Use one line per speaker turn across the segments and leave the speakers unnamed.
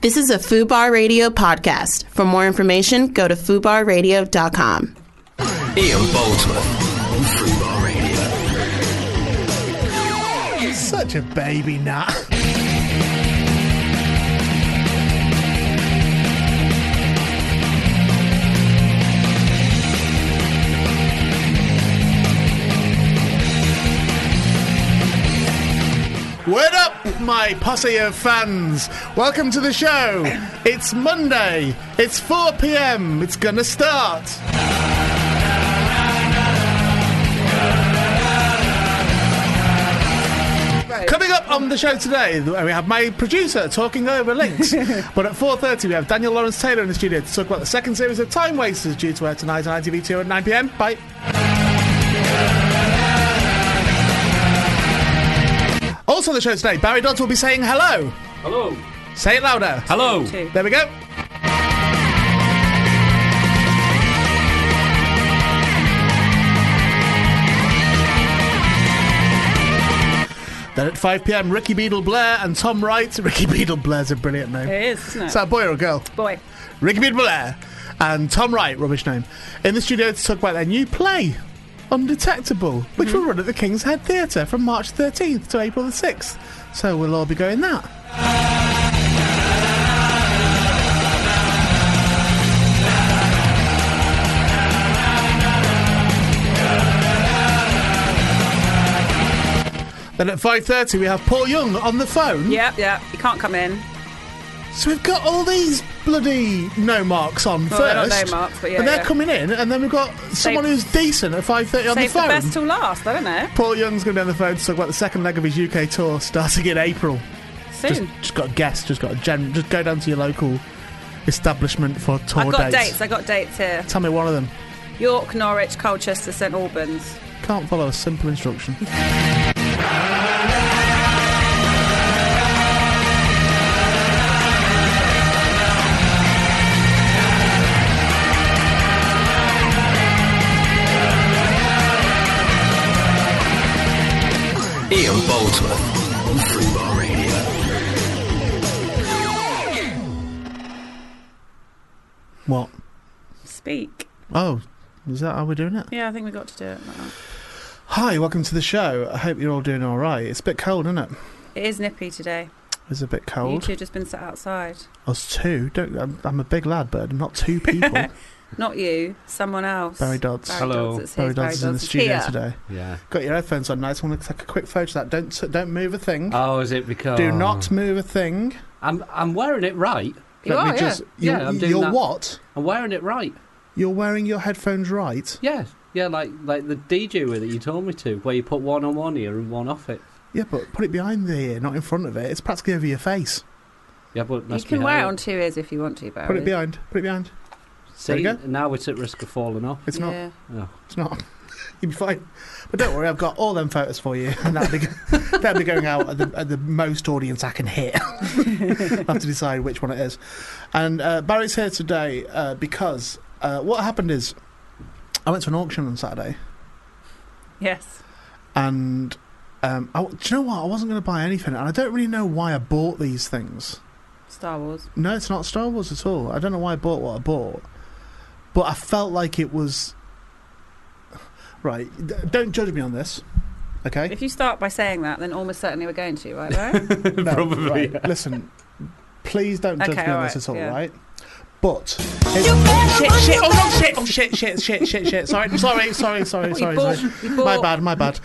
This is a FUBAR Radio podcast. For more information, go to FUBARradio.com.
Ian Boldsworth.
Such a baby nut. Word up, my posse of fans. Welcome to the show. It's Monday. It's 4 p.m. It's gonna start. Coming up on the show today, we have my producer talking over links. but at 4.30, we have Daniel Lawrence Taylor in the studio to talk about the second series of Time Wasters due to air tonight on ITV2 at 9pm. Bye. Also on the show today, Barry Dodds will be saying hello.
Hello.
Say it louder.
Hello.
There we go. Then at 5 pm, Ricky Beadle Blair and Tom Wright. Ricky Beadle Blair's a brilliant name.
It is, isn't it?
Is that a boy or a girl?
Boy.
Ricky Beadle Blair and Tom Wright, rubbish name, in the studio to talk about their new play, Undetectable, which will run at the King's Head Theatre from March 13th to April the 6th. So we'll all be going that. Then at 5.30 we have Paul Young on the phone.
Yep, yep. You can't come in.
So we've got all these bloody no marks on
Well, Oh, they're not
first.
no marks, but yeah,
and they're
yeah.
coming in, and then we've got someone who's decent at 5.30 on the
Save the,
phone.
best till last, though, isn't it?
Paul Young's going to be on the phone to talk about the second leg of his UK tour starting in April. Just,
Soon.
just got a guest, just got a gen. Just go down to your local establishment for tour
I've got
dates.
dates. I got dates here.
Tell me one of them.
York, Norwich, Colchester, St Albans.
Can't follow a simple instruction.
Ian Boldsworth. Fubar Radio.
What?
Speak.
Oh, is that how we're doing it?
Yeah, I think we got to do it. like that.
Hi, welcome to the show. I hope you're all doing all right. It's a bit cold, isn't it?
It is nippy today.
It's a bit
You
cold.
two just been sat outside.
Us two. Don't. I'm, I'm a big lad, but I'm not two people.
Not you, someone else.
Barry Dodds.
Barry
Hello.
Dodds, it's
Barry
his,
Dodds is in the
is
studio
here.
today.
Yeah.
Got your headphones on. Nice. want to take a quick photo of that. Don't don't move a thing.
Oh, is it because
Do not move a thing.
I'm I'm wearing it right.
You are, yeah.
You,
Yeah, I'm doing
you're
that.
what?
I'm wearing it right.
You're wearing your headphones right.
Yeah, yeah, like like the DJ that you told me to, where you put one on one ear and one off it.
Yeah, but put it behind the ear, not in front of it. It's practically over your face.
Yeah, but
You
that's
can
my
wear it
hair.
on two ears if you want to, Barry.
Put it behind. Put it behind.
See,
There you go.
now it's at risk of falling off.
It's not.
Yeah.
Oh.
It's not. You'll be fine. But don't worry, I've got all them photos for you, and that'll be, that'll be going out at the, at the most audience I can hit. I have to decide which one it is. And uh, Barry's here today uh, because uh, what happened is I went to an auction on Saturday,
Yes.
and um, I, do you know what? I wasn't going to buy anything, and I don't really know why I bought these things.
Star Wars.
No, it's not Star Wars at all. I don't know why I bought what I bought, but I felt like it was. Right, d- don't judge me on this, okay?
If you start by saying that, then almost certainly we're going to, right, Barry?
No,
Probably,
right, Listen, please don't judge
Okay,
me on
alright,
this at all,
yeah.
right? But it's- shit, shit, oh no, shit, oh shit, shit, shit, shit, shit. Sorry, sorry, sorry, sorry,
What,
sorry,
Oh, you bought,
sorry.
you
My
bought-
bad, my bad.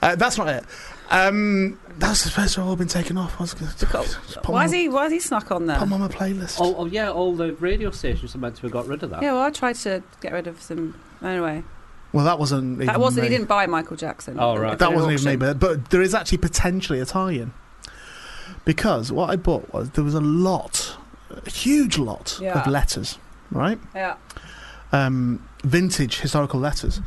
Uh, that's not it. Um, that's supposed to have all been taken off. I was going to
God,
put 'em
Why
on-
is he? Why is he snuck on
put
there?
'em on my playlist.
Oh, oh yeah, all the radio stations are meant to have got rid of that.
Yeah, well, I tried to get rid of some. Anyway,
Well, that wasn't.
that
even
wasn't.
me.
He didn't buy Michael Jackson.
Oh, right.
That wasn't even me, but, but there is actually potentially a tie-in because what I bought was there was a lot, a huge lot
Yeah.
of letters, right?
Yeah.
Um, vintage historical letters,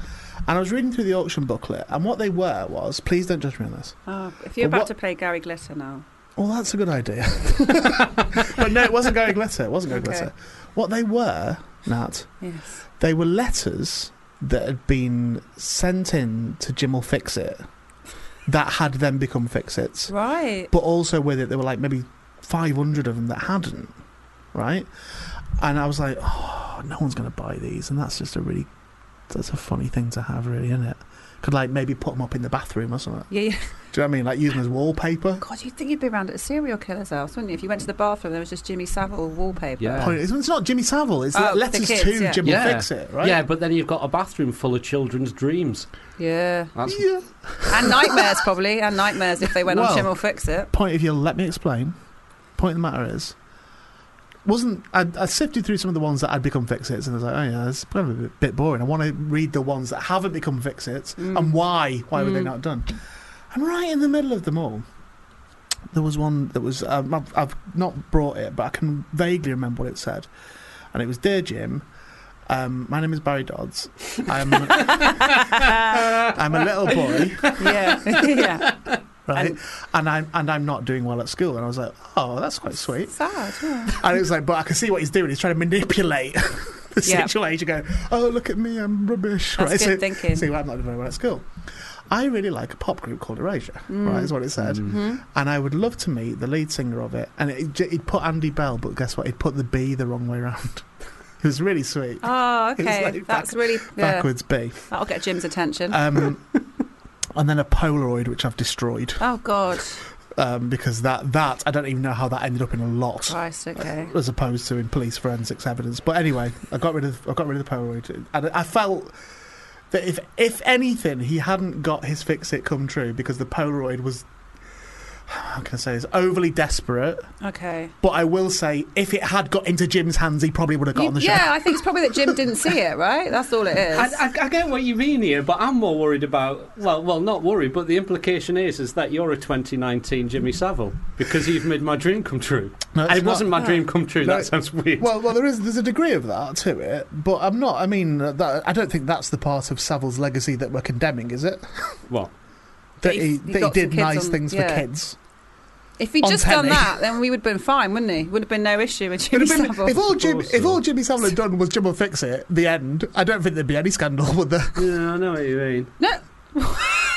and I was reading through the auction booklet, and what they were was, please don't judge me on this.
Oh, if you're
But
about
what-
to play Gary Glitter now,
Well, that's a good idea, but no, it wasn't going glitter. It wasn't going
Okay.
glitter. What they were, Nat,
yes.
they were letters that had been sent in to Jim will fix it, that had then become fix its.
Right.
but also with it, there were like maybe 500 of them that hadn't. right? And I was like, oh, no one's going to buy these, and that's just a really that's a funny thing to have, really, isn't it? Could like maybe put them up in the bathroom or something.
Yeah, yeah.
Do you know what I mean? Like use them as wallpaper.
God, you'd think you'd be around at a serial killer's house, wouldn't you? If you went to the bathroom, there was just Jimmy Savile wallpaper.
Yeah.
Point- It's it's not Jimmy Savile. It's
Oh,
like
the
letters
kids,
to
yeah.
Jimmy
Yeah.
Fix It, right?
Yeah, but then you've got a bathroom full of children's dreams.
Yeah.
That's
Yeah.
And nightmares, probably. And nightmares if they went
Well-
on Jim will fix it.
Point if you'll let me explain. Point of the matter is, wasn't I, I sifted through some of the ones that had become fix-its and I was like, oh yeah, it's kind of a bit boring. I want to read the ones that haven't become fix-its
Mm.
and why. Why were they
Mm.
not done? And right in the middle of them all, there was one that was um, I've, I've not brought it, but I can vaguely remember what it said, and it was, "Dear Jim." Um, my name is Barry Dodds. I'm, I'm a little boy
Yeah. yeah.
right? And, I'm and I'm not doing well at school. And I was like, oh, that's quite sweet.
Sad. Yeah.
And it was like, but I can see what he's doing. He's trying to manipulate the
Yeah.
situation. Go, oh, look at me, I'm rubbish.
That's
right?
good
so,
thinking.
see, well, I'm not doing very well at school. I really like a pop group called Erasure.
Mm. Mm-hmm.
Right, is what it said.
Mhm.
And I would love to meet the lead singer of it. And it, j- he'd put Andy Bell, but guess what? He'd put the B the wrong way around. it was really sweet.
Oh,
It was
okay.
like
That's really. Yeah.
Backwards B.
That'll get Jim's attention.
Um, and then a Polaroid, which I've destroyed
oh, God.
um, because that that I don't even know how that ended up in a lot.
Christ, okay.
as opposed to in police forensics evidence. But anyway, I got rid of I got rid of the Polaroid, and I felt that if if anything, he hadn't got his fix it come true because the Polaroid was. How can I say this? Overly desperate,
Okay.
but I will say if it had got into Jim's hands, he probably would have got
You-
on the show.
yeah, I think it's probably that Jim didn't see it, right? That's all it is.
I, I, I get what you mean here, but I'm more worried about well, well, not worried, but the implication is is that you're a 2019 Jimmy Savile because you've made my dream come true.
No, it's
it
not.
wasn't my dream come true.
No,
that sounds weird.
Well, well, there is there's a degree of that to it, but I'm not. I mean, uh, that, I don't think that's the part of Savile's legacy that we're condemning, is it?
Well,
That
he-
he, that he
he got some
did
kids
nice
on-
things for
yeah.
kids.
if he'd
on
just done
telly.
that, then we would have been fine, wouldn't he? Would have been no issue with Jimmy
It'd have been-
Savile.
if all
Of
Jimmy,
course
if
so.
all Jimmy Savile had done was Jim will fix it, the end. I don't think there'd be any scandal, would there?
yeah, I know what you mean.
No.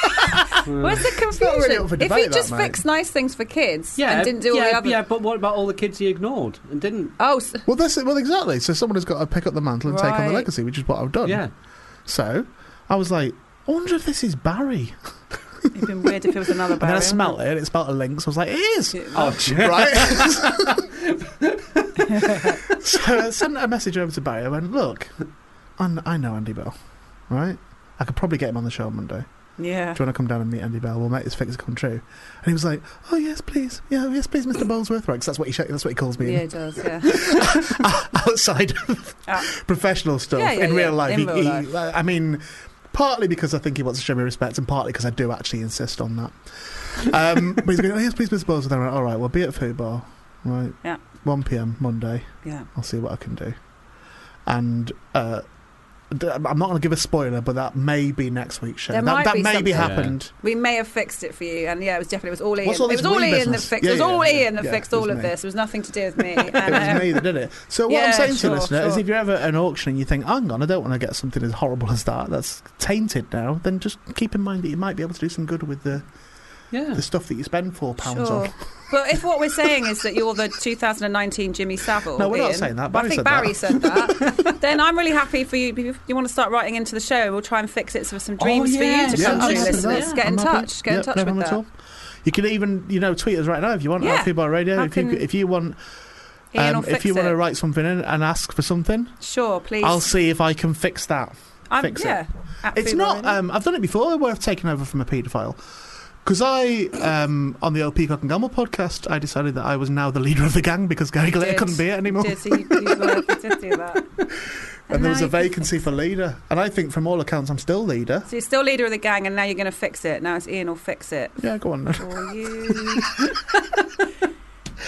Uh,
Where's the
not
confusion?
really up for
if
debate,
he
that,
just
mate.
fixed nice things for kids
yeah,
and didn't do
yeah,
all the other.
yeah, but what about all the kids he ignored and didn't?
Oh, s
Well, that's it. Well, exactly. So someone has got to pick up the mantle and take on the
Right.
legacy, which is what I've done.
Yeah,
So I was like, I wonder if this is Barry.
it'd been weird if it was another
And then
barrier.
I smelt it, and it smelt a link. So I was like, it is.
oh,
right? so I sent a message over to Barry. I went, look, I kn- I know Andy Bell, right? I could probably get him on the show on Monday.
Yeah.
do you want to come down and meet Andy Bell? We'll make his fix come true. And he was like, oh, yes, please. Yeah, yes, please, Mr. Bolesworth. Right, 'cause that's what he, sh- that's what he calls me
Yeah, it does, yeah.
outside of
Ah.
professional stuff.
Yeah, yeah,
in real
yeah,
life,
in
he,
real
he-
life.
I mean, partly because I think he wants to show me respect and partly because I do actually insist on that. Um, but he's going, oh, yes, please, Mr. Bolesworth. And I went, all right, we'll be at Food Bar. Right.
Yeah.
1 p.m. Monday.
Yeah.
I'll see what I can do. And uh, d- I'm not going to give a spoiler, but that may be next week's show.
There
that
might
that
be
may be
something.
happened.
We may have fixed it for you, and yeah, it was definitely it was all Ian.
What's all
it
this
was all
wee
Ian
business?
that fixed.
Yeah,
it was
yeah,
all
yeah.
Ian that
Yeah,
fixed
it
all
was
of
me.
this. It was nothing to do with me. And,
It was
um,
me that did it. So what I'm
Yeah,
saying to
sure,
the listener is,
sure.
if you're ever at an auction and you think, "Hang on, I don't want to get something as horrible as that. That's tainted now." Then just keep in mind that you might be able to do some good with the,
yeah.
the stuff that you spend four pounds
Sure.
on.
But if what we're saying is that you're the 2019 Jimmy Savile,
No, we're not
Ian,
saying that.
but
Barry
I think
said that.
Barry said that. then I'm really happy for you. If you want to start writing into the show, we'll try and fix it for some
Oh,
dreams
yeah,
for you to
yeah,
come
I'm
true,
happy with
listeners.
that.
Get in
I'm happy.
touch. Get
Yep,
in touch
no
with
problem at
that.
all. You can even, you know, tweet us right now if you want.
Yeah.
Yeah. People Radio.
How
If you
can
if you want,
Ian will
Um, if
fix
you want to
it.
write something in and ask for something,
Sure, please.
I'll see if I can fix that.
I'm-
fix it.
yeah, at
It's
Food
not.
Already.
Um, I've done it before where I've taken over from a paedophile. Because I, um, on the old Peacock and Gamble podcast, I decided that I was now the leader of the gang because Gary Glitter
did.
couldn't be it anymore.
Did, so you, you were- you did do that.
And there was
now
a
you can
vacancy for leader. And I think from all accounts, I'm still leader.
So you're still leader of the gang, and now you're going to fix it. Now it's Ian will fix it
Yeah, go on. then.
for you.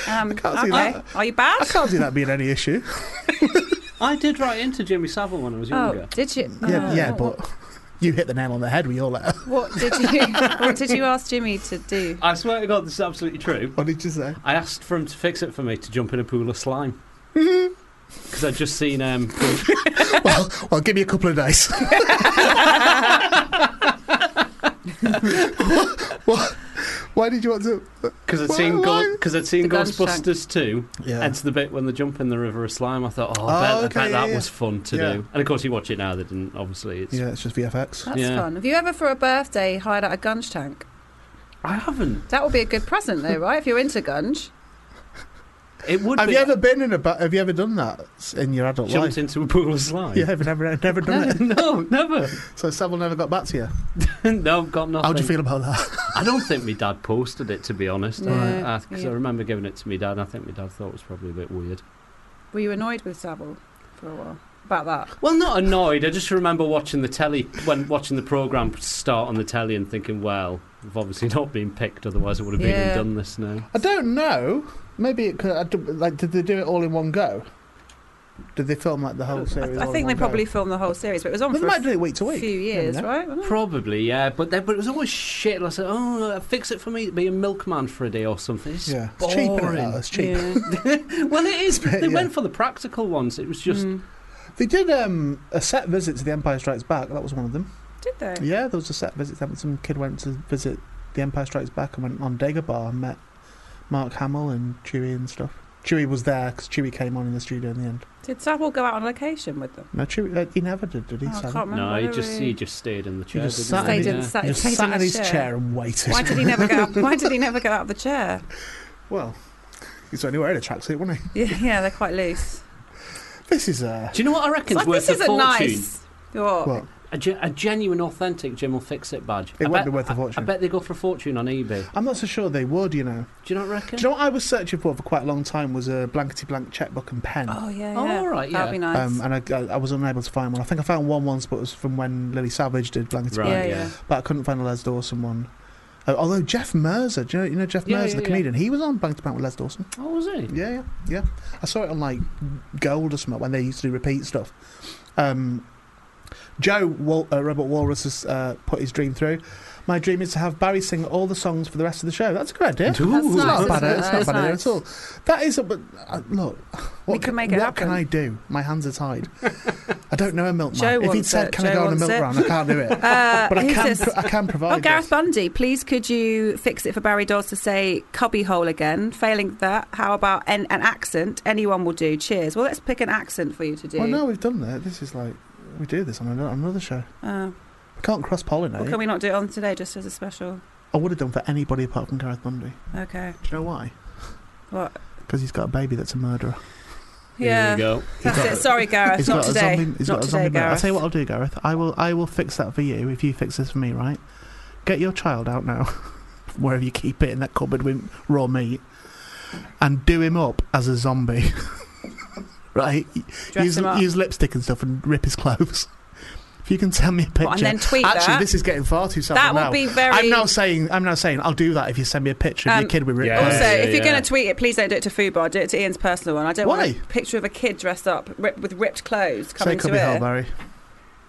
um,
can't
okay.
see that.
Are you
I
bad?
can't see that being any issue.
I did write into Jimmy Savile when I was
Oh,
younger.
did you?
Uh,
Yeah,
oh,
yeah,
what-
but you hit the nail on the head with your letter.
What did you? what did you ask Jimmy to do?
I swear to God, this is absolutely true.
What did you say?
I asked for him to fix it for me to jump in a pool of slime because I'd just seen um,
well, well, give me a couple of days. what, what, Why did you want to?
Because I'd
Why-
seen
why-
because I'd seen
The gun's
Ghostbusters two.
Yeah.
And to the bit when they jump in the river of slime, I thought, oh,
Oh,
I bet, I
okay,
bet
yeah,
that
yeah.
was fun to
Yeah.
do. And of course, you watch it now, they didn't. Obviously, it's
yeah, it's just VFX.
That's
Yeah.
fun. Have you ever, for a birthday, hired out a gunge tank?
I haven't.
That would be a good present, though, right? If you're into gunge.
It would
Have
be
you ever been in a? ba- Have you ever done that in your adult
jumped
life?
into a pool of slime.
Yeah, I've never, never done it.
no, never.
So Savile never got back to you.
no, got nothing.
How do you feel about that?
I don't think my dad posted it to be honest.
No,
I, I, 'cause I
yeah.
remember giving it to my dad. and I think my dad thought it was probably a bit weird.
Were you annoyed with Savile for a while about that?
Well, not annoyed. I just remember watching the telly when watching the program start on the telly and thinking, well, I've obviously not been picked. Otherwise, I would have been
Yeah.
and done this now.
I don't know. Maybe it could. I don't- Like, did they do it all in one go? Did they film like the whole
I,
series?
I
all in
think they
one go?
probably filmed the whole series, but it was on
They
for
might
a
do it week to week.
few years,
know.
right? Wasn't it?
Probably, yeah. But then, but it was always shit. Like, oh, uh, fix it for me. Be a milkman for a day or something. It's
Yeah, it's cheap. Isn't it?
boring.
though? It's cheap.
Yeah.
well, it is. They
Yeah.
went for the practical ones. It was just
Mm.
They did um, a set visit to the Empire Strikes Back. That was one of them.
Did they?
Yeah, there was a set visit. Then Some kid went to visit the Empire Strikes Back and went on Dagobah and met Mark Hamill and Chewie and stuff. Chewie was there because Chewie came on in the studio in the end.
Did Savile go out on location with them?
No, Chewie, uh, he never did, did he?
Oh, I
Sam?
can't remember.
no. He
whether
just
he-
he just stayed in the chair.
just
didn't
sat
he?
Stayed
in
in,
Yeah.
sat,
He just
stayed
sat
in
in
his
his chair and waited.
Why did he never get out? Why did he never get out of the chair?
Well, he's only wearing a tracksuit, wasn't he?
Yeah, yeah, they're quite loose.
This is uh,
Do you know what I
It's
reckon's
like,
worth
this is
a
a
fortune?
nice. What?
well,
A, ge- a genuine, authentic Jim will fix it badge.
it
I
won't
bet-
be worth a
I
fortune.
bet they go for a fortune on eBay.
I'm not so sure they would, you know.
Do you not reckon?
Do you know what I was searching for for quite a long time was a blankety blank checkbook and pen.
Oh yeah,
Oh,
yeah.
all right, yeah.
That'd be nice.
Um, and I, I, I was unable to find one. I think I found one once, but it was from when Lily Savage did Blankety
Right,
Blank.
yeah, yeah.
yeah.
But I couldn't find a Les Dawson one. Uh, although Jeff Merzer, do you know, you know Jeff
Yeah,
Merzer,
yeah,
the
yeah.
comedian, he was on Blankety Blank with Les Dawson.
Oh, was he?
Yeah, yeah, yeah. I saw it on like Gold or something when they used to do repeat stuff. Um, Joe Wal- uh, Robert Walrus has uh, put his dream through. My dream is to have Barry sing all the songs for the rest of the show. That's a good idea.
Ooh.
That's
It's
nice,
not a bad.
isn't it?
It's
That
not a
is
bad idea
nice.
at all. That is a but. Uh, look, what,
can make it
What
happen.
can I do? My hands are tied. I don't know a milk
Joe
run. If he'd
wants
said,
it.
"Can I
Joe
go on a
wants
milk
it.
run?" I can't do it.
Uh,
But I
who's
can.
this?
Pro- I can provide.
Oh, Gareth
this.
Bundy, please could you fix it for Barry Dawes to say cubbyhole again? Failing that, how about an, an accent? Anyone will do. Cheers. Well, let's pick an accent for you to do.
Well, no, we've done that. This is like we do this on another, on another show.
Uh,
We can't cross pollinate.
well, can we not do it on today just as a special?
I would have done for anybody apart from Gareth Bundy.
Okay.
Do you know why?
What?
Because he's got a baby that's a murderer.
Here
Yeah.
we go.
That's
got
it.
a-
Sorry, Gareth.
He's
Not
got
today.
a zombie. He's
not
got a
today,
zombie murderer. I'll
Gareth.
tell you what I'll do, Gareth. I will. I will fix that for you if you fix this for me, right? Get your child out now, wherever you keep it in that cupboard with raw meat, and do him up as a zombie. right?
Dress
use
him up.
use lipstick and stuff and rip his clothes. If you can send me a picture,
What, and then tweet
actually,
that.
this is getting far too
that
subtle
would
now.
be very.
I'm now saying, I'm now saying, I'll do that if you send me a picture of
Um,
your kid with ripped
Yeah.
Also,
clothes.
yeah,
if you're
yeah.
going to tweet it, please don't do it to Fubar. Do it to Ian's personal one. I don't
Why?
want a picture of a kid dressed up rip, with ripped clothes
Say
coming to
cubby hole,
it.
Barry.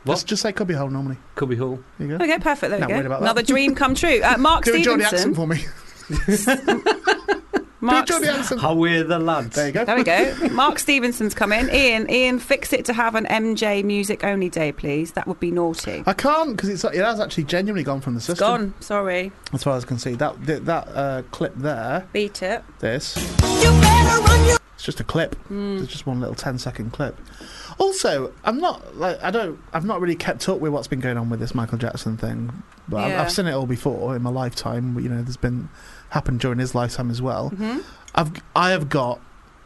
What?
Just, just say cubby hole normally.
Cubby Hall.
There you go.
Okay, perfect. There
Not
we
worried
go.
about that.
Another dream come true. Uh, Mark
Do a Johnny accent
Stevenson.
for me. Do a
Mark
Johnny accent.
How are the lads?
There you go.
There we go. Mark Stevenson's come in. Ian, Ian, fix it to have an MJ music only day, please. That would be naughty.
I can't because it's it has actually genuinely gone from the
It's
system.
gone. Sorry.
As far as I can see, that that, that uh, clip there,
Beat it.
this, it's just a clip.
Hmm.
It's just one little 10 second clip. Also, I'm not like I don't I've not really kept up with what's been going on with this Michael Jackson thing, but I've,
Yeah.
I've seen it all before in my lifetime. You know, there's been happened during his lifetime as well.
hmm
I've I have got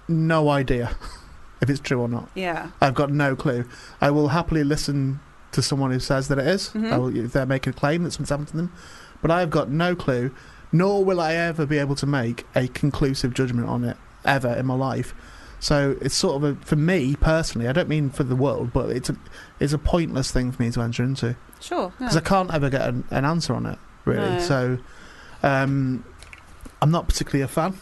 no idea if it's true or not.
Yeah.
I've got no clue. I will happily listen to someone who says that it is.
Mhm.
I will, if they're making a claim that something's happened to them, but I have got no clue. Nor will I ever be able to make a conclusive judgment on it ever in my life. So it's sort of a, for me personally. I don't mean for the world, but it's a it's a pointless thing for me to enter into
Sure. yeah.
because I can't ever get an, an answer on it really.
No.
So um, I'm not particularly a fan.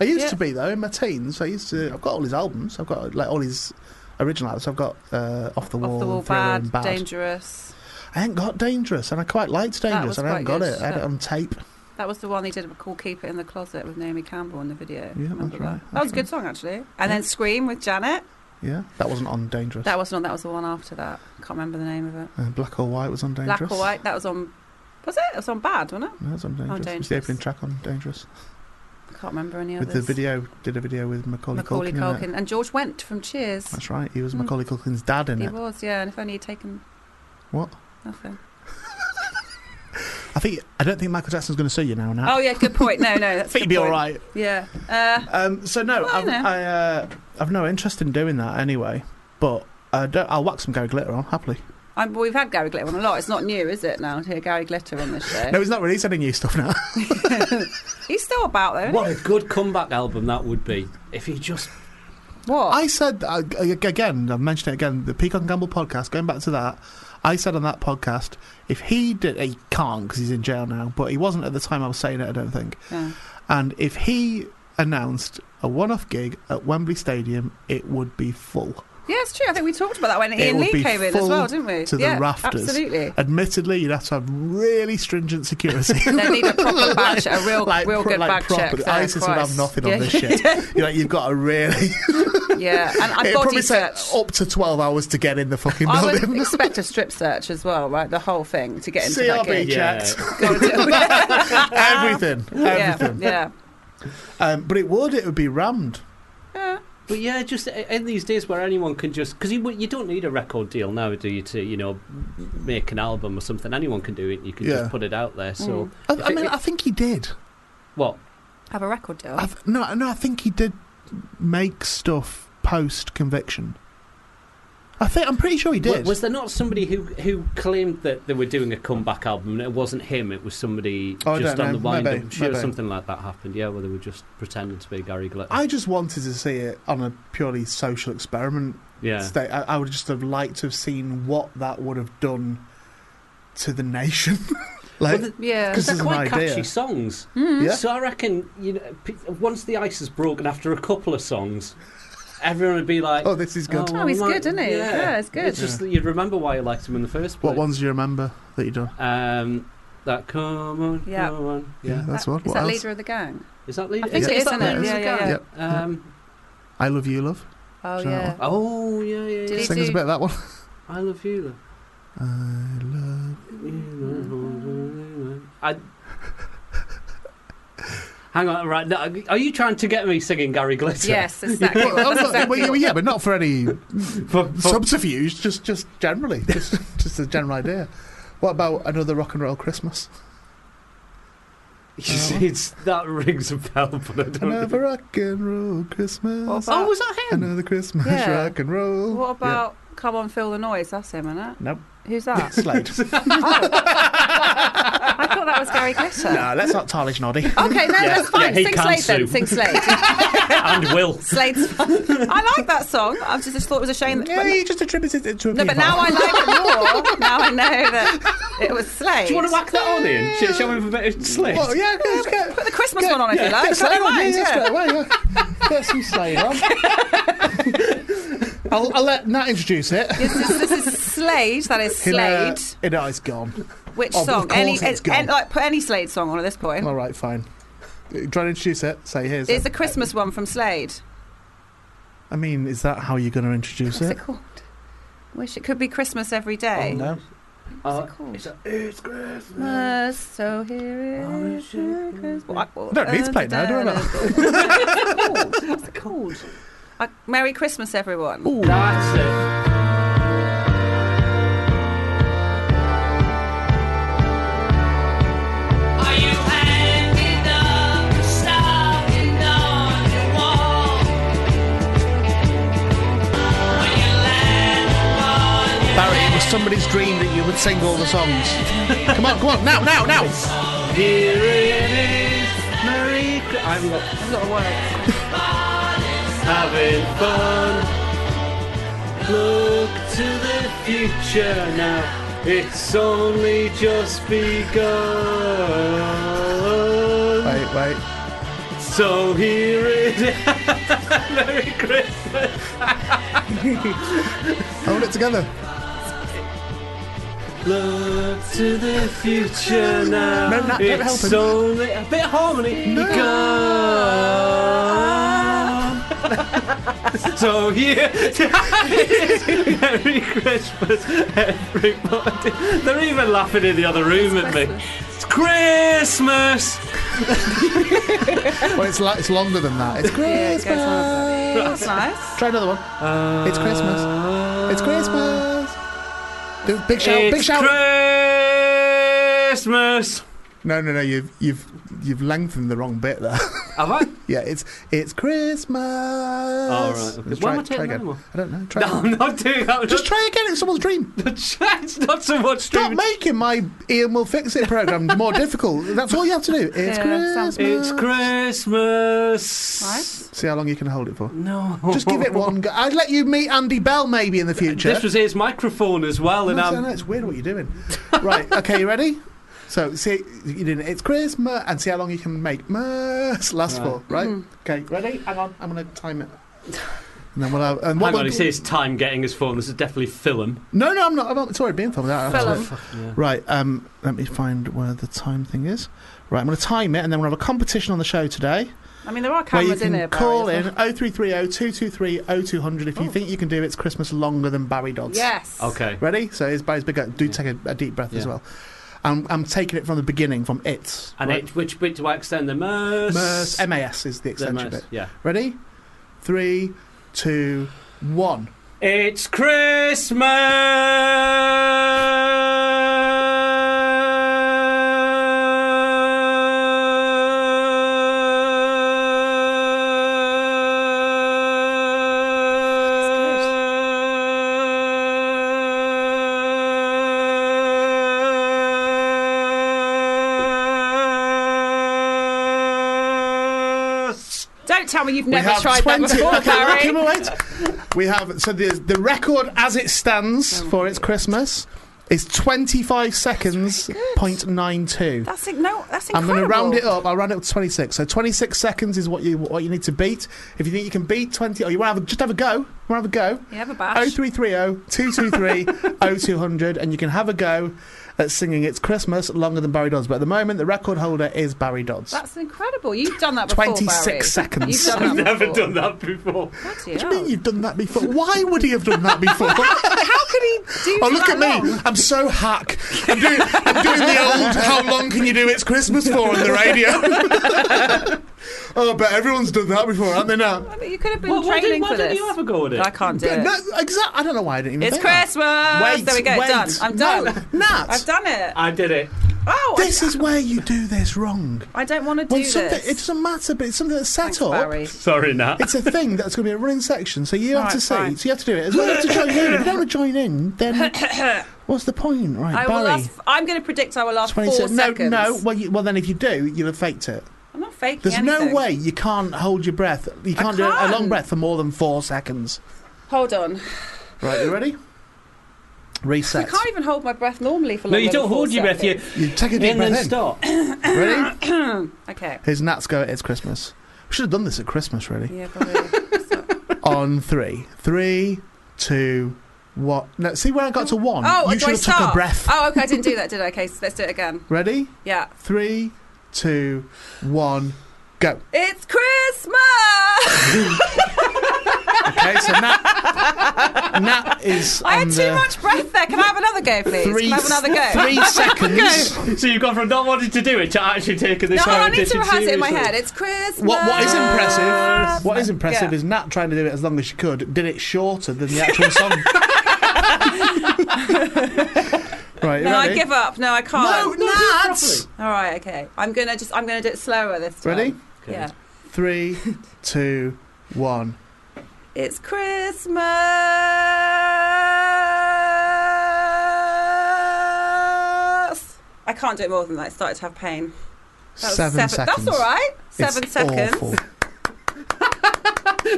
I used
Yeah.
to be though in my teens. I used to. I've got all his albums. I've got like all his original albums. I've got uh, Off the Wall,
Off the wall,
Thriller
bad,
and Bad.
dangerous.
I ain't got Dangerous, and I quite liked Dangerous,
was
and I haven't
quite
got
good,
it. I had it
yeah.
on tape.
That was the one he did called "Keep It in the Closet" with Naomi Campbell in the video.
Yeah,
Remember
that's
that?
right,
That was
that's
a good
right.
song actually. And
Yeah.
then "Scream" with Janet.
Yeah, that wasn't on Dangerous.
That wasn't. That was the one after that. Can't remember the name of it.
Uh, Black or White was on Dangerous.
Black or White. That was on Was it? It was on Bad, wasn't it?
That's on dangerous. It's the
Dangerous.
opening track on Dangerous.
I can't remember any
With
others.
the video, did a video with Macaulay,
Macaulay
Culkin. in it.
Culkin and George Went from Cheers.
That's right. He was
Mm.
Macaulay Culkin's dad in
He
it.
was, yeah. And if only he'd taken
What?
nothing.
I think I don't think Michael Jackson's going to sue you now. Now.
Oh yeah, good point. No, no,
I
that's a
think
good
you'd be all
point.
right.
Yeah. Uh,
Um, so no,
Well,
I've,
you know.
I, uh, I've no interest in doing that anyway. But I don't, I'll whack some Gary Glitter on happily.
I'm, we've had Gary Glitter on a lot. It's not new, is it? Now to hear Gary Glitter on this show.
No, he's not releasing any new stuff now.
He's still about though. Isn't
What a good comeback album that would be if he just.
he? What?
I said uh, again. I've mentioned it again. The Peacock and Gamble podcast. Going back to that, I said on that podcast, if he did, he can't because he's in jail now. But he wasn't at the time I was saying it. I don't think.
Yeah.
And if he announced a one-off gig at Wembley Stadium, it would be full.
Yeah, it's true. I think we talked about that when Ian
would
Lee
be
came in as
full
well, didn't we?
to the
yeah,
rafters.
Absolutely.
Admittedly, you'd have to have really stringent security.
they need a proper badge, a real,
pro-
real good
like
bag check.
proper-
there,
ISIS would
uh, Christ.
have nothing
yeah.
on this shit. You're like, you've got to really.
yeah, and I
it
body
probably "Oh, said
search.
up to 12 hours to get in the fucking
I would
building.
expect a strip search as well, right? The whole thing to get into
CRB
that gig.
Yeah.
checked.
Gotta do it.
everything.
yeah,
Everything.
yeah.
Um, but it would, it would be rammed.
Yeah.
But yeah, just i- in these days where anyone can just because you, w- you don't need a record deal now, do you? To you know, make an album or something, anyone can do it. You can
Yeah.
just put it out there. So
Mm.
I,
If
I
it-
mean, I think he did.
what?
Have a record deal.
I've, no, no, I think he did make stuff post conviction. I think I'm pretty sure he
Wa-
did.
Was there not somebody who who claimed that they were doing a comeback album and it wasn't him? It was somebody
Oh, I
just
don't
on the
know.
wind
Maybe,
up. Sure,
maybe.
something like that happened. Yeah, where they were just pretending to be Gary Glitter.
I just wanted to see it on a purely social experiment
yeah,
state. I, I would just have liked to have seen what that would have done to the nation. like,
Well,
yeah. Mm-hmm.
'Cause
they're
there's an
quite
idea.
catchy songs.
yeah,
So I reckon you know, pe- once the ice is broken after a couple of songs, everyone would be like,
oh, this is good.
Oh, he's
well,
good, isn't he? Yeah, he's good.
It's just that you'd remember why you liked him in the first place.
what ones do you remember that you done?
Um, that come on,
Yeah.
come on.
Yeah,
Yeah.
that's
That-
one.
Is
What
that
else?
leader of the gang?
Is that leader?
I think
is,
it is,
that
isn't it?
Leader
Yeah,
of the
yeah,
Gang?
yeah.
Um,
I love you, love.
Oh
Sure.
yeah.
oh yeah, yeah.
Did
yeah.
he
Sing us a
do-
bit of that one.
I love you. love.
I
I...
love.
Hang on, right? No, are you trying to get me singing Gary Glitter?
Yes, exactly.
Well, I'm
That's
not-
exactly
well,
what-
yeah, but not for any
For, for-
subterfuge. Just, just generally, just, just a general idea. What about another rock and roll Christmas?
it's, it's- that rings a bell, but I don't.
Another rock and roll
What
Christmas.
about-
Oh, was that him?
Another Christmas
Yeah.
rock and roll.
What about Come On Feel the Noise? That's him, isn't it?
Nope.
Who's that?
Ah, Slade?
I thought that was Gary Glitter.
no, let's not tarnish Noddy.
Okay, no,
Yeah,
that's fine.
yeah, he
Sing
can
Slade then.
sue.
Sing Slade.
and Will.
Slade's fine. I like that song. I just, just thought it was a shame that.
Yeah, you just attributed it to a
no, but now I like it more. Now I know that it was Slade.
Do you want to whack that on in? Shall, shall we have a bit of slit?
Well, yeah, go- just get,
Put the Christmas one on if you like.
get
I
Slade
don't
on. Yeah,
mind,
yeah, straight
yeah.
away. Yeah. Get some Slade on. I'll, I'll let Nat introduce it.
This is, this is Slade. That is
In, uh,
Slade.
It has gone.
Which
oh, of
song?
course
Any,
it's
an-
gone.
like put any Slade song on at this point.
All right, fine. Do you want to introduce it? Say here's
It's
it.
the Christmas one from Slade.
I mean, is that how you're going to introduce
What's it
it? Oh,
called? Wish it could be Christmas every day.
No.
Uh,
What's it called?
it's, a, it's Christmas.
Uh, so here
I
it
wish
is.
it could-
Well, I-
I don't need to play it now, do I?
What's it called? Uh, Merry Christmas, everyone.
Ooh.
That's it.
Are you hanging up, stopping on your wall? When you land upon
Barry, it was somebody's dream that you would sing all the songs. come on, come on, now, now, now.
Here it is. Merry Christmas. I'm not
I've got a word.
having fun. Look to the future now. It's only just begun.
Wait, wait.
So here it is. Merry Christmas.
Hold it together.
Look to the future now.
No, Nat, don't help
it's
him.
only a bit of harmony. Begun. So yeah, Merry Christmas, everybody. They're even laughing in the other room at me. It's Christmas.
Well, it's, lo- it's longer than that. It's
Yeah, it
Christmas.
goes on. That's nice.
Try another one. it's Christmas. It's Christmas. Do- Big shout!
It's
big shout!
Christmas.
no, no, no. You've you've you've lengthened the wrong bit there.
Have I?
yeah, it's it's Christmas. All
All right. Okay.
Let's
Why
try,
am I
try
taking that
again.
one?
I don't know. Try.
No,
again.
I'm not doing that.
Just try again. It's someone's dream.
it's not so much.
Stop
Stephen.
making my Ian will fix it program more difficult. That's all you have to do. It's
Yeah, sounds-
Christmas.
It's Christmas.
Right?
See how long you can hold it for.
No.
Just give it one go. I'd let you meet Andy Bell maybe in the future.
This was his microphone as well, and um,
No, no,
I'm
no, it's weird what you're doing. right, okay, you ready? So, see, you did it. It's Christmas, and see how long you can make Merce last for, right?
Hmm.
Okay, ready? Hang on, I'm going to time it. And then we'll have. And what
Hang on,
we'll
he
do-
says time getting his phone. This is definitely film.
No, no, I'm not. I'm not it's already being filmed. out. That's
Film.
it. Right, um, let me find where the time thing is. Right, I'm going to time it, and then we'll have a competition on the show today
I mean, there are
where you
cameras
can
in here. Barry, Oh.
call
as
in
well.
0330 223 0200 if you think you can do It's Christmas longer than Barry Dodds.
Yes.
Okay.
Ready? So it's Barry's big. Do take a, a deep breath as
Yeah.
well. I'm, I'm taking it from the beginning, from it.
And
right?
it, which bit do I extend the merse?
Merce- MAS is the
The
extension
merse,
bit.
Yeah.
Ready? Three, two, one.
It's Christmas.
Don't tell me you've never tried that before,
okay,
Barry.
okay, well, wait. We have so the the record as it stands
Oh,
for it's Christmas is twenty five seconds point nine two.
That's it. No, that's
I'm
incredible.
going to round it up. I'll round it up to 26. So 26 seconds is what you what you need to beat. If you think you can beat 20, or you want to have a, just have a go, you want to have a go.
You have a bash.
0330 223 0200, and you can have a go at singing It's Christmas longer than Barry Dodds. But at the moment, the record holder is Barry Dodds.
That's incredible. You've done that before,
26
Barry.
seconds.
You've done
I've
that
never
before.
done that before.
Bloody
What do you
hell.
mean you've done that before? Why would he have done that before?
How could he do
Oh, look
that
at me.
long?
I'm so hack. I'm doing, I'm doing the old how long can you do it's Christmas for on the radio. oh, but everyone's done that before, haven't they now?
I mean, You could have been
Well, why did,
training
why
for
didn't
this.
you have a go at it?
I can't do it.
No, exact. I don't know why I didn't even
It's
think that.
Christmas.
Wait,
there we go.
wait.
Done. I'm done.
No, Nat,
I've done it.
I did it.
Oh, I-
this is where you do this wrong.
I don't want to do
When something,
this.
it doesn't matter, but it's something that's set
Thanks,
up.
Barry.
Sorry, Nat.
It's a thing that's going to be a running section, so you have
Alright,
to say,
fine.
so you have to do it. As well, you have to join in. If you don't want to join in, then what's the point, right,
I will
Barry?
last, I'm going to predict I will last four
26 no,
seconds.
no. Well, you, well, then if you do, you'll have faked it.
I'm not faking
There's
anything.
no way you can't hold your breath. You
I
can't do a- a long
can't.
breath for more than four seconds.
Hold on.
Right, you ready?
I
Reset.
can't even hold my breath normally for
no,
longer
you don't
than four
hold your breath. You
seconds.
You take a deep
and then
breath in.
stop.
Ready?
Okay.
Here's Nat's go. It's Christmas. We should have done this at Christmas, really.
Yeah, probably.
on three. Three, two, one. No, see where I got to one?
Oh,
you
do
should
I
have
start?
took a breath.
Oh, okay. I didn't do that, did I? Okay, so let's do it again.
Ready?
Yeah.
Three, two, one, go.
It's Christmas!
Okay, so Nat, Nat is.
I
on
had
the
too much breath there. Can I have another go, please?
uh, Three,
Can I have another go?
Three seconds.
So you've gone from not wanting to do it to actually taking this
No,
whole
I need to
edition
rehearse it in my
seriously.
head. It's Christmas.
What, what is impressive? What is impressive
Yeah.
is Nat trying to do it as long as she could. Did it shorter than the actual song. right,
No,
ready?
I give up. No, I can't.
No, Nat.
All right, okay. I'm gonna just. I'm gonna do it slower this time.
Ready?
Yeah.
Three, two, one.
It's Christmas. I can't do it more than that. I started to have pain. That was
seven,
seven-
seconds.
That's all right.
It's
Seven seconds.
Awful.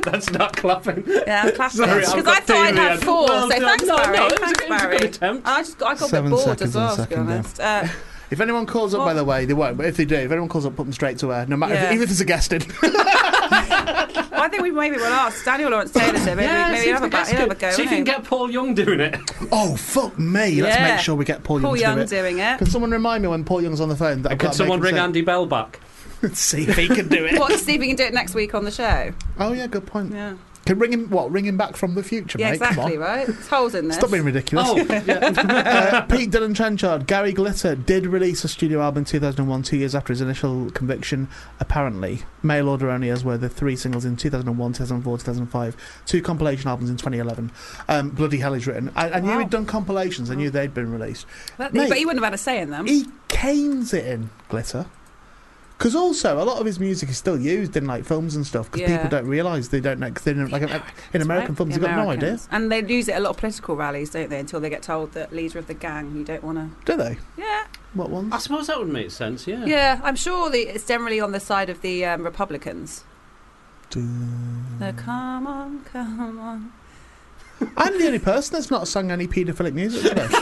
That's not clapping.
Yeah, I'm clapping.
Sorry,
Because
I've
I
got
thought I'd
diarrhea.
have four.
Well
so
done.
thanks,
No, no,
Barry.
it was a-
thanks,
it was a
Barry.
good attempt.
I just got, I got
Seven
a bit bored
seconds
as
on
well, to be
second, yeah.
honest. Uh,
If anyone calls up, by
What?
the way, they won't. But if they do, if anyone calls up, put them straight to air. No matter,
Yeah.
even if it's a guest in.
well, I think we maybe will ask Daniel Lawrence Taylor to maybe,
Yeah,
maybe
see
he'll
if
have a,
it
ba-
gets
he'll have a
good.
go.
See if
won't
you can
he?
get Paul Young doing it.
oh fuck me! Let's
Yeah.
make sure we get Paul,
Paul
Young
Young
to do it.
doing it.
Can someone remind me when Paul Young's on the phone? That I've
Can
got to
someone
make
ring
him
Andy Bell back?
say- See if he can do it.
What, see if we can do it next week on the show.
oh yeah, good point.
Yeah.
Can ring him what? Ring him back from the future,
Yeah,
mate.
exactly,
Come on.
right? There's holes in this.
Stop being ridiculous.
Oh, yeah.
Uh, Pete Dylan Trenchard, Gary Glitter did release a studio album in 2001, two years after his initial conviction, apparently. Mail Order Only As were the three singles in 2001, 2004, 2005, two compilation albums in 2011. Um, Bloody Hell is written. I, I knew
Wow.
he'd done compilations, I knew they'd been released.
But,
Mate.
but he wouldn't have had a say in them.
He canes it in, Glitter. Because also, a lot of his music is still used in like films and stuff because
Yeah.
people don't realise they don't know. Cause they don't, like, in American films,
The
they've got no idea,
Americans. And they use it at a lot of political rallies, don't they? Until they get told that leader of the gang, you don't want to.
do they?
Yeah, Ah.
What ones?
I suppose that would make sense. Yeah.
yeah. I'm sure the, it's generally on the side of the um, Republicans. The come on, come on.
I'm the only person that's not sung any paedophilic music today.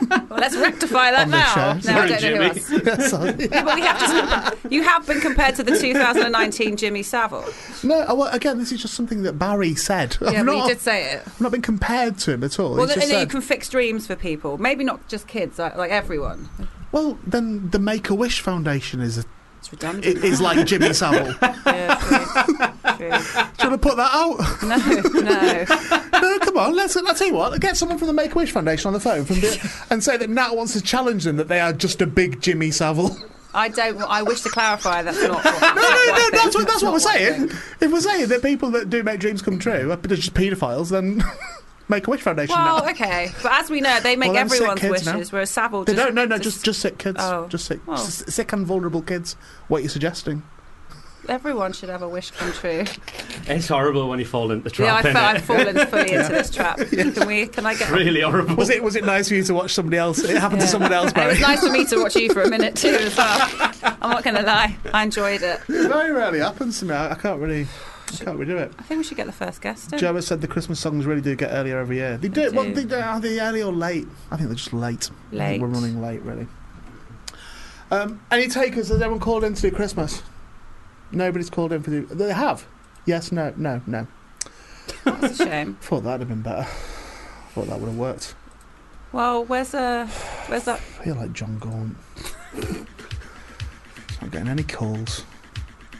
Well, let's rectify that
On the show.
now. No,
Sorry,
I don't know who
Jimmy.
else.
Sorry.
Yeah, but we have just, you have been compared to the 2019 Jimmy Savile.
no, I, well, again, this is just something that Barry said.
Yeah,
I've,
but you
not,
did say it.
I've not been compared to him at all.
Well,
He's
then,
just
and then you
said,
can fix dreams for people. Maybe not just kids, like, like everyone.
well, then the Make a Wish Foundation is a,
It's redundant.
i- is like Jimmy Savile. Do
yeah, true, true.
you want to put that out?
No, no.
no, come on. Let's. I'll tell you what. Get someone from the Make a Wish Foundation on the phone from the, and say that Nat wants to challenge them that they are just a big Jimmy Savile.
I don't. I wish to clarify that's not. What,
No, no, no. That's what that's what we're
not I
saying.
think.
If we're saying that people that do make dreams come true are just paedophiles, then Make a Wish Foundation. Nat.
Well, okay, but as we know, they make
Well, then sick
everyone's
kids
wishes,
now.
whereas Savile
They
just,
don't. No, no, just just sick kids.
Oh.
Just sick,
Oh.
s- sick and vulnerable kids. What you're suggesting?
everyone should have a wish come true.
It's horrible when you fall into the
yeah, I
trap.
felt
innit?
I've fallen fully into this trap. Can we? Can I get?
Really horrible.
Was it was it nice for you to watch somebody else? It happened
Yeah.
to someone else,
And it
Barry.
was nice for me to watch you for a minute too as well. I'm not going to lie, I enjoyed it.
it very rarely happens to me. I, I can't really, I can't really do it.
I think we should get the first guest in.
Joe has said the Christmas songs really do get earlier every year. They do.
They
well,
do.
they do. Are they early or late? I think they're just late. I think
Late.
We're running late, really. Um, any takers? Has anyone called in to do Christmas? Nobody's called in for the. They have. Yes. No. No. No.
That's a shame.
Thought that'd have been better. Thought that would have worked.
Well, where's uh, where's that?
I feel like John Gaunt. Not getting any calls.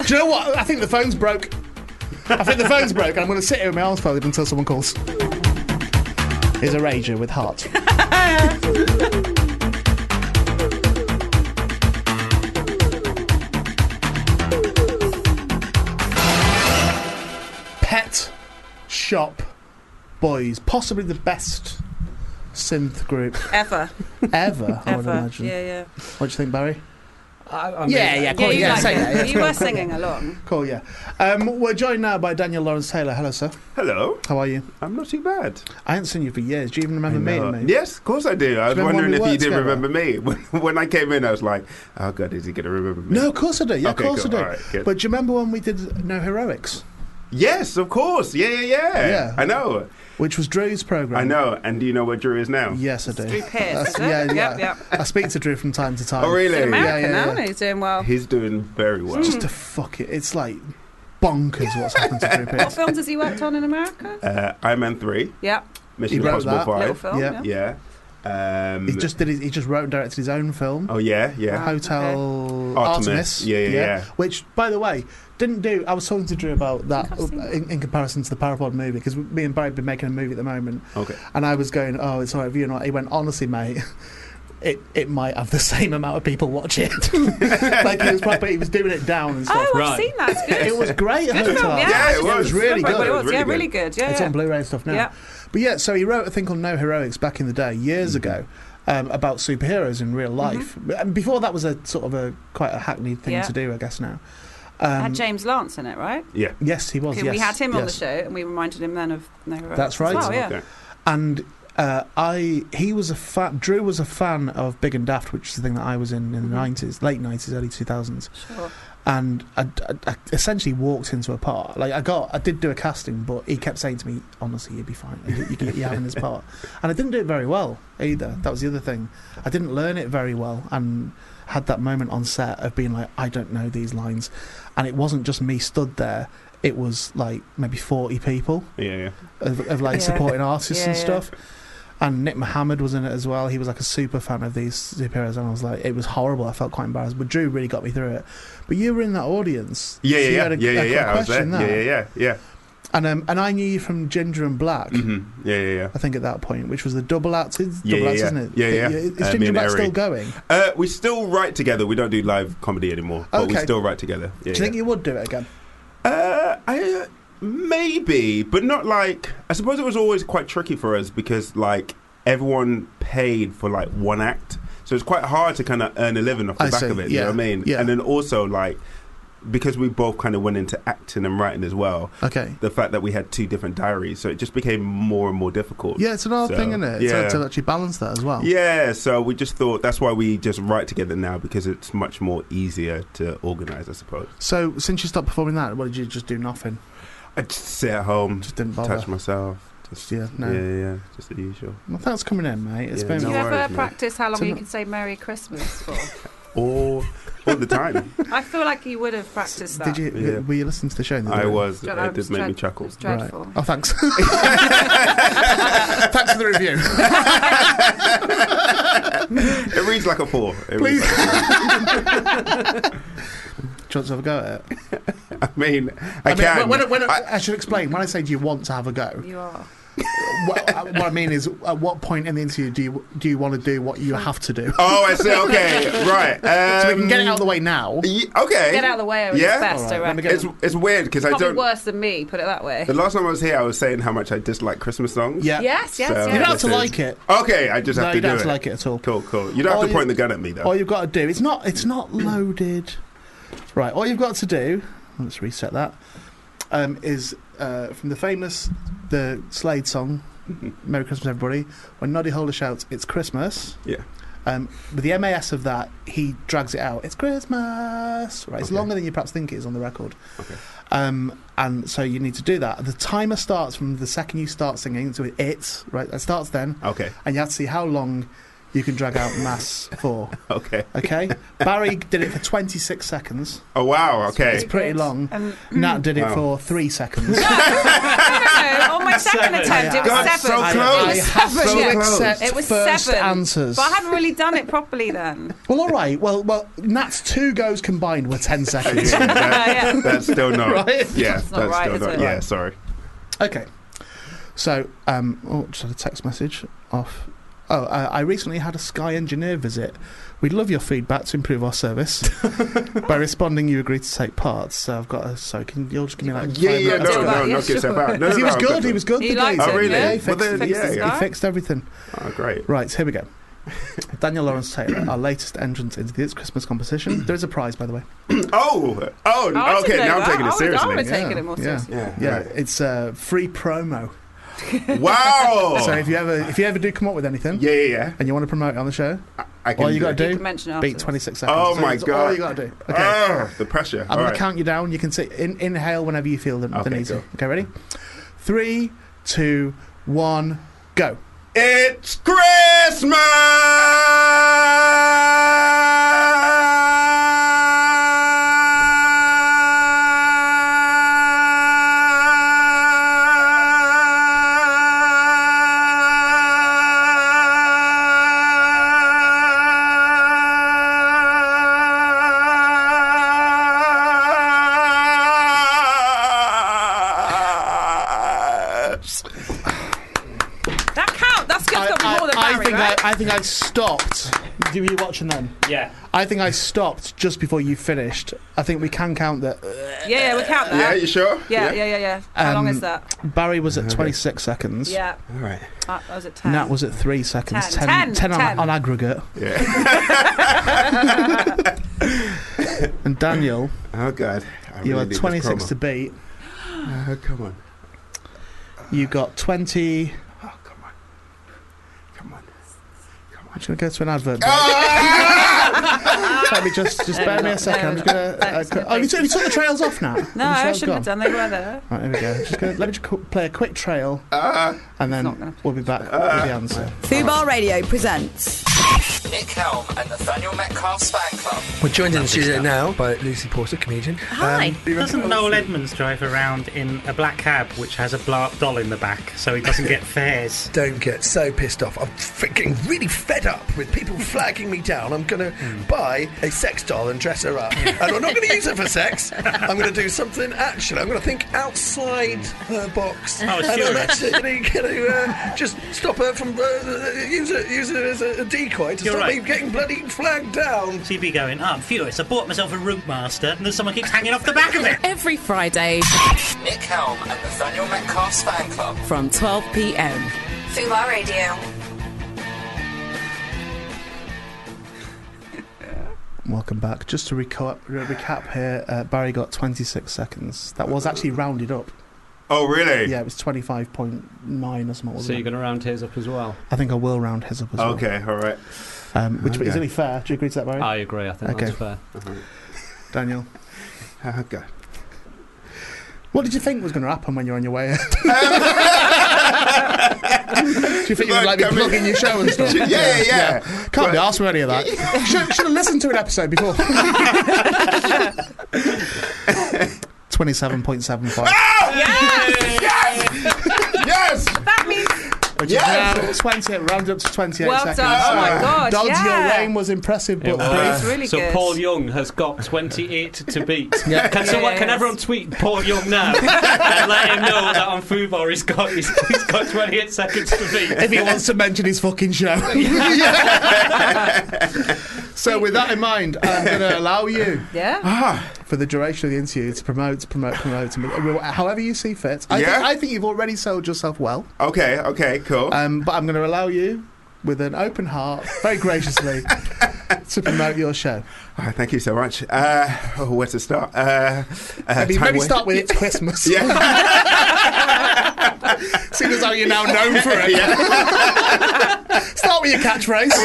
Do you know what? I think the phone's broke. I think the phone's broke. and I'm going to sit here with my arms folded until someone calls. Here's a rager with heart. Pet Shop Boys, possibly the best synth group
Ever,
ever, I would
ever.
imagine.
Yeah, yeah.
What do you think, Barry?
I, I
Yeah,
mean,
yeah,
Yeah,
cool,
you,
yeah,
liked
say
it.
that, yeah.
you were singing along.
Cool, yeah. Um, we're joined now by Daniel Lawrence Taylor. Hello, sir.
Hello,
How are you?
I'm not too bad.
I haven't seen you for years. Do you even remember
Uh,
meeting me?
Yes, of course I do. I was
Do you remember when
wondering
we
if
worked
you didn't
together?
remember me. When, when I came in, I was like, oh God, is he going to remember me?
No, of course I do. Yeah,
Okay,
of course
cool.
I do.
All right, good.
but do you remember when we did No Heroics,
Yes, of course. Yeah, yeah, yeah.
Yeah.
I know.
which was Drew's program?
I know. And do you know where Drew is now?
Yes, I do.
Drew Pearce,
That's-
is it?
yeah, yeah.
Yep, yep.
I speak to Drew from time to time.
Oh, really?
He's in America
Yeah, yeah,
now,
yeah. Mm.
and he's doing well.
He's doing very well.
Just a fuck it. It's like bonkers what's happened to Drew
What
Pearce.
films has he worked on in America?
Uh, Iron Man 3,
Yep,
Mission
He wrote
Impossible
that.
5.
little film.
yeah.
Yeah.
Yeah. Um,
He just did. His, he just wrote and directed his own film,
Oh, yeah, yeah.
Wow.
Hotel Artemis.
Artemis. Yeah, yeah, yeah.
Which, by the way, didn't do. I was talking to Drew about that
I've seen that.
in, in comparison to the Parapod movie because me and Barry have been making a movie at the moment.
Okay.
And I was going, oh, it's all right, if you're not. He went, honestly, mate, it, it might have the same amount of people watch it. like, he was, proper, he was doing it down and stuff.
Oh, I've
Right.
seen that. It's good.
It was great, Hotel.
film, yeah.
Yeah, it
It was
was.
really
Everybody
But
good.
it was,
Really
yeah,
good.
really good. Yeah,
It's
yeah.
on Blu-ray and stuff now.
Yeah.
But yeah, so he wrote a thing called No Heroics back in the day, years ago, um, about superheroes in real life. And before that was a sort of a quite a hackneyed thing
Mm-hmm. Yeah.
to do, I guess now.
had
Um,
James Lance in it, right?
Yeah.
yes, he was.
'Cause
Yes,
we had him on the
yes.
show, and we reminded him then of No Heroics
That's right.
As well, yeah.
Okay.
And uh, I, he was a fan. Drew was a fan of Big and Daft, which is the thing that I was in in the
Mhm.
nineties, late nineties, early two thousands.
Sure.
And I, I- I essentially walked into a part. Like I got, I did do a casting, but he kept saying to me, "Honestly, you'd be fine. You, you, you- you're having this part." And I didn't do it very well either. That was the other thing. I didn't learn it very well, and had that moment on set of being like, "I don't know these lines," and it wasn't just me stood there. It was like maybe forty people
Yeah, yeah.
of, of like
Yeah.
supporting artists and
Yeah, yeah.
stuff. And Nick Mohammed was in it as well. He was like a super fan of these superheroes, and I was like, it was horrible. I felt quite embarrassed, but Drew really got me through it. But you were in that audience,
Yeah,
so you
yeah,
had
yeah,
a-
yeah,
a
yeah, yeah. I was there.
question
Yeah, yeah, yeah, yeah.
And um, and I knew you from Ginger and Black.
Mhm. Yeah, yeah, yeah.
I think at that point, which was the double acts, it's
Yeah,
double
yeah,
acts,
yeah.
isn't it?
Yeah,
It-
yeah.
Is
Uh, me
Ginger
and
and Black
Eric.
still going?
Uh, we still write together. We don't do live comedy anymore, but we
Okay.
still write together. Yeah,
Do you think
yeah.
you would do it again?
Uh, I, uh, maybe, but not like. I suppose it was always quite tricky for us because like everyone paid for like one act, so it's quite hard to kind of earn a living off the
I
back
see,
of it. You
yeah,
know what I mean?
yeah.
And then also like because we both kind of went into acting and writing as well.
Okay.
The fact that we had two different diaries, so it just became more and more difficult.
Yeah, it's an odd
So,
thing, isn't it?
yeah.
To, to actually balance that as well.
Yeah, so we just thought that's why we just write together now because it's much more easier to organize, I suppose.
So since you stopped performing that, what did you just do? Nothing.
I just sit at home,
Just didn't bother.
touch myself. Just,
Yeah, no.
yeah, yeah, yeah, just the usual.
Well, thanks for coming in, mate. It's
Yeah,
been
Do
no
you
worries,
ever
mate.
practice how long
It's
you
not-
can say Merry Christmas for?
All, all the time.
I feel like you would have practiced that.
Did you?
Yeah.
Were you listening to the show? the other
I
day?
was.
Dread-
It did
was
make me
dread-
chuckle.
It was dreadful.
Oh, thanks. thanks for the review.
It reads like a four. It
Please.
reads like a four.
Do you want to have a go at it?
I mean, I,
mean,
can.
When, when,
I-
I, should explain. When I say, "Do you want to have a go?"
You are.
what, I- what I mean is, at what point in the interview do you do you want to do what you have to do?
oh, I see. Okay, right. Um,
so we can get it out of the way now.
y- okay.
Get out of the way, it's
Yeah?
best, I
Alright, let me
reckon.
get-
It's it's weird because I
Probably
don't.
worse than me, put it that way.
The last time I was here, I was saying how much I dislike Christmas songs.
Yeah.
Yes, yes,
So-
You don't
yes.
have to
This is-
like it.
Okay, I just
No,
have
you
to do
don't have
it.
to like it at all.
Cool, cool. You don't have
All
to
you-
point the gun at me though.
All you've got to do it's not it's not loaded. Right. All you've got to do. Let's reset that. Um, is uh, from the famous the Slade song, "Merry Christmas, Everybody." When Noddy Holder shouts, "It's Christmas!"
Yeah.
Um, with the MAS of that, he drags it out. It's Christmas. Right. It's
Okay.
longer than you perhaps think it is on the record.
Okay.
Um, and so you need to do that. The timer starts from the second you start singing. So it's right. That starts then,
Okay,
and you have to see how long you can drag out "Mass" for.
okay.
Okay, Barry did it for 26 seconds.
Oh wow, okay.
It's pretty long.
Um,
Nat did it
Mm. Wow.
for three seconds.
no, no, on my second
Seven.
attempt, it was
God, so
seven. It
close.
was
I have
seven,
so
yeah.
close.
It was
first
seven.
answers.
But I haven't really done it properly then.
well, all right. Well, well, Nat's two goes combined were 10 seconds.
Yeah, that-
yeah.
that's still not.
Right?
Yeah,
That's
that's,
not right,
still
is
not.
it?
Yeah, sorry.
Okay. So, um, oh, just had a text message off. Oh, uh, I recently had a Sky engineer visit. We'd love your feedback to improve our service. By responding, you agreed to take part. So I've got a. So can you all just give me like?
Yeah,
five
yeah,
minutes?
no,
about
no,
it.
knock
Yeah,
yourself
sure.
out. No, no,
he
no,
was
I'm
good. He was good.
He
the guy.
liked
Oh,
it,
really?
yeah?
Yeah, he
Well,
fixed,
then,
fixed
yeah,
it.
yeah.
He fixed everything.
Oh, great.
Right, here we go. Daniel Lawrence Taylor, our latest entrance into this Christmas competition. There is a prize, by the way.
Oh, oh,
I didn't
okay.
know
Now
that.
I'm taking
I
it
was- I was
seriously.
taking it more
yeah.
seriously.
Yeah,
Yeah, it's a free promo.
right. Wow.
So if you ever if you ever do come up with anything
yeah, yeah, yeah.
and you want to promote it on the show,
I, I can
all you
do
got
it.
to
You
do
can mention it
beat
afterwards.
26 seconds.
Oh
So
my
that's
god.
All you got to do. Okay.
Ah, the pressure.
I'm
All
going
right.
to count you down. You can say in, inhale whenever you feel the, the
Okay,
need to.
go.
Okay, ready? Three, two, one, go.
It's
Uh,
Christmas.
That count. That's just got more than
I
Barry,
think
right?
I, I think I stopped. Were you watching then?
Yeah.
I think I stopped just before you finished. I think we can count that. uh,
yeah, yeah, we count
Yeah,
that.
you sure?
yeah, yeah, yeah, yeah. How long
Um,
is that?
Barry was at 26 seconds.
Yeah,
All right.
I I was at ten.
Nat was at three seconds.
Ten. Ten.
on,
Ten.
on aggregate.
Yeah.
And Daniel,
oh God. I
you
really
had
need this
26
promo.
to beat.
Oh, come on.
You got 20.
Oh, come on. Come on. Come
I'm
on.
just going to go to an advert. break. Let me just, just bear me a second. I'm just going
Thanks,
to.
no,
oh, you
thanks.
took, you took the trails off now.
no, I shouldn't have done. They were there.
Right, here we go. Just gonna, let me just qu- play a quick trail, and
Uh,
not gonna-
then we'll be back with the answer.
Fubar Radio presents Nick Helm and Nathaniel Metcalf's fan club.
We're joined in the studio now by Lucy Porter, comedian.
Hi.
Um,
Doesn't Noel Edmonds drive around in a black cab which has a blarp doll in the back so he doesn't get fares?
Don't get so pissed off. I'm freaking really fed up with people flagging me down. I'm going to
Hmm.
buy a sex doll and dress her up. and I'm not going to use her for sex. I'm going to do something actually. I'm going to think outside her box.
Oh,
and I'm
sure.
actually going to uh, just stop her from uh, uh, use, her, use her as a, a decoy to
You're
stop
right.
me getting bloody flagged down.
So you'd be going, oh, I'm furious. I bought myself a root master and then someone keeps hanging off the back of it.
Every Friday
Nick Helm
Uh,
and Nathaniel Metcalf's fan club.
from 12 pm.
Fubar Radio.
Welcome back. Just to recap, re- recap here, uh, Barry got 26 seconds. That was
Uh,
actually rounded up.
Oh, really?
Yeah, it was 25.9 or something.
So
Wasn't
you're
it?
going to round his up as well?
I think I will round his up as well.
Okay, all right.
Um, which is
Okay.
only fair. Do you agree to that, Barry?
I agree. I think
Okay.
that's fair.
Daniel.
Okay.
What did you think was going to happen when you're on your way? Do you think you were
Like,
like be
I mean-
plugging your show and stuff?
Yeah, yeah, yeah.
Can't
But-
be asked for any of that. should, should have listened to an episode before. Twenty-seven point seven five.
Ah, Yes!
That means
Which
Yes!
is now twenty. Round up to twenty-eight
well
seconds.
done. Oh my god.
Dogs,
yeah.
your reign was impressive,
It
but
was.
uh, brief.
That's really
uh, so
good.
Paul Young has got 28 to beat.
Yeah.
Can, someone, can
Yes.
everyone tweet Paul Young now and let him know that on Fubar he's got, he's, he's got 28 seconds to
if
beat?
he wants to mention his fucking show. so with that in mind, I'm going to allow you
Yeah.
Ah. for the duration of the interview to promote, promote, promote, and- however you see fit. I,
Yeah.
think, I think you've already sold yourself well,
Okay, okay, cool.
Uh,
um, but I'm going to allow you, with an open heart, very graciously, to promote your show.
Oh, thank you so much. Uh, oh, where to start? Uh, uh,
I mean,
time
maybe
wa-
start with it's Christmas.
Yeah.
Seeing as how you're now known for it. Start with your catchphrase.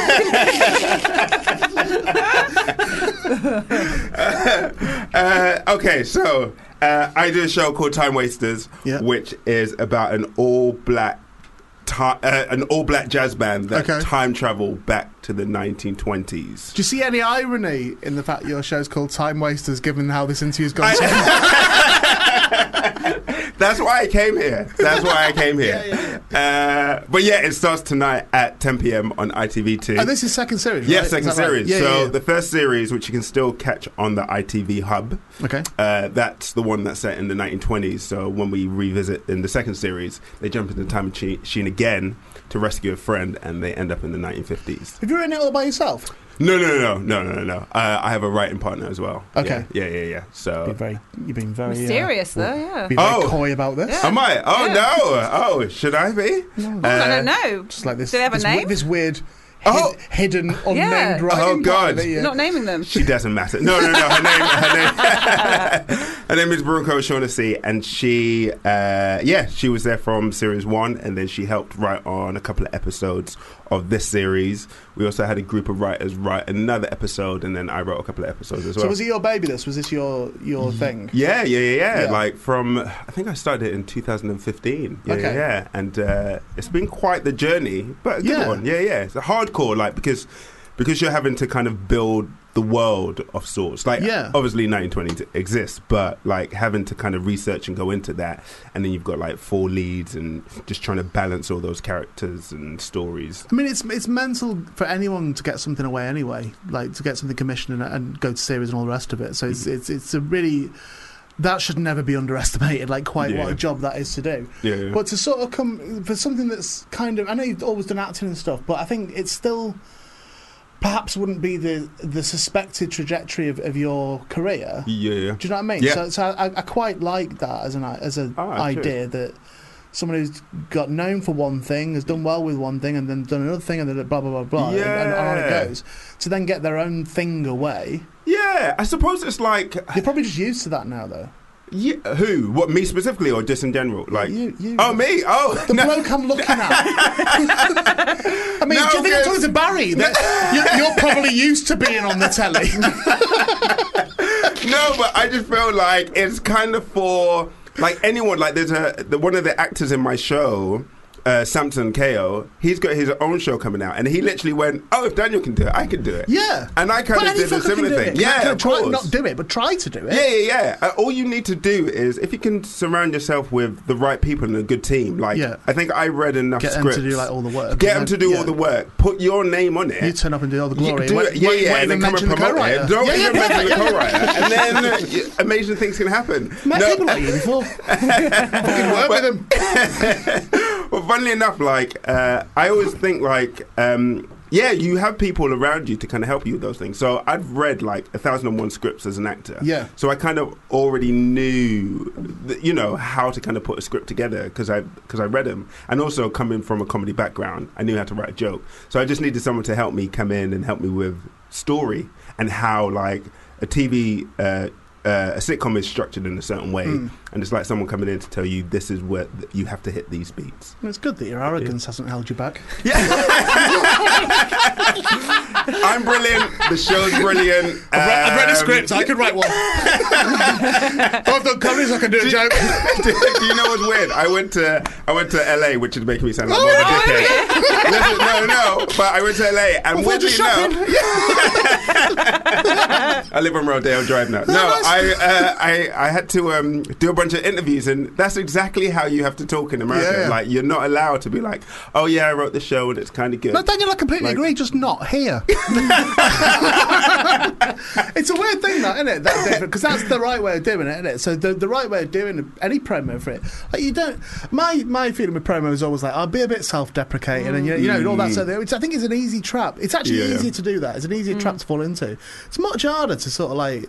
Uh, okay, so uh, I do a show called Time Wasters,
Yeah.
which is about an all-black, ti- uh, an all-black jazz band that
Okay.
time travel back to the 1920s.
Do you see any irony in the fact your show's called Time Wasters, given how this interview's gone? so far?
I- That's why I came here. That's why I came here. Uh, but yeah, it starts tonight at 10 p.m. on ITV2.
And Oh, this is second series.
Yes,
right?
second
Is that right?
series.
Yeah,
so
yeah, yeah.
the first series, which you can still catch on the ITV Hub,
okay.
uh, that's the one that's set in the 1920s. So when we revisit in the second series, they jump into the time machine again to rescue a friend, and they end up in the 1950s.
Have you written it all by yourself?
No, no, no, no, no, no, no. Uh, I have a writing partner as well.
Okay.
Yeah, yeah, yeah. yeah. So.
very, you've been very uh,
Mysterious though, yeah.
Be very
Oh.
coy about this.
Am I? Oh
Yeah.
no! Oh, should I be?
I
Uh,
don't know.
Just like this.
Do they have a
this, we-
name?
This weird,
Oh.
hid- hidden, unnamed
Yeah.
writing
Oh,
part
God.
that you-
Not naming them.
She doesn't matter. No, no, no. Her name, her name, her name is Brunko Shaughnessy, and she, uh, yeah, she was there from series one, and then she helped write on a couple of episodes of this series. We also had a group of writers write another episode, and then I wrote a couple of episodes as well.
So was it your baby? This was this your your thing?
yeah, yeah, yeah, yeah,
Yeah.
Like from, I think I started it in 2015. Yeah,
Okay.
yeah, yeah. And uh, it's been quite the journey, but a good
Yeah.
one. Yeah, yeah. It's hardcore, like because because you're having to kind of build the world of sorts. Like,
Yeah.
obviously, 1920 exists, but like having to kind of research and go into that, and then you've got like four leads and just trying to balance all those characters and stories.
I mean, it's it's mental for anyone to get something away anyway, like to get something commissioned and, and go to series and all the rest of it. So it's it's it's a really that should never be underestimated. Like quite what
Yeah.
a job that is to do.
Yeah, yeah.
But to sort of come for something that's kind of I know you've always done acting and stuff, but I think it's still perhaps wouldn't be the the suspected trajectory of, of your career.
Yeah, yeah.
Do you know what I mean?
Yeah.
So, so I, I quite like that as an i- as an
Ah, true.
idea that someone who's got known for one thing has done well with one thing and then done another thing and then blah blah blah blah and, and on it
Yeah.
goes. To then get their own thing away,
Yeah, I suppose it's like,
you're probably just used to that now, though.
yeah, who? What, me specifically or just in general? Like,
you, you,
oh, me? Oh,
the bloke I'm looking at. I mean,
No,
do you think I'm
okay.
talking to Barry? That you're, you're probably used to being on the telly.
No, but I just feel like it's kind of for like anyone. Like there's a the, one of the actors in my show uh, Samson KO, he's got his own show coming out, and he literally went, "Oh, if Daniel can do it, I can do it."
Yeah.
and I kind
Well, any
of did a
fucker can
similar
do
thing.
it.
Yeah,
Can-
of
try
course.
not do it, but try to do it.
Yeah, yeah, yeah. Uh, all you need to do is if you can surround yourself with the right people and a good team. Like,
Yeah.
I think I read enough
Get 'em to
scripts.
do, like, all the work.
Get them
And
to
then-
do
yeah.
all the work. Put your name on it.
You turn up and do all the glory.
do
Won't-
it, yeah,
won't-
yeah,
won't
and then
even
come
mention
and
the
promote
co-writer.
it. Don't
Yeah, yeah,
even mention the
yeah, yeah.
co-writer, and then uh, y- amazing things can happen.
Met people like you before. work with him.
well, funnily enough, like uh, I always think, like um, yeah, you have people around you to kind of help you with those things. So I've read like a thousand and one scripts as an actor.
Yeah.
So I kind of already knew, th- you know, how to kind of put a script together because I because I read them, and also coming from a comedy background, I knew how to write a joke. So I just needed someone to help me come in and help me with story and how like a TV. Uh, uh, a sitcom is structured in a certain way,
Mm.
and it's like someone coming in to tell you this is where th- you have to hit these beats.
Well, It's good that your arrogance hasn't held you back.
I'm brilliant. The show's brilliant. Um,
I've read- I've read a script, I
could write one. I've done comedies. I can do a joke. do, do you know what's weird? I went to I went to LA, which is making me sound like more of a
Oh,
dickhead. Listen, no, no. But I went to LA, and
thought
weirdly
you shot
enough, I live on Rodeo Drive now. No,
nice.
I, uh, I I had to um, do a bunch of interviews, and that's exactly how you have to talk in America.
Yeah.
Like you're not allowed to be like, oh yeah, I wrote the show, and it's kind of good.
No, Daniel, I completely
Like-
agree. Just not here. it's a weird thing, that isn't it? That different because that's the right way of doing it, isn't it? So the, the right way of doing any promo for it, like you don't. My my feeling with promo is always like I'll be a bit self deprecating, and you know, you know and all that
Mm.
sort of thing. Which I think is an easy trap. It's actually
Yeah.
easier to do that. It's an easier trap to fall into. It's much harder to sort of like.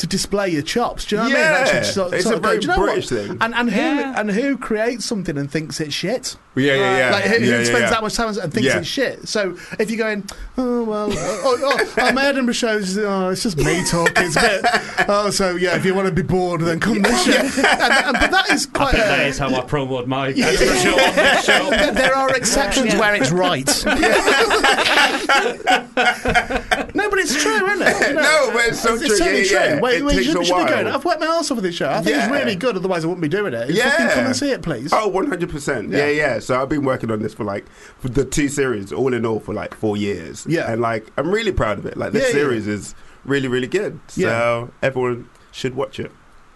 To display your chops, do you know what I
Yeah.
mean? Actually, to sort-
It's
sort
a
of go,
very
"Do you know what?"
British thing.
And and who
Yeah.
and who creates something and thinks it's shit?
Yeah, yeah, yeah.
Like who, who
Yeah, yeah,
spends
yeah.
that much time and thinks
Yeah.
it's shit? So if you're going, oh well, oh, oh, oh, my Edinburgh shows, oh, it's just me talking. It's a bit. Oh, so yeah, if you want to be bored, then come this show. And- and- but that is
I
quite.
think that
a-
is how I promoted my
Yeah.
Edinburgh show on this show.
There- there are exceptions where it's right. no, but it's true, isn't it? You know,
No, but it's so true.
totally
Yeah, yeah, yeah.
Wait,
It
wait, you
takes
should,
a
should be
while.
going. I've worked my ass off with this show. I think it's
Yeah.
really good. Otherwise, I wouldn't be doing it.
Yeah.
Fucking come and see it, please.
Oh, 100%. Yeah. yeah,
Yeah.
So I've been working on this for like for the two series, all in all, for like four years.
Yeah.
And like, I'm really proud of it. Like, this
Yeah, yeah.
series is really, really good. So
Yeah.
everyone should watch it.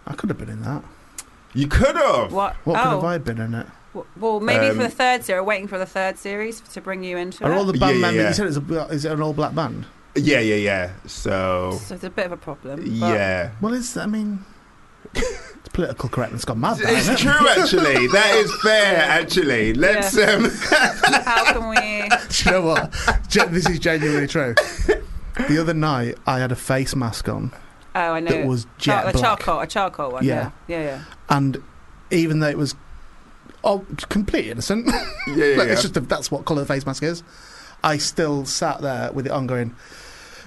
I could have been in that.
You could have.
What?
What could
oh.
have I been in it?
W- Well, maybe
Um,
for the third series, waiting for the third series to bring you into
Are
it.
all the band
Yeah, yeah,
members?
yeah.
You said it's a, is it an all black band?
Yeah, yeah, yeah. So,
So it's a bit of a problem. but-
yeah.
Well, it's. I mean, it's political correctness gone mad. that, isn't
It's
it?
true, actually. That is fair, actually. Let's.
Yeah.
Um,
How can we?
Do you know what? Gen- this is genuinely true. The other night, I had a face mask on,
Oh, I know.
That was
Char-
jet
a
black.
charcoal, a charcoal one.
Yeah.
Yeah, yeah, yeah.
and even though it was oh, completely innocent,
yeah, yeah,
like,
yeah.
it's just a, that's what colour the face mask is. I still sat there with it on, going,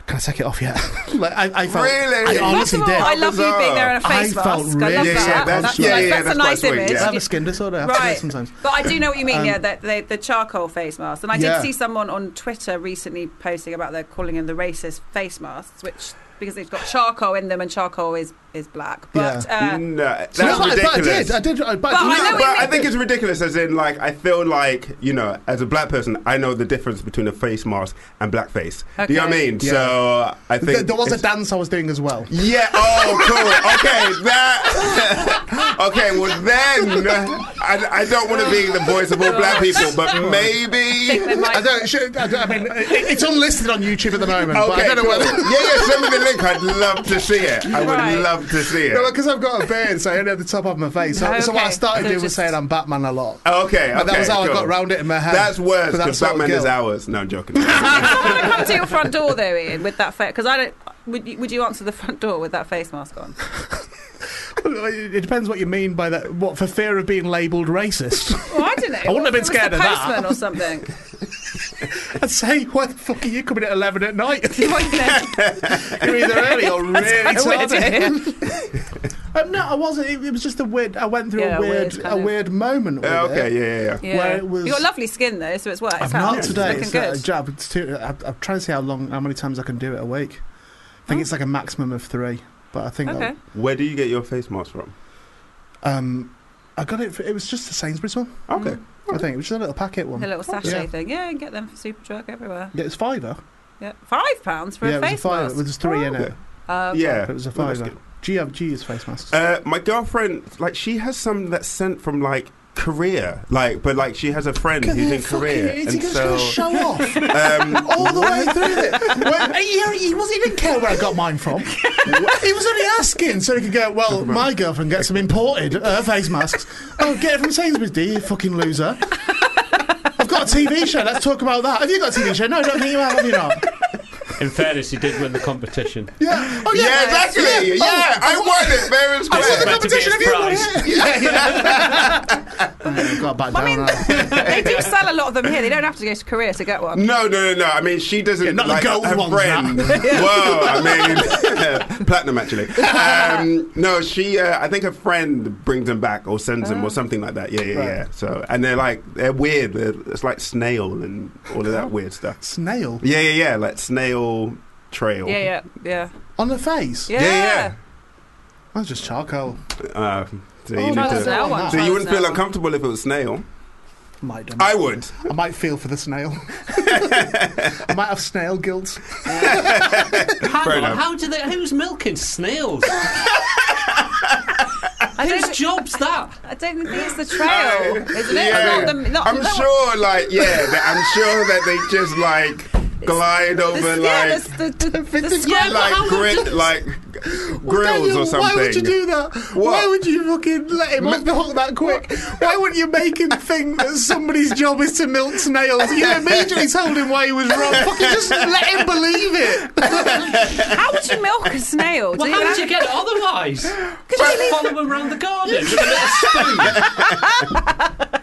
"Can I take it off yet?" like I, I felt,
Really?
I honestly
First of
did.
all, I love you being there in a face
I felt
mask.
really
I love
Yeah,
that.
yeah, that's-
that's,
yeah,
nice-
yeah,
that's
that's
a nice
quite sweet,
image.
yeah.
I have a skin disorder. I have to do
Right.
it sometimes.
But I do know what you mean,
Um,
yeah, the, the, the charcoal face masks. And I did
Yeah.
see someone on Twitter recently posting about they're calling them the racist face masks, which because they've got charcoal in them and charcoal is, is black. But uh,
Mm.
no, that's
No, but, I-
ridiculous.
but I did. I did. I-
But Oh, I
No,
know
but
what you
I
mean.
think it's ridiculous. As in, like, I feel like you know, as a black person, I know the difference between a face mask and blackface. Do you know what I
Okay.
mean?
Yeah.
So I think
There, there was a
it's-
dance I was doing as well.
Yeah. Oh, cool. Okay. That. okay. Well, then I, I don't want to be the voice of all black people, but maybe.
they might-
I don't. Should, I, don't I mean, it, it's unlisted on YouTube at the moment. but
Okay.
I don't know
cool.
whether.
yeah, yeah. Send me the link. I'd love to see it. I would
Right.
love to see it.
No, because I've got a beard, so I only have the top of my face. So, so what I
Okay.
started
So
doing was
just-
saying I'm Batman a lot.
Okay,
But that
okay,
was how
cool.
I got round it in my head.
That's worse
But
because
sort of
Batman is
guilt.
ours. No, I'm joking.
someone would come to your front door though, Ian, with that face. Because I don't. Would you, would you answer the front door with that face mask on?
It depends what you mean by that. What for fear of being labelled racist?
Well, I don't know.
I wouldn't have been
It was the
scared of that.
postman or something.
I'd say, why the fuck are you coming at eleven at night?
You wouldn't know.
You're either early or really
That's quite
tardy.
weird,
Um, no, I wasn't. It, it was just a weird. I went through
Yeah,
a
a weird
weird,
kind
a
of-
weird moment. With
Yeah,
it.
okay. Yeah, yeah, yeah.
Yeah.
Where it was-
You got lovely skin though, so it's worked.
I've
It's out.
not
It's
today.
Looking
It's
good.
a job. It's too, I, I'm trying to see how long, how many times I can do it a week. I think it's like a maximum of three, but I think
Okay.
Where do you get your face mask from?
I'll, um, I got it. For, it was just the Sainsbury's one.
Okay.
I think it was just a little packet one.
Mm. The little sachet
Yeah.
thing. Yeah, and get them for Superdrug everywhere.
Yeah, it's fiver.
Yeah. Five pounds for
yeah,
a
it was
face
a fiver.
mask.
Well, There's three in it.
Oh, okay.
Yeah.
It was a
Well, that's
fiver.
good.
G have G is face masks.
Uh, my girlfriend, like, she has some that's sent from like Korea, like, but like she has a friend who's in Korea,
Fucking
and
idiot, he's
so
gonna show off
um,
all the way through it. Well, he, he wasn't even care where I got mine from. he was only asking so he could go. Well, my girlfriend gets some imported uh, face masks. Oh, get it from Sainsbury's, do you, you fucking loser? I've got a TV show. Let's talk about that. Have you got a TV show? No, I don't think you have. Have you not?
In fairness, he did win the competition.
Yeah. Oh,
yeah, exactly. Yeah, I won it fair and
I won the
square.
competition. Have you won it? Yeah, yeah. got back down. now.
they do sell a lot of them here. They don't have to go to Korea to get one.
No, no, no, no. I mean, she doesn't
not the
like
gold
her
ones,
friend. Well, I mean, platinum actually. Um, no, she. Uh, I think her friend brings them back or sends them or something like that. Yeah, yeah,
Right.
yeah. So, and they're like they're weird. They're, it's like snail and all of that weird stuff.
Snail
Yeah, yeah, yeah. Like snail trail.
Yeah, yeah, yeah.
on the face.
Yeah.
yeah.
That's just charcoal.
Uh, so you
Oh,
need
Try
no,
the
that's
to.
not-
snail one.
So
try
you
the
wouldn't
snail
feel
one.
uncomfortable if it was snail.
Might do
I would.
I might feel for the snail. I might have snail gills.
Hang
Fair
on,
enough.
how do they? Who's milking snails?
I don't,
Whose
thi-
job's that?
I don't think it's the trail, isn't it? Not the, not,
I'm
not-
sure, like, yeah, that I'm sure that they just like glide
the-
over,
yeah,
like,
the, the, the, the,
Vintage
square
guy,
like
behind the
gri-
door.
like grills
Daniel,
or something.
Why would you do that? Why
What?
would you fucking let him off the hook that quick? Why wouldn't you make him think that somebody's job is to milk snails? You immediately told him why he was wrong. Fucking just let him believe it.
How would you milk a snail? Do
Well, how
you
would you get it otherwise? Could you follow him around the garden with a little spoon?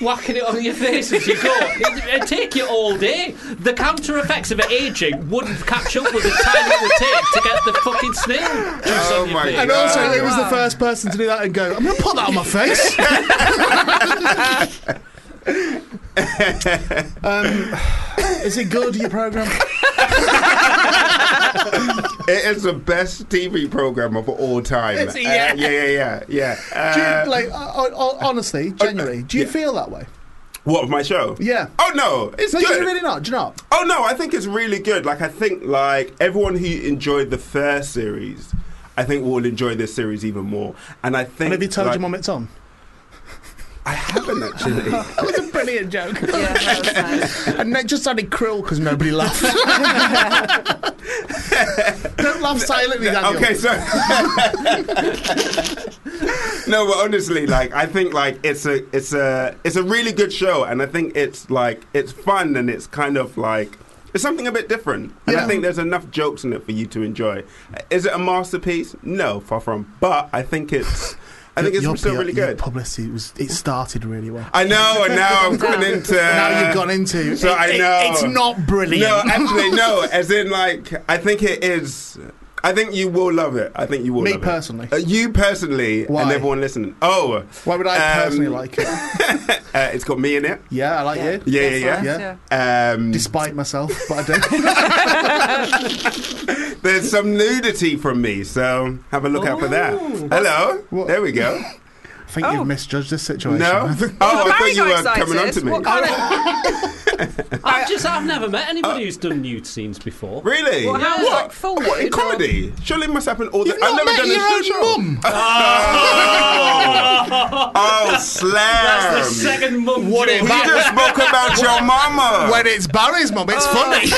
Whacking it on your face as you go. It'd, it'd take you all day. The counter effects of it aging wouldn't catch up with the time it would take to get the fucking snail juice
Oh
on your
my
face.
And
God.
also, he was the first person to do that and go, I'm going to put that on my face. um, is it good, your programme?
It is the best TV program of all time.
It's-
Uh,
yeah.
yeah, yeah, yeah,
Do you,
yeah. Uh,
like, uh, honestly, genuinely, do you
yeah.
feel that way?
what my show?
Yeah.
Oh no, it's
No, do
good.
you really not? Do you not?
Oh no, I think it's really good. Like I think like everyone who enjoyed the first series, I think will enjoy this series even more. And I think
And have you told
like,
your mum it's on?
I haven't actually.
That was a brilliant joke.
Yeah, that was nice.
and it just sounded cruel because nobody laughed. Don't laugh silently, Daniel.
okay, so No, but honestly, like I think like it's a it's a it's a really good show and I think it's like it's fun and it's kind of like it's something a bit different. And
Yeah.
I think there's enough jokes in it for you to enjoy. Is it a masterpiece? No, far from. But I think it's I think it's
Your-
still
your-
really
your
good.
publicity was it started really well.
I know, and now I'm coming into.
now you've gone into.
Um, so
it-
I
it-
know.
it's not brilliant.
No, actually, no. As in, like, I think it is. I think you will love it. I think you will.
Me
love it.
personally.
Uh, you personally,
Why?
and everyone listening. Oh,
Why would I
um,
personally like it?
Uh, it's got me in it.
Yeah, I like
Yeah.
you.
Yeah, yeah, yeah.
Nice,
Yeah.
Um,
Despite myself, but I do.
there's some nudity from me, so have a look out for that.
Ooh.
Hello,
What?
there we go.
I think
Oh.
you've misjudged this situation.
no,
I
oh,
think-
Well,
I
Barry
thought you
got
were
excited.
coming on to me.
What kind of-
I've just I've never met anybody who's done nude scenes before.
Really?
Well, how,
what?
like, full
what? In
nude or-
comedy? Surely it must happen all the
You've not
I've never
met
done
your
a
own
nude show.
mum.
Oh, oh slam.
The second mum.
What
joke.
if-
we just spoke about your mama.
When it's Barry's mum, it's funny.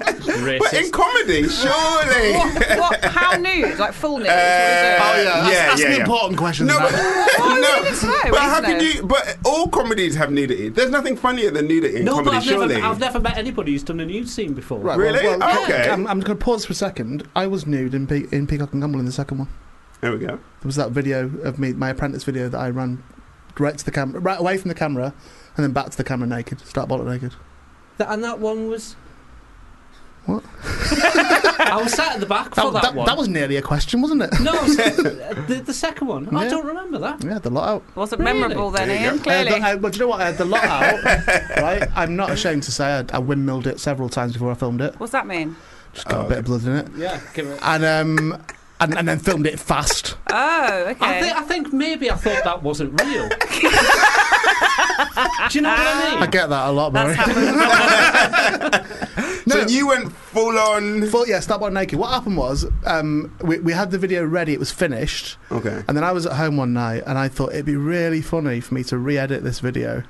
but in
Racist.
comedy, surely.
what, what, how nude? Like full nude?
Uh,
Oh, yeah. Ask-
Yeah,
ask
yeah,
me
yeah.
important questions.
No,
now.
but,
Why would
no,
you even say?
but
Why
how
is
can
there?
you? But all comedies have nudity. There's nothing funnier than nudity in
No, but
comedy,
I've
surely.
never, I've never met anybody who's done a nude scene before.
Right,
Really?
Well, well,
Okay.
I'm, I'm going to pause for a second. I was nude in, Pe- in Peacock and Gumble in the second one.
there we go.
There was that video of me, my apprentice video that I ran right to the camera, right away from the camera, and then back to the camera naked, start bollock naked.
That- and that one was.
What?
I was sat at the back for that, one.
was nearly a question, wasn't it?
No, I was- the, the second one. I
Yeah.
don't remember that.
Yeah, the lot out.
Wasn't
Really?
memorable then, Ian,
I had
Uh,
clearly.
the- I- well, do uh, you know what? I had the lot out. right? I'm not ashamed to say I, I windmilled it several times before I filmed it.
What's that mean?
Just got a bit of blood in it.
Yeah, give it.
And um, and, and then filmed it fast.
Oh, okay.
I think, I think maybe I thought that wasn't real. Do you know what I mean?
I get that a lot, Mary. no, so
you went full on.
Full, yeah, stop on naked. What happened was um, we, we had the video ready, it was finished.
Okay.
And then I was at home one night and I thought it'd be really funny for me to re edit this video.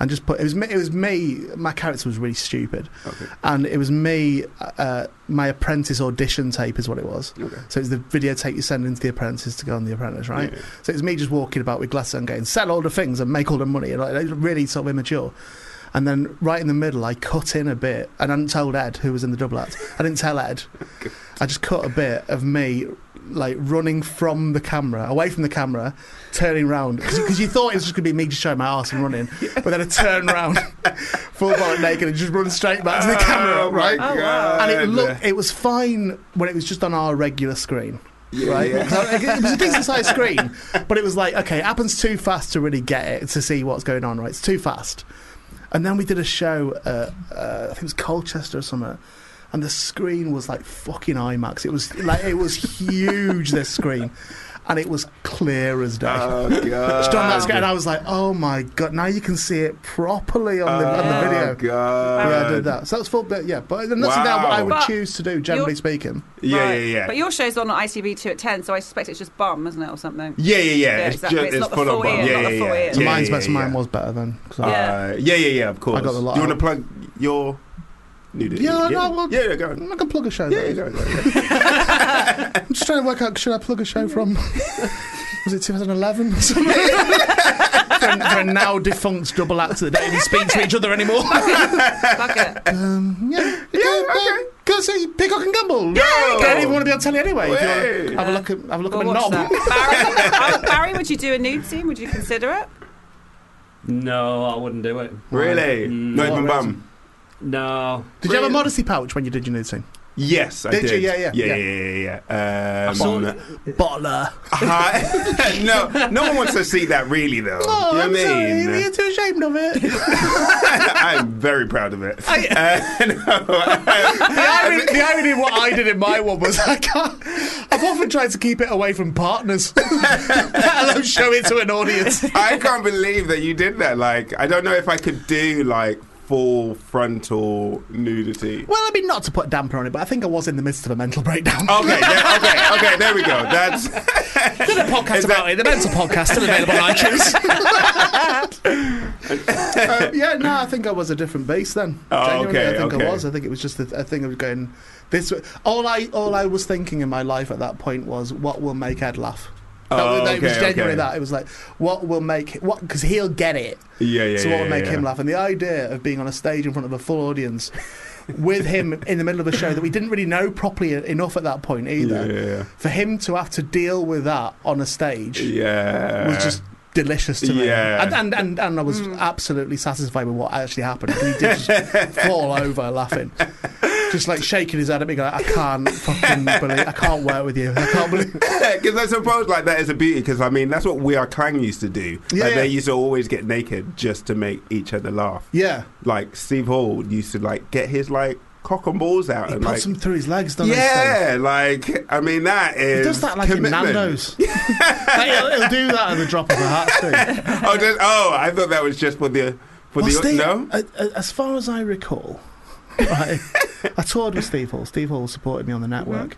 And just put it was me, it was me. My character was really stupid,
Okay.
and it was me. Uh, my apprentice audition tape is what it was.
Okay.
So it's the videotape you send into the apprentice to go on the apprentice, right?
Yeah.
So it's me just walking about with glasses on, going sell all the things and make all the money, and like it was really sort of immature. And then right in the middle, I cut in a bit, and I didn't tell Ed who was in the double act. I didn't tell Ed. I just cut a bit of me like running from the camera, away from the camera, turning round because you thought it was just going to be me just showing my arse and running, but then I turn round, full body naked, and just run straight back to the camera,
Oh, my
right?
God.
And it looked, it was fine when it was just on our regular screen.
Yeah,
right,
yeah.
So it it was a decent sized screen, but it was like, okay, it happens too fast to really get it to see what's going on. Right, it's too fast. And then we did a show, uh, uh, I think it was Colchester or somewhere, and the screen was like fucking IMAX. It was like it was huge. this screen, and it was clear as day.
Oh
Just on that screen, and
god!
I was like, "Oh my god!" Now you can see it properly on the, on the video.
Oh god!
Yeah, I did that. So that's full. But yeah, but that's
Wow.
now what I would
But
choose to do, generally
you're-
speaking.
Yeah, yeah,
Right.
yeah.
But your show's on ITV2 at 10, so I suspect it's just bum, isn't it, or something?
Yeah, yeah, yeah.
Yeah,
it's
exactly.
just
It's
it's,
not the
full
full
on.
ear,
Yeah,
not
yeah,
the
yeah.
full ear.
yeah.
So
yeah,
mine's
yeah,
better.
yeah.
Mine was better then. 'cause I-
Yeah.
Uh, yeah, yeah, yeah. Of course.
I got the lot
Do you
out.
want to plug your? You do.
Yeah,
yeah.
no, well-
yeah, yeah. Go. On.
I can plug a show.
Yeah,
though.
yeah, go. on, go on.
I'm just trying to work out should I plug a show from? was it 2011? for, a- for a now defunct double act that don't even speak to each other anymore.
Fuck it.
um, yeah, yeah, go,
okay.
go see Peacock and Gumble. Yeah,
go.
don't even want to be on telly anyway. If you
Hey.
wanna have a look at have a look
Go
at my
watch
knob.
that. Barry, oh, Barry, would you do a nude scene? Would you consider it?
No, I wouldn't do it.
Really?
Mm,
Not even
What
bum.
No.
Did you have a
Really?
modesty pouch when you did your nude scene?
Yes, I
Did
did.
you? Yeah, yeah,
yeah,
yeah.
yeah, yeah. yeah. Um,
saw-
Bottler.
hi- no, no one wants to see that, really, though.
Oh,
you know
I'm
what I mean?
sorry. You're too ashamed of it.
I'm very proud of
Oh,
it. Uh,
the, irony, the irony of what I did in my one was I can't. I've often tried to keep it away from partners, let alone show it to an audience.
I can't believe that you did that. Like, I don't know if I could do like full frontal nudity.
Well, I mean, not to put a damper on it, but I think I was in the midst of a mental breakdown.
Okay, there, okay, okay. There we go. That's
did a podcast
Is
about
that-
it. The mental podcast still available on iTunes. uh, yeah, no, I think I was a different beast then.
Oh,
Genuinely,
okay,
I think
okay.
I was. I think it was just a, a thing of going this. Way. All I all I was thinking in my life at that point was what will make Ed laugh. That,
Oh,
was- that was
okay,
genuinely
okay.
that. It was like what will make what because he'll get it.
yeah, yeah.
so
yeah,
what would
yeah,
make
yeah.
him laugh? And the idea of being on a stage in front of a full audience with him in the middle of a show that we didn't really know properly enough at that point either.
Yeah,
For him to have to deal with that on a stage
yeah.
was just delicious to me.
Yeah.
And, and, and, and I was absolutely satisfied with what actually happened. He did just fall over laughing. Just like shaking his head at me, going, "I can't fucking believe, I can't work with you. I can't believe."
because I suppose like that is a beauty. Because I mean, that's what We Are Clang used to do.
Yeah, yeah.
like, they used to always get naked just to make each other laugh.
Yeah,
Like Steve Hall used to like get his like cock and balls out
he
and
puts
like
him through his legs, doesn't he? Steve?
yeah, like I mean that
He
is
does that like
commitment.
in Nando's. Like, he'll, he'll do that at the drop of a hat too.
Oh, does, oh, I thought that was just for the for
Well,
the
Steve,
no.
a- a- as far as I recall, right, I toured with Steve Hall. Steve Hall supported me on the network.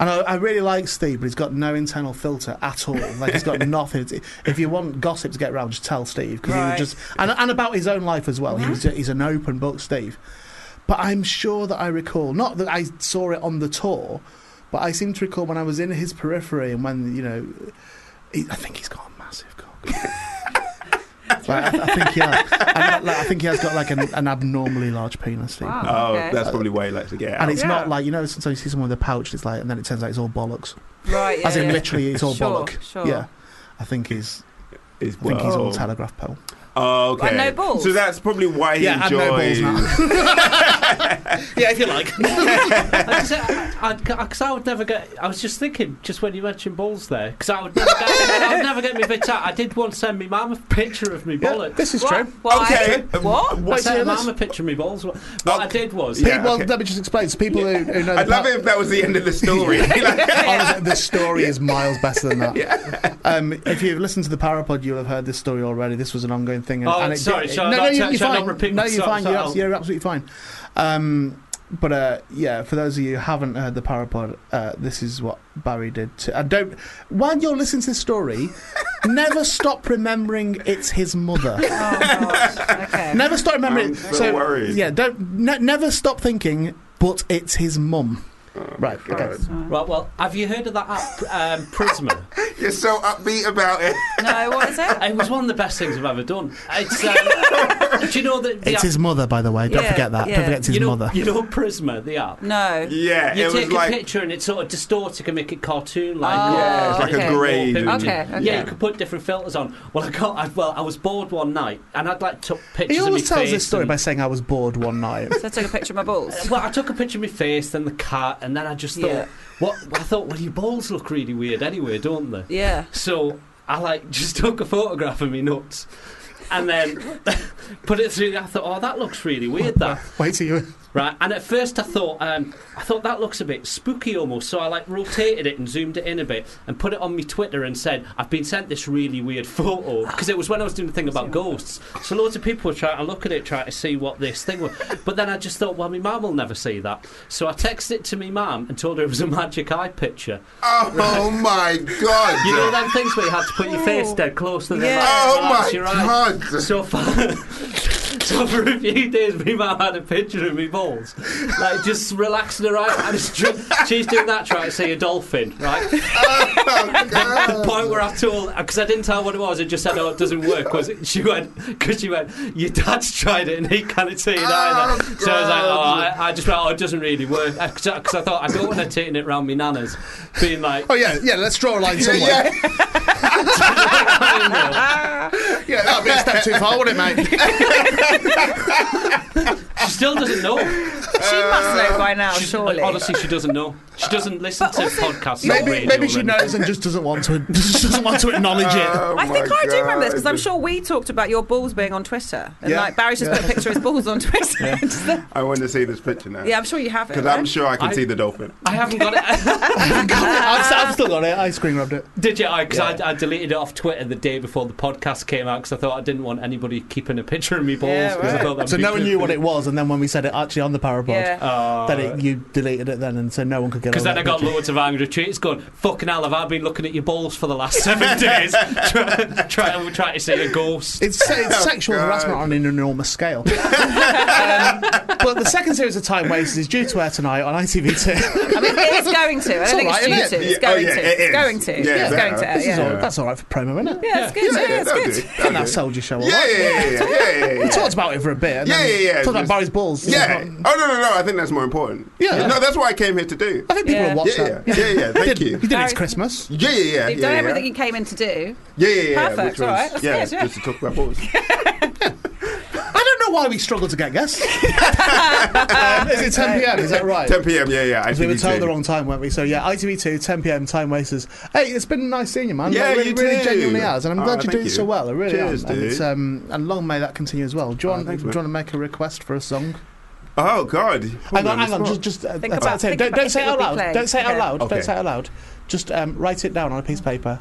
And I, I really like Steve, but he's got no internal filter at all. Like he's got nothing. If you want gossip to get around, just tell Steve because
Right.
he was just and, and about his own life as well. He's he's an open book, Steve. But I'm sure that I recall not that I saw it on the tour, but I seem to recall when I was in his periphery and when you know, he, I think he's got a massive cock. like, I, I think he has. And, I- like, I think he has got like an, an abnormally large penis. Steve.
Wow.
Oh,
okay.
that's probably why he likes to get out.
And it's
Yeah.
not like you know sometimes you see someone with a pouch. It's like and then it turns out it's all bollocks.
Right, yeah,
As in
yeah.
literally it's all
Sure,
bollock.
sure.
Yeah. I think he's
It's-
I think he's all
well,
telegraph pole.
Oh, okay.
And no balls.
So that's probably why he
Yeah, and no balls
enjoys.
yeah, if you like.
Because I, I, 'cause I would never get. I was just thinking, just when you mentioned balls there, because I would never get. I would never get my bits out. I did once send me mum a picture of me bollocks.
this is What? true.
Why?
Okay.
What? Oh,
I
Wait, so
sent my
this-
mum a picture of me balls. What I did was,
Pe-
Yeah,
well,
okay.
let me just explain. To people who, who know
I'd
the,
love
pa-
it if that was the end of the story.
Honestly, Oh, the story is miles better than that. Um, if you've listened to the Parapod, you'll have heard this story already. This was an ongoing thing.
Oh,
it
sorry,
did-
shall I
no,
not-
no, you-
shall-
you're
shall I not
fine.
repeat
No,
myself?
you're fine. You're,
So-
abs- you're absolutely fine. Um, but uh, yeah, for those of you who haven't heard the Parapod, uh, this is what Barry did. To, I don't. While you're listening to this story, never stop remembering it's his mother.
Oh, gosh. Okay.
Never stop remembering.
I'm so worried.
Yeah, don't. Ne- never stop thinking. But it's his mum.
Oh,
right. Okay.
right, well, have you heard of that app, um, Prisma?
You're so upbeat about it.
No, what is it?
it was one of the best things I've ever done. It's, um, do you know that? the
It's
app-
his mother, by the way. Don't
Yeah,
forget that.
yeah.
Don't forget it's his
you know,
mother.
You know Prisma, the app.
No.
Yeah,
You
it
take a
was like
picture and it sort of distorts it can make it cartoon like.
Oh,
yeah, it's like
okay.
a grade.
Or
and-
Okay, okay.
Yeah, you could put different filters on. Well, I got. I, well, I was bored one night, and I'd like took pictures.
He always
of my
tells
face
this story
and- Uh,
by saying I was bored one night.
So I took a picture of my balls.
Well, I took a picture of my face, then the cat, and then I just thought,
Yeah.
what? I thought, well, your balls look really weird anyway, don't they?
Yeah.
So I like just took a photograph of me nuts, and then put it through. I thought, oh, that looks really weird. That
Wait till you.
right. And at first, I thought, um, I thought that looks a bit spooky almost. So I like rotated it and zoomed it in a bit, and put it on my Twitter and said, I've been sent this really weird photo because it was when I was doing the thing about ghosts. So loads of people were trying to look at it, trying to see what this thing was. But then I just thought, well, my mum will never see that. So I texted it to my mum and told her it was a magic eye picture.
Oh, my god!
You know them things where you had to put your face dead close to the
Yeah.
mic
Oh
and
my
that's your eye.
God.
So for, so for a few days, my mum had a picture of me balls, like just relaxing her eyes. And it's dr- she's doing that trying to see a dolphin, right? the point where I told, because I didn't tell her what it was, it just said, "Oh, it doesn't work." Was it? she went because she went, "Your dad's tried it and he can't see it either." so I was like, "Oh, I, I just went, oh, it doesn't really work," because I, 'cause I thought I don't want her taking it round me nana's, being like,
Oh yeah, yeah. Let's draw a line somewhere. Yeah,
yeah,
that'd be a step too far, wouldn't it, mate?
she still doesn't know.
She must know by now,
She's-
surely.
Honestly, she doesn't know. She doesn't listen to podcasts. or
maybe
radio
maybe she
and-
knows and just doesn't want to just doesn't want to acknowledge it.
I think I do remember this because I'm
oh God.
sure we talked about your balls being on Twitter, and
Yeah.
like Barry's just put a picture of his balls on Twitter. Just the-
I want to see this picture now.
yeah, I'm sure you have it.
because I'm
right?
sure I can
I-
see the dolphin.
I haven't got it.
I've, I've still got it. I screen grabbed it.
Did you? Because I, I, deleted it off Twitter the day before the podcast came out because I thought I didn't want anybody keeping a picture of me balls.
Yeah,
'cause I
right.
thought that'd
So
be
no one
creepy.
knew what it was, and then when we said it actually on the Parapod,
Yeah.
then it, you deleted it then, and so no one could get.
Because
on
then
that
I got
picture.
loads of angry tweets going, fucking hell, have I been looking at your balls for the last seven days trying try, try to see a ghost?
It's,
Oh,
it's sexual
God.
harassment on an enormous scale. um, but the second series of Time Wasted is due to air tonight on ITV2.
I mean, it's going to. I don't think
all right,
it's
isn't
due
it?
to. It's
Yeah, oh,
going
yeah,
to.
it
It's
is.
going to.
Yeah,
It's going to.
that-
air,
This is all,
Yeah,
that's all right for promo, isn't it?
Yeah, it's good.
Yeah,
Yeah, it's good.
that'll do,
I think
that'll
that
do.
sold your show a
Yeah,
lot.
yeah, yeah, yeah, yeah, yeah,
We
yeah.
talked about it for a bit. And
Yeah,
then
yeah, yeah,
Talked about
just-
Barry's balls.
Yeah.
It's not-
Oh no, no, no! I think that's more important.
Yeah.
No, that's what I came here to do.
I think people
Yeah.
will watch
Yeah, yeah,
that.
yeah, yeah. Thank
did,
you.
did
Barry-
it's Christmas.
Yeah, yeah, yeah.
You've
yeah,
done
yeah.
everything you came in to do.
Yeah, yeah, yeah.
Perfect,
which
all
was-
right, that's
yeah,
good, yeah.
just to talk about balls.
I don't know why we struggle to get guests. um, is it 10 p.m.? Is that right?
10 p.m. Yeah, yeah.
We were told
ITV2.
the wrong time, weren't we? So yeah, ITV2, 10 p.m. Time wasters. Hey, it's been nice seeing you, man.
Yeah,
Like, really,
you
really
too.
genuinely has, and I'm
Oh,
glad you're
thank
doing
you.
so well. I really
Cheers,
am. And,
dude.
it's, um, and long may that continue as well. Do you, want,
thanks,
do you
mate.
want to make a request for a song?
Oh God! Hold
hang on,
it's
hang on.
not-
Just, just uh,
Think
that's
about-
it.
think
Don't,
about
don't
if
say
it
it out
would be
loud.
played.
Don't say it out
Okay.
loud.
Okay.
Don't say it out loud. Just um, write it down on a piece of paper,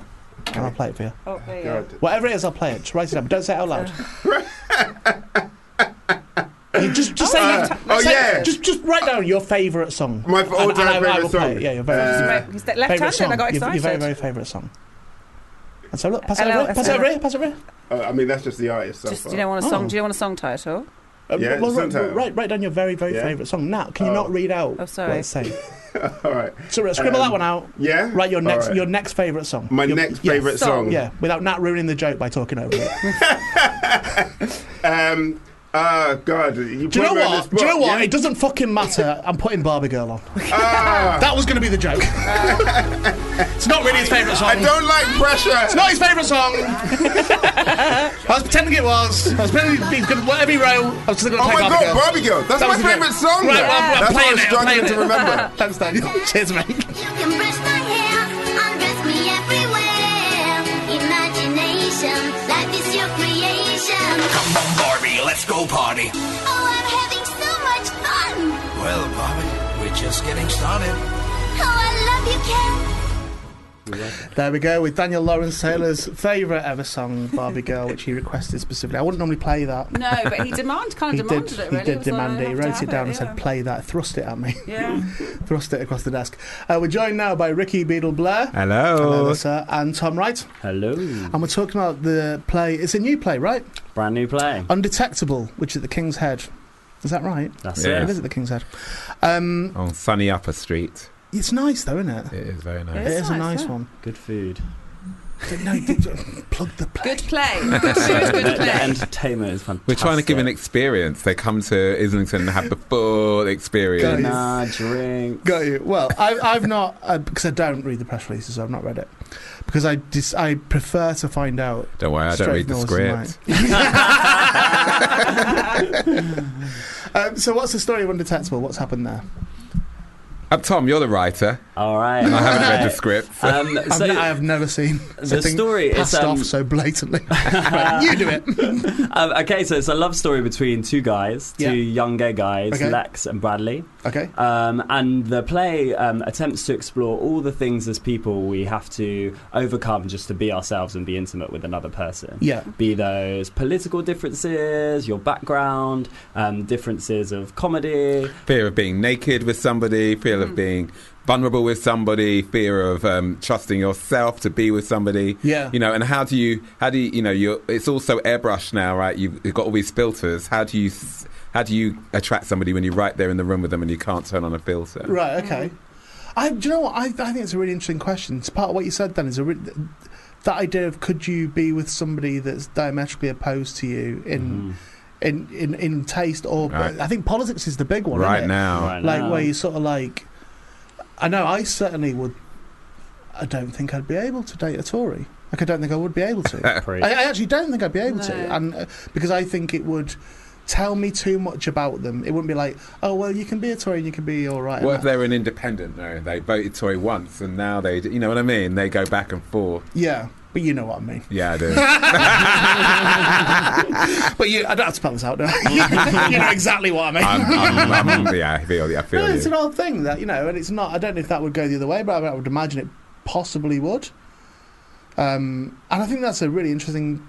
and I'll play it for you.
Oh, there you
God.
go.
Whatever it is, I'll play it. Just write it up. Don't say it out loud. You just, just say,
Uh,
your-
oh,
say-
yeah.
Just, just write down your favourite song.
My all-time
And- and I- I
favourite
will play
song.
it. Yeah, your very
Uh,
Right, He's
favourite
left-handed.
song.
I got
Your,
excited.
your very, very favourite song. And so look, pass it
Hello,
over. here, Pass it
hello.
over. here, Pass it over. here.
Uh, I mean, that's just the artist. So
Just,
far.
do you don't want a song?
Oh.
Do you want a song title?
Uh,
Yeah,
well, right,
sometime.
write, write down your very, very
Yeah.
favourite song. Nat, can you
Oh.
not read out
Oh, sorry.
what it's saying?
All right.
So uh, scribble
Um,
that one out.
Yeah.
Write your
All
next
right.
your next favourite song.
My
Your-
next
yeah.
favorite
Song.
song.
Yeah, without Nat ruining the joke by talking over it.
Um,
Ah, God. You
Do you know
put me on the
what? Do you know
spot,
what?
yeah?
It doesn't fucking matter. I'm putting Barbie Girl on.
Ah.
that was going to be the joke. it's not really his favourite song.
I don't like pressure.
It's not his favourite song. I was pretending it was. I was pretending he could whatever he wrote. I was just going to
Oh
play
my God,
Barbie Girl.
Barbie Girl. That's
That
my
was the joke.
favourite song,
Right,
though.
well, I'm,
That's what I
I'm playing
was
it. I'm
struggling
playing
to
it.
remember.
Thanks, Daniel. Cheers, mate.
Embrace my hair, undress me everywhere. Imagination, life is your creation.
Come on, Barbie, let's go party.
Oh, I'm having so much fun.
Well, Bobby, we're just getting started.
Oh, I love you, Ken.
There we go with Daniel Lawrence Taylor's favourite ever song, Barbie Girl, which he requested specifically. I wouldn't normally play that.
No, but he demand kind
He
of
did.
demanded it. Really,
He did
was like,
demand
"I
it. He
have to
wrote it
have
down and
yeah.
said, "Play that." Thrust it at me.
Yeah.
Thrust it across the desk. Uh, we're joined now by Ricky Beadle Blair.
Hello.
Hello, there, sir. And Tom Wright.
Hello.
And we're talking about the play. It's a new play, right?
Brand new play.
Undetectable, which is at the King's Head. Is that right?
That's
Yeah. it.
It is at the King's Head. Um,
on sunny Upper Street.
it's nice, though, isn't it?
It is very nice.
It is a nice one.
Good food.
No, did you- plug the play.
Good play. Good food,
the,
good
the
play.
entertainment is fantastic.
We're trying to give an experience. They come to Islington and have the full experience.
Dinner, Ah, drink.
Got you. Well, I, I've not uh, because I don't read the press releases. I've not read it because I dis- I prefer to find out.
Don't worry, I don't
straight
read the
from
script.
Norse's mind. um, so, what's the story of Undetectable? What's happened there?
Uh, Tom, you're the writer.
All right.
And I haven't
all
read the
right.
script. so-
Um,
I've
so
ne- I have never seen
the
something
story is,
passed
um,
off so blatantly. Right, you do it.
um, okay, so it's a love story between two guys, two
Yeah.
young gay guys,
Okay.
Lex and Bradley.
Okay.
Um, and the play um, attempts to explore all the things as people we have to overcome just to be ourselves and be intimate with another person.
Yeah.
Be those political differences, your background, um, differences of comedy.
fear of being naked with somebody, fear
Hmm.
of being vulnerable with somebody, fear of um, trusting yourself to be with somebody.
Yeah.
You know, and how do you, how do you, you know, you're, it's also airbrushed now, right? You've, you've got all these filters. How do you, s- how do you attract somebody when you're right there in the room with them and you can't turn on a filter?
Right. Okay. I, do you know what? I, I think it's a really interesting question. It's part of what you said. Then is a re- that idea of could you be with somebody that's diametrically opposed to you in. in, in, in taste or
Mm-hmm. Right.
I think politics is the big one
Right
isn't it?
now.
Right
like
now.
where you sort of like I know I certainly would I don't think I'd be able to date a Tory like I don't think I would be able to I,
Pretty.
I actually don't think I'd be able to
No.
and uh, because I think it would tell me too much about them it wouldn't be like oh well you can be a Tory and you can be alright
What if they're an independent though? They voted Tory once and now they, d- you know what I mean? They go back and forth.
yeah but you know what I mean
Yeah, I do.
but you I don't have to spell this out do I? you know exactly what I mean
I'm, I'm, I'm, yeah, I feel you. I feel
No, it's an
you.
odd thing that you know, and it's not. I don't know if that would go the other way, but I, I would imagine it possibly would. Um, and I think that's a really interesting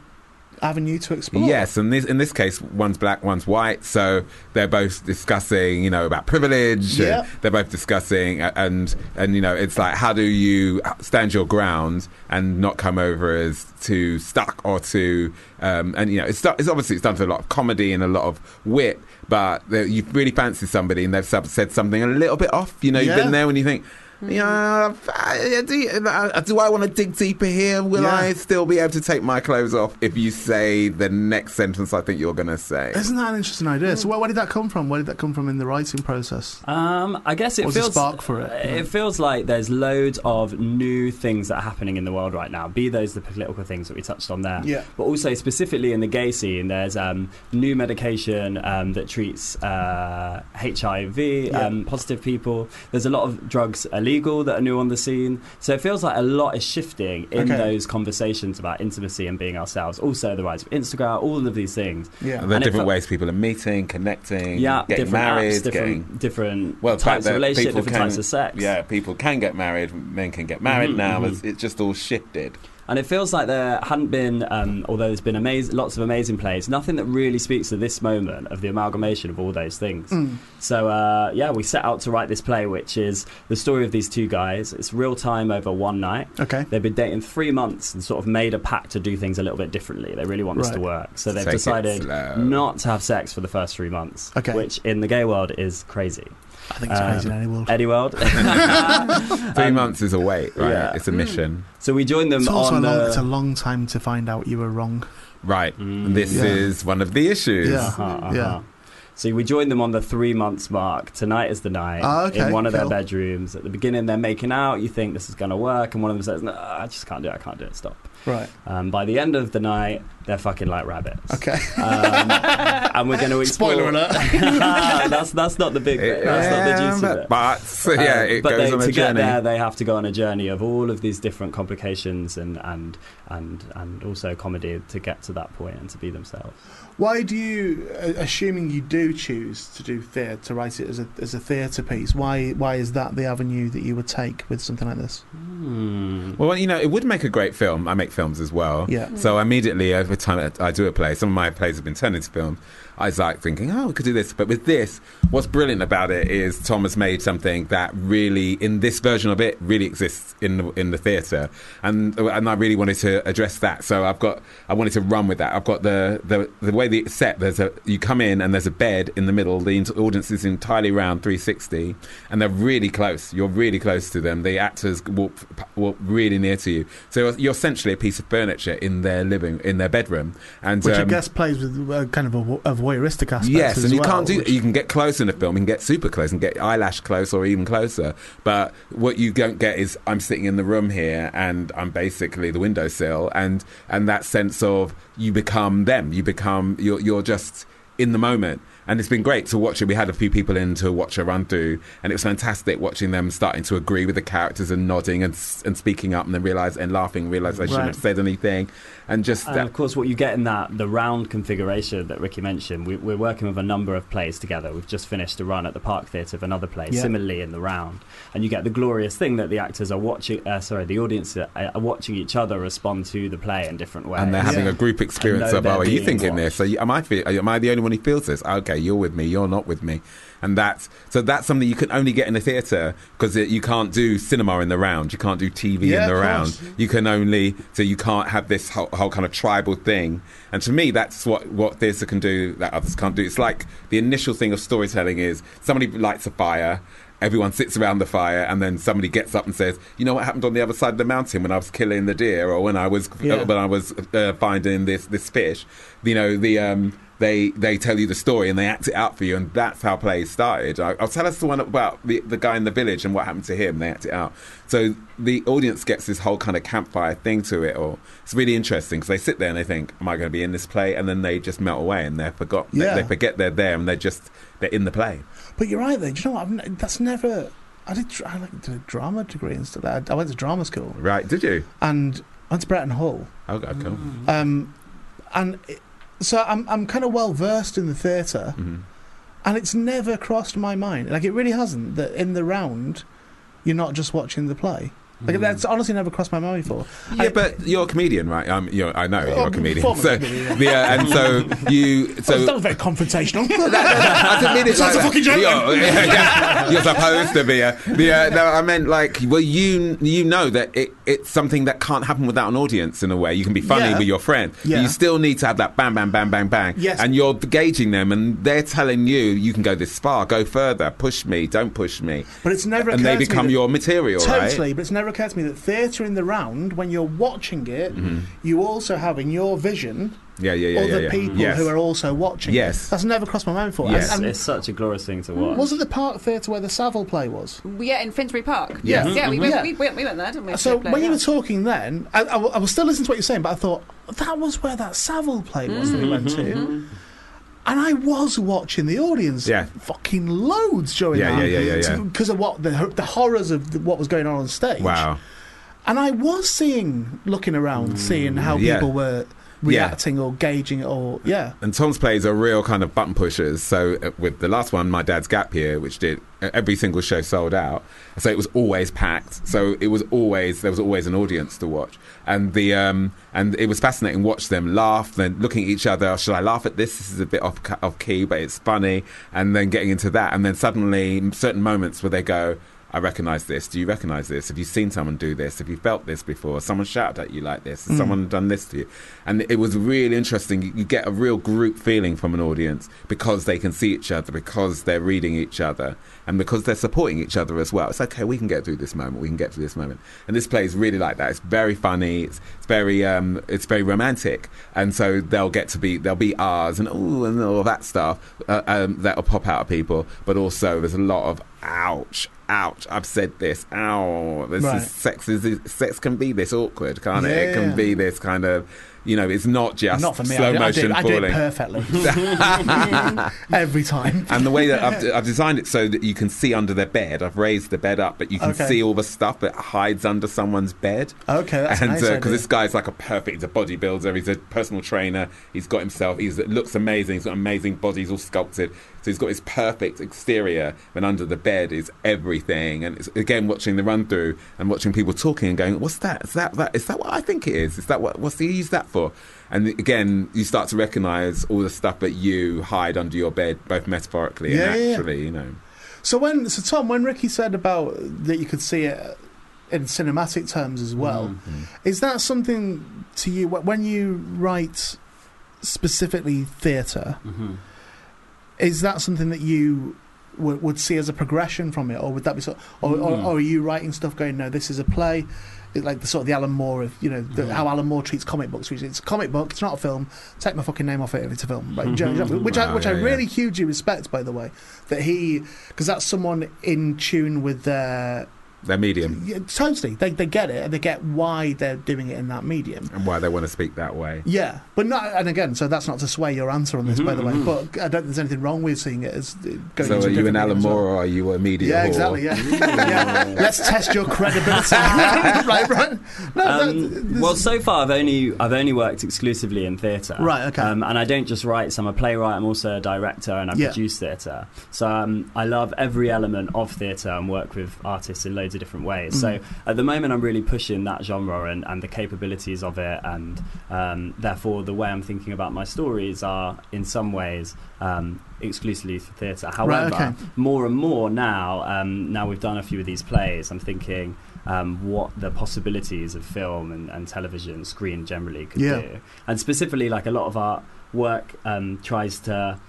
avenue to explore.
Yes, and this, in this case, one's black, one's white, so they're both discussing, you know, about privilege. and
Yeah.
They're both discussing, a- and and you know, it's like how do you stand your ground and not come over as too stuck or too, um, and you know, it's, do- it's obviously it's done to a lot of comedy and a lot of wit, but the- you really fancy somebody and they've sub- said something a little bit off. You know, you've
Yeah.
been there when you think. Yeah, I- I- do, you- I- do I want to dig deeper here? Will
Yeah.
I still be able to take my clothes off if you say the next sentence I think you're going to say?
Isn't that an interesting idea? So, where, where did that come from? Where did that come from in the writing process?
Um, I guess it
What was the
feels
spark for it?
It feels like there's loads of new things that are happening in the world right now. Be those the political things that we touched on there,
Yeah.
but also specifically in the gay scene, there's um, new medication um, that treats uh, HIV um, positive people. There's a lot of drugs illegal that are new on the scene, so it feels like a lot is shifting in
Okay.
those conversations about intimacy and being ourselves. Also, the rise of Instagram, all of these things.
Yeah.
Are there
And it
different
felt-
ways people are meeting, connecting,
Yeah,
getting
different
married,
apps, different
getting
different
well, the fact
types of
that
relationship,
people
different
can-
types of sex.
Yeah, people can get married. Men can get married
Mhm,
now.
mhm.
It's, it's just all shifted.
And it feels like there hadn't been, um, although there's been amaz- lots of amazing plays, nothing that really speaks to this moment of the amalgamation of all those things.
Mm.
So, uh, yeah, we set out to write this play, which is the story of these two guys. It's real time over one night.
Okay.
They've been dating three months and sort of made a pact to do things a little bit differently. They really want this to
Right.
work. So they've
Take it
decided
slow.
not to have sex for the first three months,
Okay.
which in the gay world is crazy.
I think it's
Um,
crazy in any world.
Any world?
Three months is a wait, right?
Um, yeah.
It's a mission.
so we joined them
It's also a
on
long,
the-
it's a long time to find out you were wrong.
right, this
Mm. Yeah.
is one of the issues.
Uh-huh. So we joined them on the three months mark. Tonight is the night
Ah, okay,
in one of their
cool.
bedrooms. At the beginning, they're making out. You think this is going to work, and one of them says, "No, I just can't do it. I can't do it. Stop."
Right.
Um, by the end of the night, they're fucking like rabbits.
Okay.
Um, and we're going to explore.
Spoiler alert.
that's that's not the big. Bit. That's not the juicy
Yeah,
bit.
but- but, yeah, it
Um, but
goes
they,
on a
to
journey.
get there, they have to go on a journey of all of these different complications and and and and also comedy to get to that point and to be themselves.
Why do you, a- assuming you do choose to do theatre, to write it as a as a theatre piece? Why why is that the avenue that you would take with something like this?
Well, you know, it would make a great film. I make films as well.
Yeah. Mm.
So immediately, every time I I do a play, some of my plays have been turned into films. I was like thinking, oh, we could do this. But with this, what's brilliant about it is Tom has made something that really, in this version of it, really exists in the, in the theatre, and and I really wanted to address that. So I've got, I wanted to run with that. I've got the the, the way the it's set. There's a you come in and there's a bed in the middle. The ent- audience is entirely round 360, and they're really close. You're really close to them. The actors walk p- walk really near to you. So you're essentially a piece of furniture in their living in their bedroom, and
Which I
um,
guess plays with uh, kind of a, vo- a voyeuristic aspect.
Yes,
as
and you
well,
can't do.
which-
You can get close in a film. You can get super close and get eyelash close or even closer. But what you don't get is I'm sitting in the room here and I'm basically the windowsill, and and that sense of you become them. You become you're you're just in the moment. And it's been great to watch it. We had a few people in to watch a run through, and it was fantastic watching them starting to agree with the characters and nodding and, s- and speaking up and then realize and laughing, realize they shouldn't
Right.
have said anything, and just
And
that
Um,
of course, what you get in that the round configuration that Ricky mentioned, we, we're working with a number of plays together. We've just finished a run at the Park Theatre of another play,
Yeah.
similarly in the round, and you get the glorious thing that the actors are watching. Uh, sorry, the audience are, are watching each other respond to the play in different ways,
and they're having
Yeah.
a group
And
experience
know
of, oh,
they're
are you
being
thinking
watched.
this? Are you, am I feel, am I the only one who feels this? Okay, you're with me, you're not with me, and that's so that's something you can only get in a theatre because you can't do cinema in the round, you can't do TV
Yeah,
in the
of
round.
course.
You can only so you can't have this whole, whole kind of tribal thing. And to me, that's what what theatre can do that others can't do. It's like the initial thing of storytelling is somebody lights a fire. Everyone sits around the fire, and then somebody gets up and says, "You know what happened on the other side of the mountain when I was killing the deer, or when I was
Yeah.
uh, when I was uh, finding this this fish." You know, the um, they they tell you the story and they act it out for you, and that's how plays started. I, I'll tell us the one about the, the guy in the village and what happened to him. They act it out, so the audience gets this whole kind of campfire thing to it. Or it's really interesting because they sit there and they think, "Am I going to be in this play?" And then they just melt away and they're forgotten. They-
Yeah.
They, forget they're there and they're just they're in the play.
But you're right, though. Do you know what? I've n- that's never. I did. dr- I like did a drama degree and stuff. I, I went to drama school
Right? Did you?
and I went to Bretton Hall.
Okay, cool.
Um, and it, so I'm I'm kind of well versed in the theatre,
Mm-hmm.
and it's never crossed my mind. Like it really hasn't that in the round, you're not just watching the play.
Mm.
Like that's honestly never crossed my mind before.
Yeah, but you're a comedian, right? Um, you're, I know you're a comedian.
former
So,
comedian,
the, uh, and so you. So
that was very confrontational.
I didn't mean it
Sounds a
like that.
fucking joke.
You're, yeah, you're supposed to be. A, the, uh, no, I meant like, well, you you know that it, it's something that can't happen without an audience in a way. You can be funny
Yeah.
with your friend,
Yeah.
but you still need to have that bang, bang, bang, bang, bang.
Yes.
And you're gauging them, and they're telling you, you can go this far, go further, push me, don't push me.
But it's never
And they
occurred to me
become
that-
your material,
Totally,
right?
but it's never occurred to me that theatre in the round, when you're watching it,
Mhm.
you also have in your vision
Yeah, yeah, yeah,
other
yeah, yeah.
people
Yes.
who are also watching. it.
Yes.
that's never crossed my mind before. And-
Yes,
and
it's such a glorious thing to watch.
was it the Park Theatre where the Savile play was?
Yeah, in Finsbury Park.
Yeah.
Yeah, we
Mhm.
went,
Yeah.
We, went, we went there, didn't we?
So
to play,
when you
yeah.
were talking then, I, I, wa- I was still listening to what you were saying, but I thought that was where that Savile play was that we went to.
Mhm.
And I was watching the audience
Yeah.
fucking loads during
Yeah,
that.
yeah, yeah, yeah, yeah.
Because of what the, the horrors of the, what was going on on stage.
Wow. Mm,
And I was seeing, looking around, seeing how
yeah.
people were
Yeah.
reacting or gauging it or, yeah.
And Tom's plays are real kind of button pushers. So uh, with the last one, my dad's gap year, which did uh, every single show sold out, so it was always packed. So it was always there was always an audience to watch, and the um, and it was fascinating. Watch them laugh, then looking at each other. Should I laugh at this? This is a bit off off key, but it's funny. And then getting into that, and then suddenly certain moments where they go. I recognise this. Do you recognise this? Have you seen someone do this? Have you felt this before? Someone shouted at you like this? Has
Mm.
someone done this to you? And it was really interesting. You- You get a real group feeling from an audience because they can see each other, because they're reading each other, and because they're supporting each other as well. It's okay. We can get through this moment. We can get through this moment. And this play is really like that. It's very funny. It's, it's very um, it's very romantic. And so they'll get to be they'll be ours and ooh and all that stuff uh, um, that'll pop out of people. But also there's a lot of ouch. Ouch! I've said this. Ow! This
Right.
is sex. Is sex can be this awkward, can't it? It
Yeah.
can be this kind of, you know, it's not just
Not for me.
slow
I, do, I,
motion
do, I do it
falling.
perfectly every time.
And the way that I've, I've designed it so that you can see under their bed, I've raised the bed up, but you can
Okay.
see all the stuff that hides under someone's bed.
Okay, that's a
and uh,
nice
because
idea.
this guy's like a perfect, he's a bodybuilder, he's a personal trainer, he's got himself, he looks amazing, he's got amazing body, he's all sculpted. So he's got his perfect exterior, and under the bed is everything. And it's, again, watching the run through and watching people talking and going, "What's that? Is that that? Is that what I think it is? Is that what? What's he use that for?" And again, you start to recognise all the stuff that you hide under your bed, both metaphorically
Yeah,
and
yeah, yeah.
actually. You know,
So when so Tom, when Ricky said about that you could see it in cinematic terms as well, is that something to you wh- when you write specifically theater
Mm-hmm.
Is that something that you w- would see as a progression from it, or would that be sort? Or, or,
Mm.
or are you writing stuff going? No, this is a play. It's like the sort of the Alan Moore of you know
Hmm.
the, how Alan Moore treats comic books, which is- it's a comic book, it's not a film. Take my fucking name off it if it's a film, like, do you know- do you know- which I,
Wow,
which I
Oh, yeah, yeah.
really hugely respect, by the way, that he because that's someone in tune with their
their medium
yeah, totally. They they get it and they get why they're doing it in that medium.
and why they want to speak that way.
Yeah, but not, and again, so that's not to sway your answer on this, by the way. But I don't think there's anything wrong with seeing it as uh, going
Mm-hmm,
into
So are
a
you an
different medium
Alan
as well.
Moore or are you a media?
Yeah,
whore?
exactly. Yeah. yeah. Let's test your credibility. right, right. No, that-
Um, well, so far I've only I've only worked exclusively in theatre.
Right, okay.
Um, and I don't just write; so I'm a playwright. I'm also a director, and I
Yeah.
produce theatre. So um, I love every element of theatre and work with artists in loads of different ways. So
Mm-hmm.
Mm.
at the moment, I'm really pushing that genre and, and the capabilities of it, and um, therefore the way I'm thinking about my stories are in some ways. Um, exclusively for theatre. However,
okay.
more and more now, um, now we've done a few of these plays, I'm thinking um, what the possibilities of film and, and television, screen generally could
Yeah.
do. And specifically, like a lot of our work um, tries to.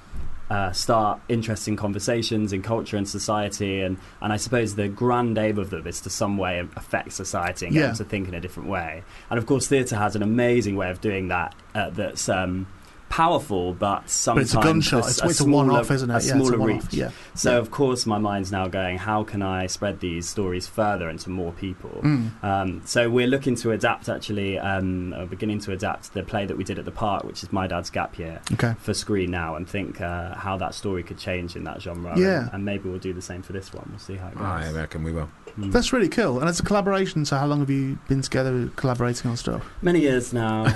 Uh, start interesting conversations in culture and society, and, and I suppose the grand aim of them is to some way affect society and get
Yeah.
them to think in a different way. And of course, theatre has an amazing way of doing that. Uh, that's um, powerful, but
But
sometimes
it's a gunshot. It's, it's a one-off,
smaller-
isn't
A
it? Yeah, it's a
smaller
one-off.
reach.
Yeah.
So of course, my mind's now going. How can I spread these stories further into more people?
Mm.
Um, so we're looking to adapt. Actually, um, uh, beginning to adapt the play that we did at the park, which is My Dad's Gap Year,
Okay.
for screen now, and think uh, how that story could change in that genre.
Yeah.
And, and maybe we'll do the same for this one. We'll see how it
Oh,
goes.
I reckon we will.
That's really cool. And it's a collaboration. So how long have you been together collaborating on stuff?
Many years now.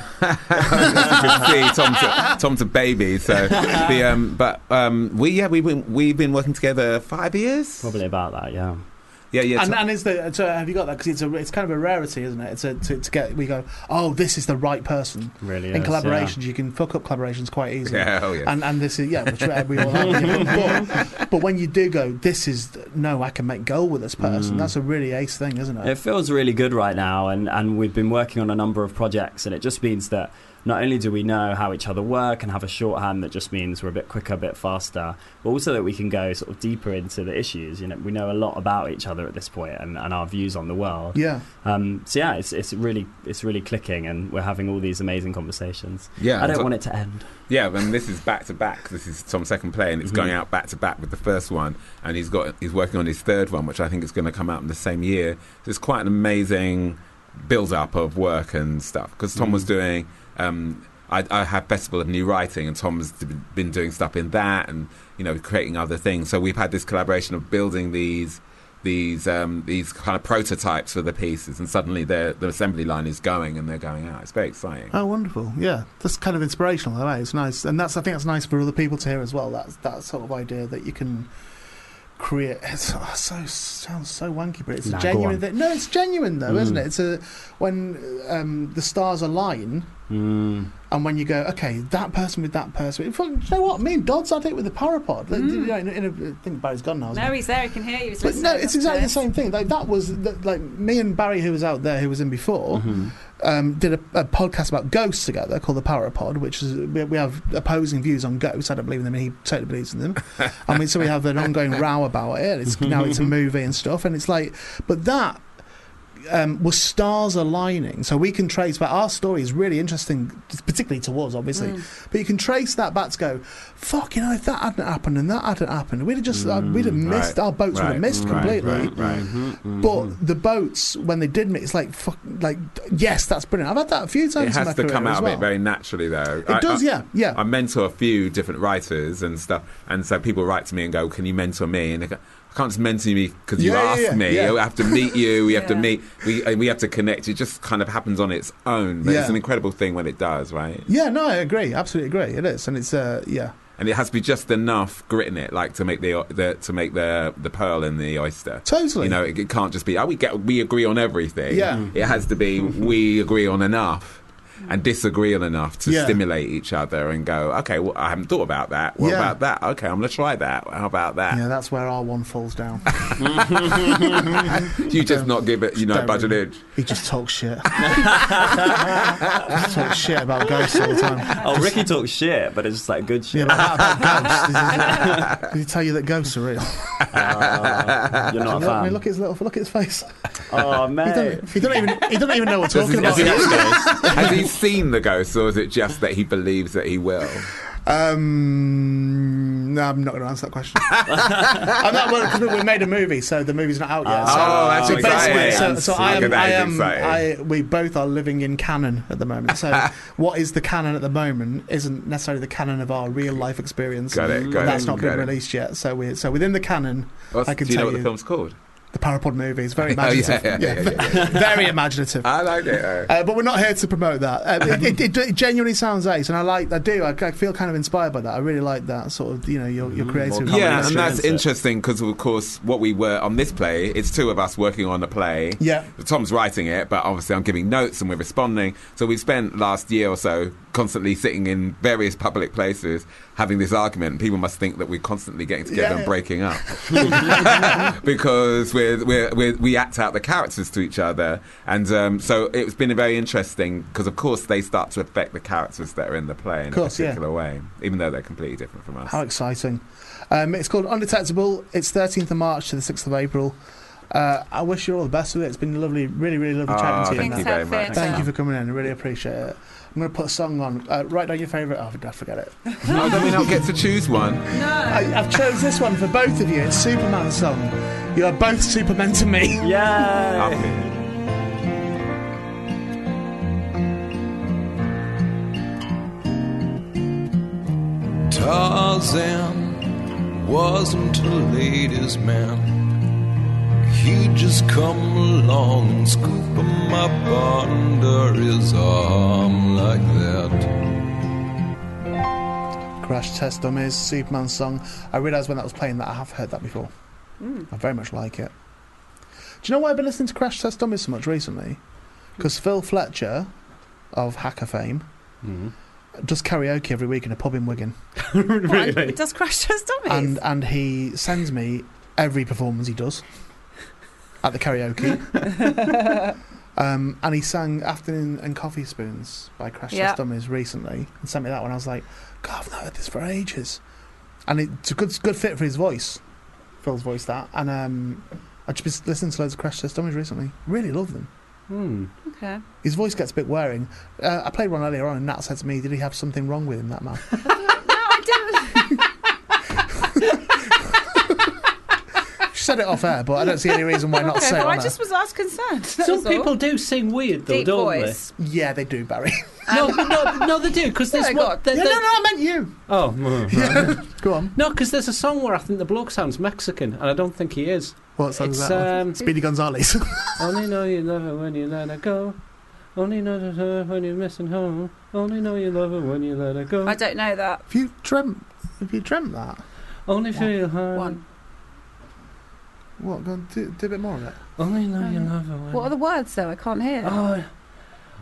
can see Tom's a, Tom's a baby. So, the, um, but um, we yeah we've been we've been working together five years.
Probably about that, yeah.
Yeah, yeah.
and,
Tom-
and is the so have you got that? Because it's a it's kind of a rarity, isn't it? It's a, to, to get we go. Oh, this is the right person.
Really
In
is,
collaborations, you can fuck up collaborations quite easily.
Yeah, oh, yeah.
And and this is yeah, which we all have. yeah. But, but, but when you do go, this is no, I can make goal with this person.
Mm.
That's a really ace thing, isn't it?
It feels really good right now, and, and we've been working on a number of projects, and it just means that not only do we know how each other work and have a shorthand that just means we're a bit quicker, a bit faster, but also that we can go sort of deeper into the issues. You know, we know a lot about each other at this point and, and our views on the world.
Yeah.
Um, so yeah, it's it's really it's really clicking, and we're having all these amazing conversations.
Yeah,
I don't
so-
want it to end.
Yeah, and this is back to back. This is Tom's second play, and it's going out back to back with the first one, and he's got he's working on his third one, which I think is going to come out in the same year. So it's quite an amazing build up of work and stuff because Tom was doing. Um, I, I had Festival of New Writing, and Tom has d- been doing stuff in that, and you know creating other things. So we've had this collaboration of building these these um, these kind of prototypes for the pieces, and suddenly the the assembly line is going, and they're going out. It's very exciting.
Oh, wonderful! Yeah, that's kind of inspirational. in a way. It's nice, and that's I think that's nice for other people to hear as well. That's that sort of idea that you can create. It's oh, so sounds so wanky, but it's
Nah,
a
go
genuine
on.
thing. No, it's genuine though, isn't
Mm.
it? It's a when um, the stars align.
Mm.
And when you go, okay, that person with that person, in fact, you know what? Me and Dodds had it with the parapod. Like,
Mm.
you know, in a- in a- I think Barry's gone now. isn't
No,
he?
he's there. He can hear you. He's
But no,
listening.
it's exactly the same thing. Like that was that, like me and Barry, who was out there, who was in before, um, did a, a podcast about ghosts together called the Parapod, which is we, we have opposing views on ghosts. I don't believe in them, and he totally believes in them. I mean, so we have an ongoing row about it. It's now it's a movie and stuff, and it's like, but that. Um, was stars aligning, so we can trace. But our story is really interesting, particularly to us, obviously.
Mm.
But you can trace that back to go, fuck, you know, if that hadn't happened and that hadn't happened, we'd have just uh, we'd have
Mm,
missed our boats would have missed completely.
Mm-hmm,
But the boats, when they did meet, it's like, fuck, like, yes, that's brilliant. I've had that a few times.
It
in my
has to
career
come
as
out of
well.
it very naturally, though.
It does,
I,
yeah, yeah.
I mentor a few different writers and stuff, and so people write to me and go, "Can you mentor me?" And they go, I can't just mentor you because you
Yeah, yeah,
asked
yeah,
me.
yeah.
I have to meet you. We have to
Yeah.
meet. We uh, we have to connect. It just kind of happens on its own, but it's
Yeah.
an incredible thing when it does, right?
Yeah, no, I agree. Absolutely agree. It is. And it's, uh, yeah.
And it has to be just enough grit in it, like to make the, the to make the the pearl in the oyster.
Totally.
You know, mm-hmm. it, it can't just be oh we get we agree on everything.
Yeah. Mm.
It has to be we agree on enough and disagree on enough to
Yeah.
stimulate each other and go okay well I haven't thought about that. What
Yeah.
about that? Okay, I'm gonna try that. How about that?
Yeah, that's where R1 falls down.
you just not give it. You know,
Don't
budget it.
he just talks shit. Just talks shit about ghosts all the time.
Oh, Ricky talks shit, but it's just like good shit.
Yeah, but how about ghosts? Did he tell you that ghosts are real?
Uh, you're not
look,
a
I mean,
fan.
look at his little, look at his face.
Oh
He
man.
don't, he don't even, he don't even know what we're talking
Does
about.
he- does he- Has he seen the ghost, or is it just that he believes that he will?
Um, no, I'm not going to answer that question. I'm not, well, 'cause we- we made a movie, so the movie's not out yet. so,
Oh, that's
so basically-
exciting.
So, so I
Look at
am,
that,
I
it's
am I,
exciting.
we both are living in canon at the moment. So what is the canon at the moment isn't necessarily the canon of our real life experience.
Got it, got
And that's
it,
not
got
been
it.
released yet. So we so within the canon,
What's-
I can
do you know
tell
what the film's called?
the Parapod movie is very
Oh, yeah,
imaginative.
yeah, yeah,
very imaginative.
I like it. uh,
Uh, but we're not here to promote that. Uh, it, it, it genuinely sounds ace, and I like. I do. I, I feel kind of inspired by that. I really like that sort of. You know, your,
Mm,
your creative.
Yeah, and that's interesting because, of course, what we were on this play, it's two of us working on a play.
Yeah.
Tom's writing it, but obviously I'm giving notes and we're responding. So we spent last year or so constantly sitting in various public places having this argument. and People must think that we're constantly getting together
Yeah.
and breaking up because we're, we're, we're, we act out the characters to each other. And um, so it's been very interesting because, of course, they start to affect the characters that are in the play in
Course,
a
yeah.
particular way, even though they're completely different from us.
How exciting! Um, it's called Undetectable. It's 13th of March to the 6th of April. Uh, I wish you all the best with it. It's been lovely, really, really lovely
Ah,
chatting to you.
thank
Nat.
you very Thanks, much. Alfie.
Thank you for coming in. I really appreciate it. I'm going to put a song on. Uh, write down your favourite. Oh, I forget it.
Oh, do we not get to choose one?
I, I've chose this one for both of you. It's Superman's song. You are both Supermen to me.
Yeah.
Tarzan wasn't a ladies' man. He'd just come along and scoop 'em up under his arm like that.
Crash Test Dummies, Superman song. I realised when that was playing that I have heard that before. I very much like it. Do you know why I've been listening to Crash Test Dummies so much recently? Because Phil Fletcher of Hacker fame does karaoke every week in a pub in Wigan.
What? Does Crash Test Dummies?
and and he sends me every performance he does at the karaoke. um, and he sang "Afternoon and Coffee Spoons" by Crash
Yeah.
Test Dummies recently, and sent me that one. I was like, "God, I've not heard this for ages," and it- it's a good good fit for his voice, Phil's voice that. And um, I've just been listening to loads of Crash Test Dummies recently. Really love them.
okay.
His voice gets a bit wearing. Uh, I played one earlier on, and Nat said to me, "Did he have something wrong with him, that man?"
No, I didn't.
she said it off air, but I don't see any reason why not
okay,
say it
well,
on
I
air.
just was as concerned. that
Some
was all.
people do sing weird though,
Deep
don't
voice.
Yeah, they do, Barry.
they? no, no, no, they do because
Yeah,
there's
they
what.
got-
there-
Yeah,
there-
no, no, I meant you.
Oh,
go on.
No, because there's a song where I think the bloke sounds Mexican, and I don't think he is.
What song is
It's,
uh,
that?
um,
Speedy Gonzales.
Only know you love her when you let her go. Only know that her when you're missing home. Only know you love her when you let her go.
I don't know that.
Have you dreamt? Have you dreamt that?
Only feel her.
One.
What? Go on, do, do a bit more of it.
Only know you love her when
What are the words though? I can't hear.
Oh,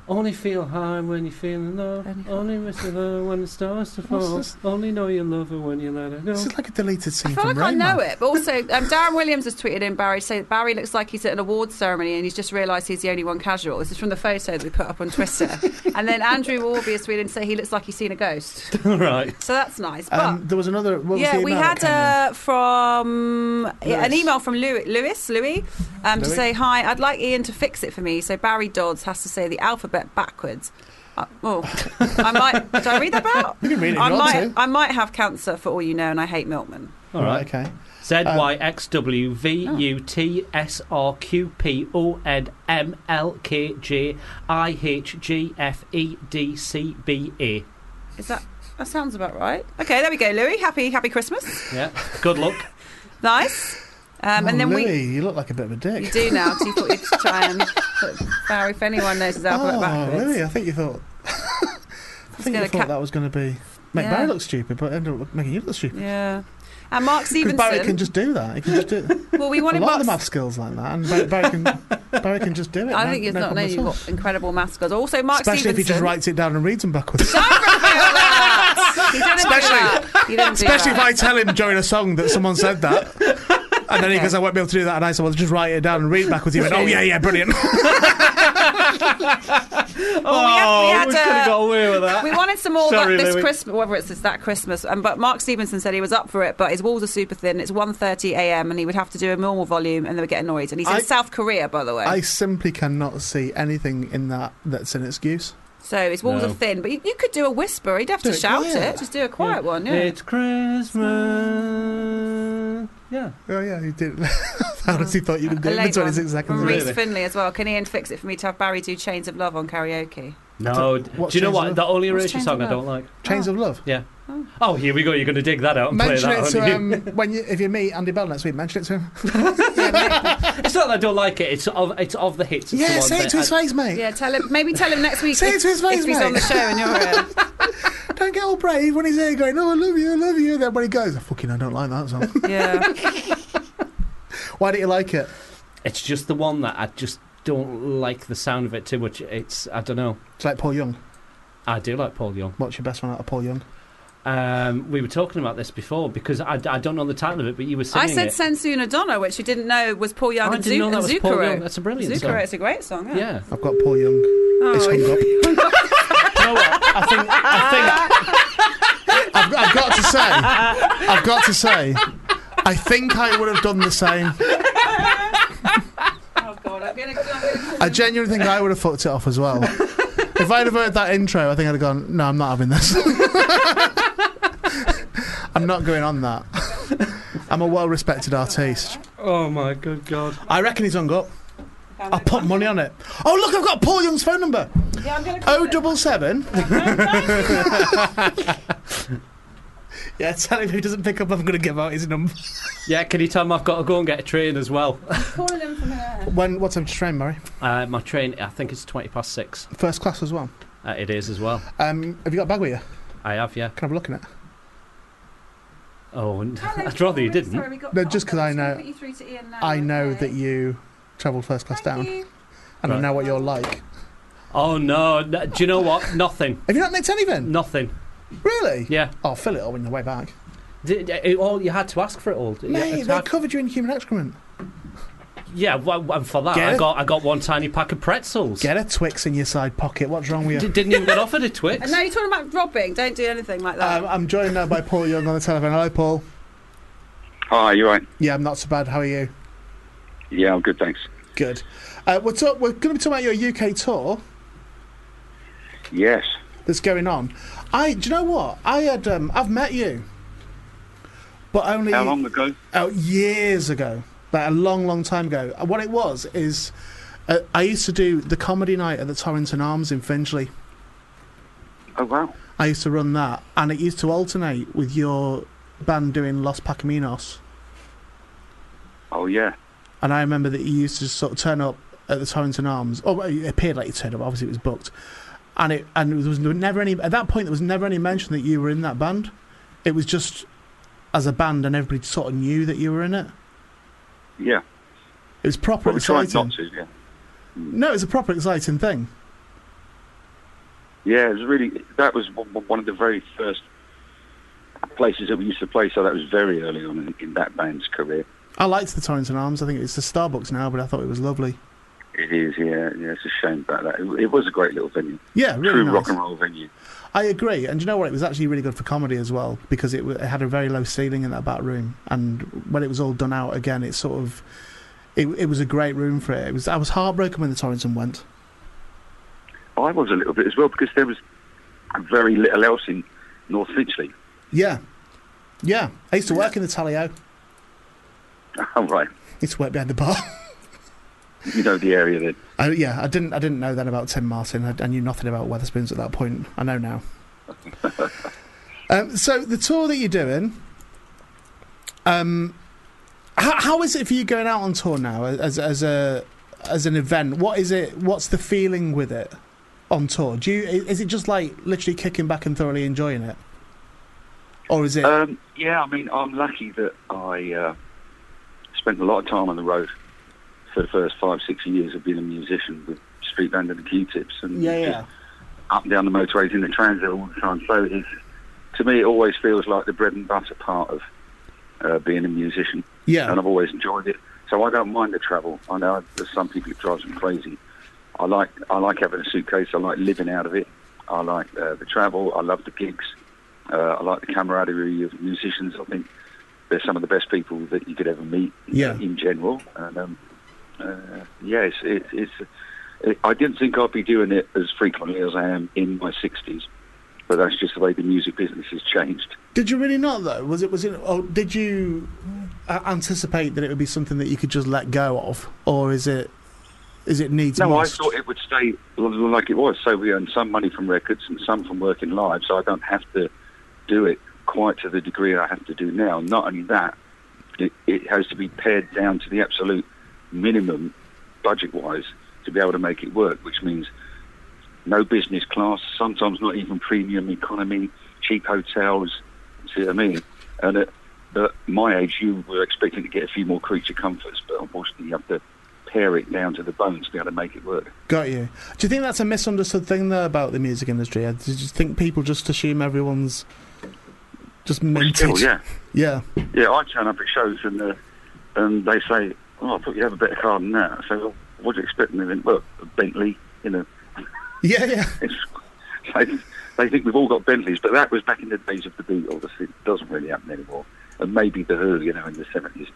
only feel high when you feel in love.
Oh,
Only miss her when the stars to
What's
fall.
this?
Only know you love her when you let her go.
This is like a deleted scene
I feel
from
like I
Rain
know
Man.
it, but also um, Darren Williams has tweeted in Barry to say that Barry looks like he's at an awards ceremony and he's just realised he's the only one casual. This is from the photo that we put up on Twitter. and then Andrew Warby has tweeted and say he looks like he's seen a ghost.
right.
So that's nice. But
Um, there was another. What was
yeah,
the
we
email
had
that came in?
uh, from yeah, an
Lewis.
email from Louis, Lewis, Louis, um, to
Louis.
say hi. I'd like Ian to fix it for me. So Barry Dodds has to say the alphabet backwards. Uh, oh, I might. Did I read that out?
You can read it if
I
you want to.
might. I might have cancer for all you know, and I hate milkmen.
All right.
Okay.
Z Y X W V U T S R Q P O N M L K J I H G F E D C B E. A.
Is that that sounds about right? Okay, there we go, Louis. Happy Happy Christmas.
Yeah. Good luck.
Nice. Um,
Oh,
and then
Louis,
we.
you look like a bit of a dick.
You do now. So you thought you'd try and but Barry. If anyone knows his alphabet
Oh,
backwards,
Louis, I think you thought. I think you
gonna
thought
ca-
that was going to be make
Yeah.
Barry look stupid, but ended up making you look stupid.
yeah. And Mark
Because
Stevenson.
Barry can just do that. He can just do.
well, we
a
wanted
lot
Mark
of the math skills like that, and Barry, Barry can Barry can just do it.
I
no-
think it's
no
not
problem
known
at
you've
all.
got incredible mascots. Also, Mark
Especially
Stevenson.
if he just writes it down and reads them backwards.
You didn't do that. You didn't do
Especially if
that.
I tell him during a song that someone said that. And then he goes, I won't be able to do that. And I said, Well, just write it down and read it backwards. He went, Oh, yeah, yeah, brilliant.
we had,
Oh, we could
uh,
have got away with that.
We wanted some more
Sorry,
that this
Louis.
Christmas, whether it's this, that Christmas. Um, but Mark Stevenson said he was up for it, but his walls are super thin. It's 1.30 a.m. and he would have to do a normal volume, and they would get annoyed. And he's
I-
in South Korea, by the way.
I simply cannot see anything in that that's an excuse.
so his walls
No.
are thin, but you, you could do a whisper. He'd have
Do
to
it
shout
quiet.
it. Just do a quiet one. Yeah.
It's Christmas. Yeah.
Oh, yeah, he did. I honestly thought you could do
Oh. A
it in
late
26
one.
seconds.
From Reese Finley as well. Can Ian fix it for me to have Barry do Chains of Love on karaoke?
No.
What's
Oh, d- do you know
Chains
what?
of
The
Love?
only
What's
Erasure
Chains
song
of
I don't
Love?
like.
Chains of Love.
Yeah. Oh, here we go. You're going to dig that out and
Mention
play
it
that.
to
aren't you?
um, when you, if you meet Andy Bell next week. Mention it to him.
it's not that I don't like it. It's of it's of the hits. It's the
Yeah,
ones
say it
that
to his
I-
face, mate.
Yeah, tell him. Maybe tell him next week
Say
if,
it to his face,
if he's on the
mate.
show and you're uh,
Don't get all brave when he's here going, "Oh, I love you, I love you." Then when he goes, "I fucking, I don't like that song."
Yeah.
Why do you like it?
It's just the one that I just don't like the sound of it too much. It's I don't know.
It's like Paul Young.
I do like Paul Young.
What's your best one out of Paul Young?
Um, we were talking about this before because I, I don't know the title of it, but you were
I
singing
said
it. Oh,
Sensu Nadonna, which you didn't know was Paul Young
I
and,
didn't
Zu-
know that
and
was
Zucchero.
Paul Young. That's a brilliant
Zucchero,
song.
it's a great song. Yeah.
yeah.
I've got Paul Young. It's
Oh,
hung up.
I think I
I've, I've got to say, I've got to say, I think I would have done the same.
oh God, I'm gonna, I'm gonna
I genuinely think I would have fucked it off as well. If I'd have heard that intro, I think I'd have gone, "No, I'm not having this. I'm not going on that." I'm a well-respected artiste.
think. Oh my good god.
I reckon he's hung up. I'll put money on it. Oh look, I've got Paul Young's phone number.
yeah, I'm
Oh,
gonna.
O double seven. Yeah, tell him who doesn't pick up. I'm going to give out his number.
Yeah. Can you tell him I've got to go and get a train as well?
calling him from there.
When what time to train, Murray?
Uh, my train. I think it's twenty past six.
First class as well.
Uh, it is as well.
Um, have you got a bag with you?
I have. Yeah.
Can I have a look at it?
Oh, and I'd rather you didn't.
Sorry, we got
No, just 'cause I know-
Put you through to Ian now.
I know that you travelled first class down, and I
Right.
know what you're like.
Oh no, no! Do you know what? Nothing.
Have you not nicked anything?
Nothing.
Really?
Yeah.
Oh, fill it up on the way back.
Did, it, all you had to ask for it all. Yeah,
Mate,
it's
they
hard-
covered you in human excrement.
yeah. Well, and for that,
Get
I
it?
got I got one tiny pack of pretzels.
Get a Twix in your side pocket. What's wrong with
D-
you?
didn't even get offered a
And
Twix.
now you're talking about robbing. Don't do anything like that.
Um,
Uh,
I'm joined now by Paul Young on the telephone. Hello, Paul.
Hi, you right?
Yeah, I'm not so bad. How are you?
Yeah, I'm good, thanks.
Good. Uh, we're talk- we're going to be talking about your UK tour.
Yes.
that's going on. I do you know what? I had um, I've met you, but only
How long ago?
Oh, years ago, like a long, long time ago. And What it was is, uh, I used to do the comedy night at the Torrington Arms in Finchley.
Oh wow.
I used to run that, and it used to alternate with your band doing Los Pacaminos.
Oh yeah.
And I remember that you used to sort of turn up at the Torrington Arms, or well, it appeared like you turned up. Obviously, it was booked, and it and there was never any at that point. There was never any mention that you were in that band. It was just as a band, and everybody sort of knew that you were in it.
yeah.
It was proper
But we tried
exciting.
not to, yeah. Hmm.
No, it was a proper exciting thing.
Yeah, it was really. That was one one of the very first places that we used to play. So that was very early on in, in that band's career.
I liked the Torrington Arms. I think it's the Starbucks now, but I thought it was lovely.
It is, yeah, yeah. It's a shame about that. It, it was a great little venue.
Yeah, really
true
nice.
rock and roll venue.
I agree, and do you know what? It was actually really good for comedy as well because it, w- it had a very low ceiling in that back room, and when it was all done out again, it sort of it, it was a great room for it. It was I was heartbroken when the Torrington went.
I was a little bit as well because there was very little else in North Finchley.
Yeah, yeah. I used to work in the Talio.
Oh right,
Used to work behind the bar.
you know the area then.
I, yeah, I didn't I didn't know that about Tim Martin. I, I knew nothing about Weatherspoons at that point. I know now. um, so the tour that you're doing, um, how, how is it for you going out on tour now as as a as an event? What is it? What's the feeling with it on tour? Do you is it just like literally kicking back and thoroughly enjoying it, or is it?
Um, yeah, I mean, I'm lucky that I uh, spent a lot of time on the road for the first five, six years of being a musician with Street Band and the Q-Tips and
yeah,
just
yeah.
up and down the motorways in the transit all the time. So it's, to me, it always feels like the bread and butter part of uh, being a musician.
Yeah.
And I've always enjoyed it. So I don't mind the travel. I know there's some people it drives them crazy. I like I like having a suitcase. I like living out of it. I like uh, the travel. I love the gigs. Uh, I like the camaraderie of musicians. I think they're some of the best people that you could ever meet
Yeah.
in general. And um, uh, yes, it, it's. It, I didn't think I'd be doing it as frequently as I am in my sixties, but that's just the way the music business has changed.
Did you really not though? Was it was it? Or did you uh, anticipate that it would be something that you could just let go of, or is it is it needs
no,
must?
I thought it would stay l- l- like it was. So we earn some money from records and some from working live, so I don't have to do it quite to the degree I have to do now. Not only that, it, it has to be pared down to the absolute minimum budget wise to be able to make it work, which means no business class, sometimes not even premium economy, cheap hotels. See what I mean? And at, at my age, you were expecting to get a few more creature comforts, but unfortunately, you have to pare it down to the bones to be able to make it work.
Got you. Do you think that's a misunderstood thing though about the music industry? Uh, Do you think people just assume everyone's just minted?
Still, yeah,
Yeah.
yeah. I turn up at shows and uh, and they say, "Oh, I thought you had a better car than that." I say, well, "What do you expect?" And they think, "Well, a Bentley, you know."
Yeah, yeah.
It's, they, they think we've all got Bentleys, but that was back in the days of the Beatles. It doesn't really happen anymore. And maybe the Who, you know, in the seventies.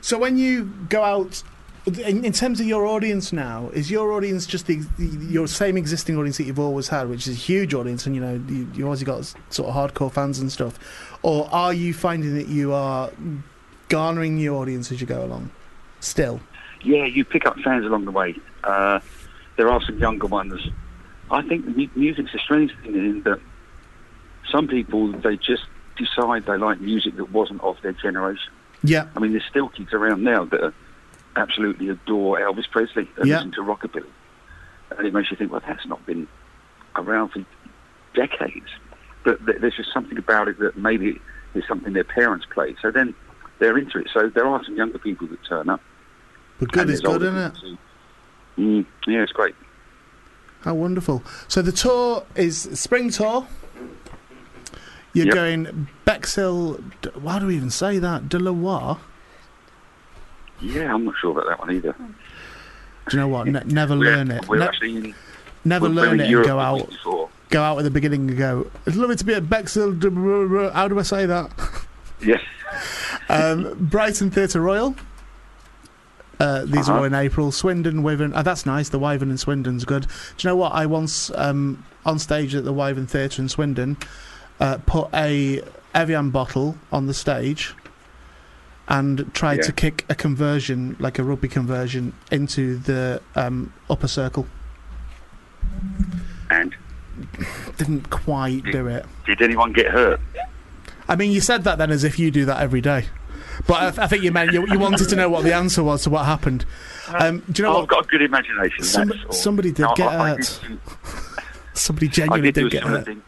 So when you go out, in, in terms of your audience now, is your audience just the, the your same existing audience that you've always had, which is a huge audience, and you know you, you obviously got s- sort of hardcore fans and stuff, or are you finding that you are garnering new audience as you go along? Still,
yeah, you pick up fans along the way. Uh, there are some younger ones. I think mu- music's a strange thing in that some people they just decide they like music that wasn't of their generation.
yeah,
I mean, there's still kids around now that are absolutely adore Elvis Presley and
Yeah.
listen to rockabilly, and it makes you think, well, that's not been around for decades. But th- there's just something about it that maybe is something their parents played, so then they're into it. So there are some younger people that turn up.
but good
And
is
there's
good,
older
isn't it?
Mm, yeah, it's great.
How wonderful! So the tour is spring tour. You're
Yep.
going Bexhill. D- Why do we even say that? Delaware.
Yeah, I'm not sure about that one either.
Do you know what? Ne- never learn it.
We're
Ne-
actually in.
never
we're- we're
learn
in
it and
Europe
go
the
out.
week before.
Go out at the beginning and go. It's lovely to be at Bexhill. d- br- br- How do I say that?
Yes.
Um, Brighton Theatre Royal. Uh, these
Uh-huh.
are all in April. Swindon, Wyvern. Oh, that's nice. The Wyvern in Swindon's good. Do you know what? I once, um, on stage at the Wyvern Theatre in Swindon, uh, put a Evian bottle on the stage and tried
Yeah.
to kick a conversion, like a rugby conversion, into the um, upper circle.
And
Didn't quite do it.
did anyone get hurt?
I mean, you said that then as if you do that every day. But I, I think you meant you, you wanted to know what the answer was to what happened. Um, do you know
Oh,
what?
I've got a good imagination.
Some-
that's all.
somebody did
No,
get
I- I
hurt.
did do-
Somebody
I
genuinely
did
did,
do a
get
similar
hurt.
thing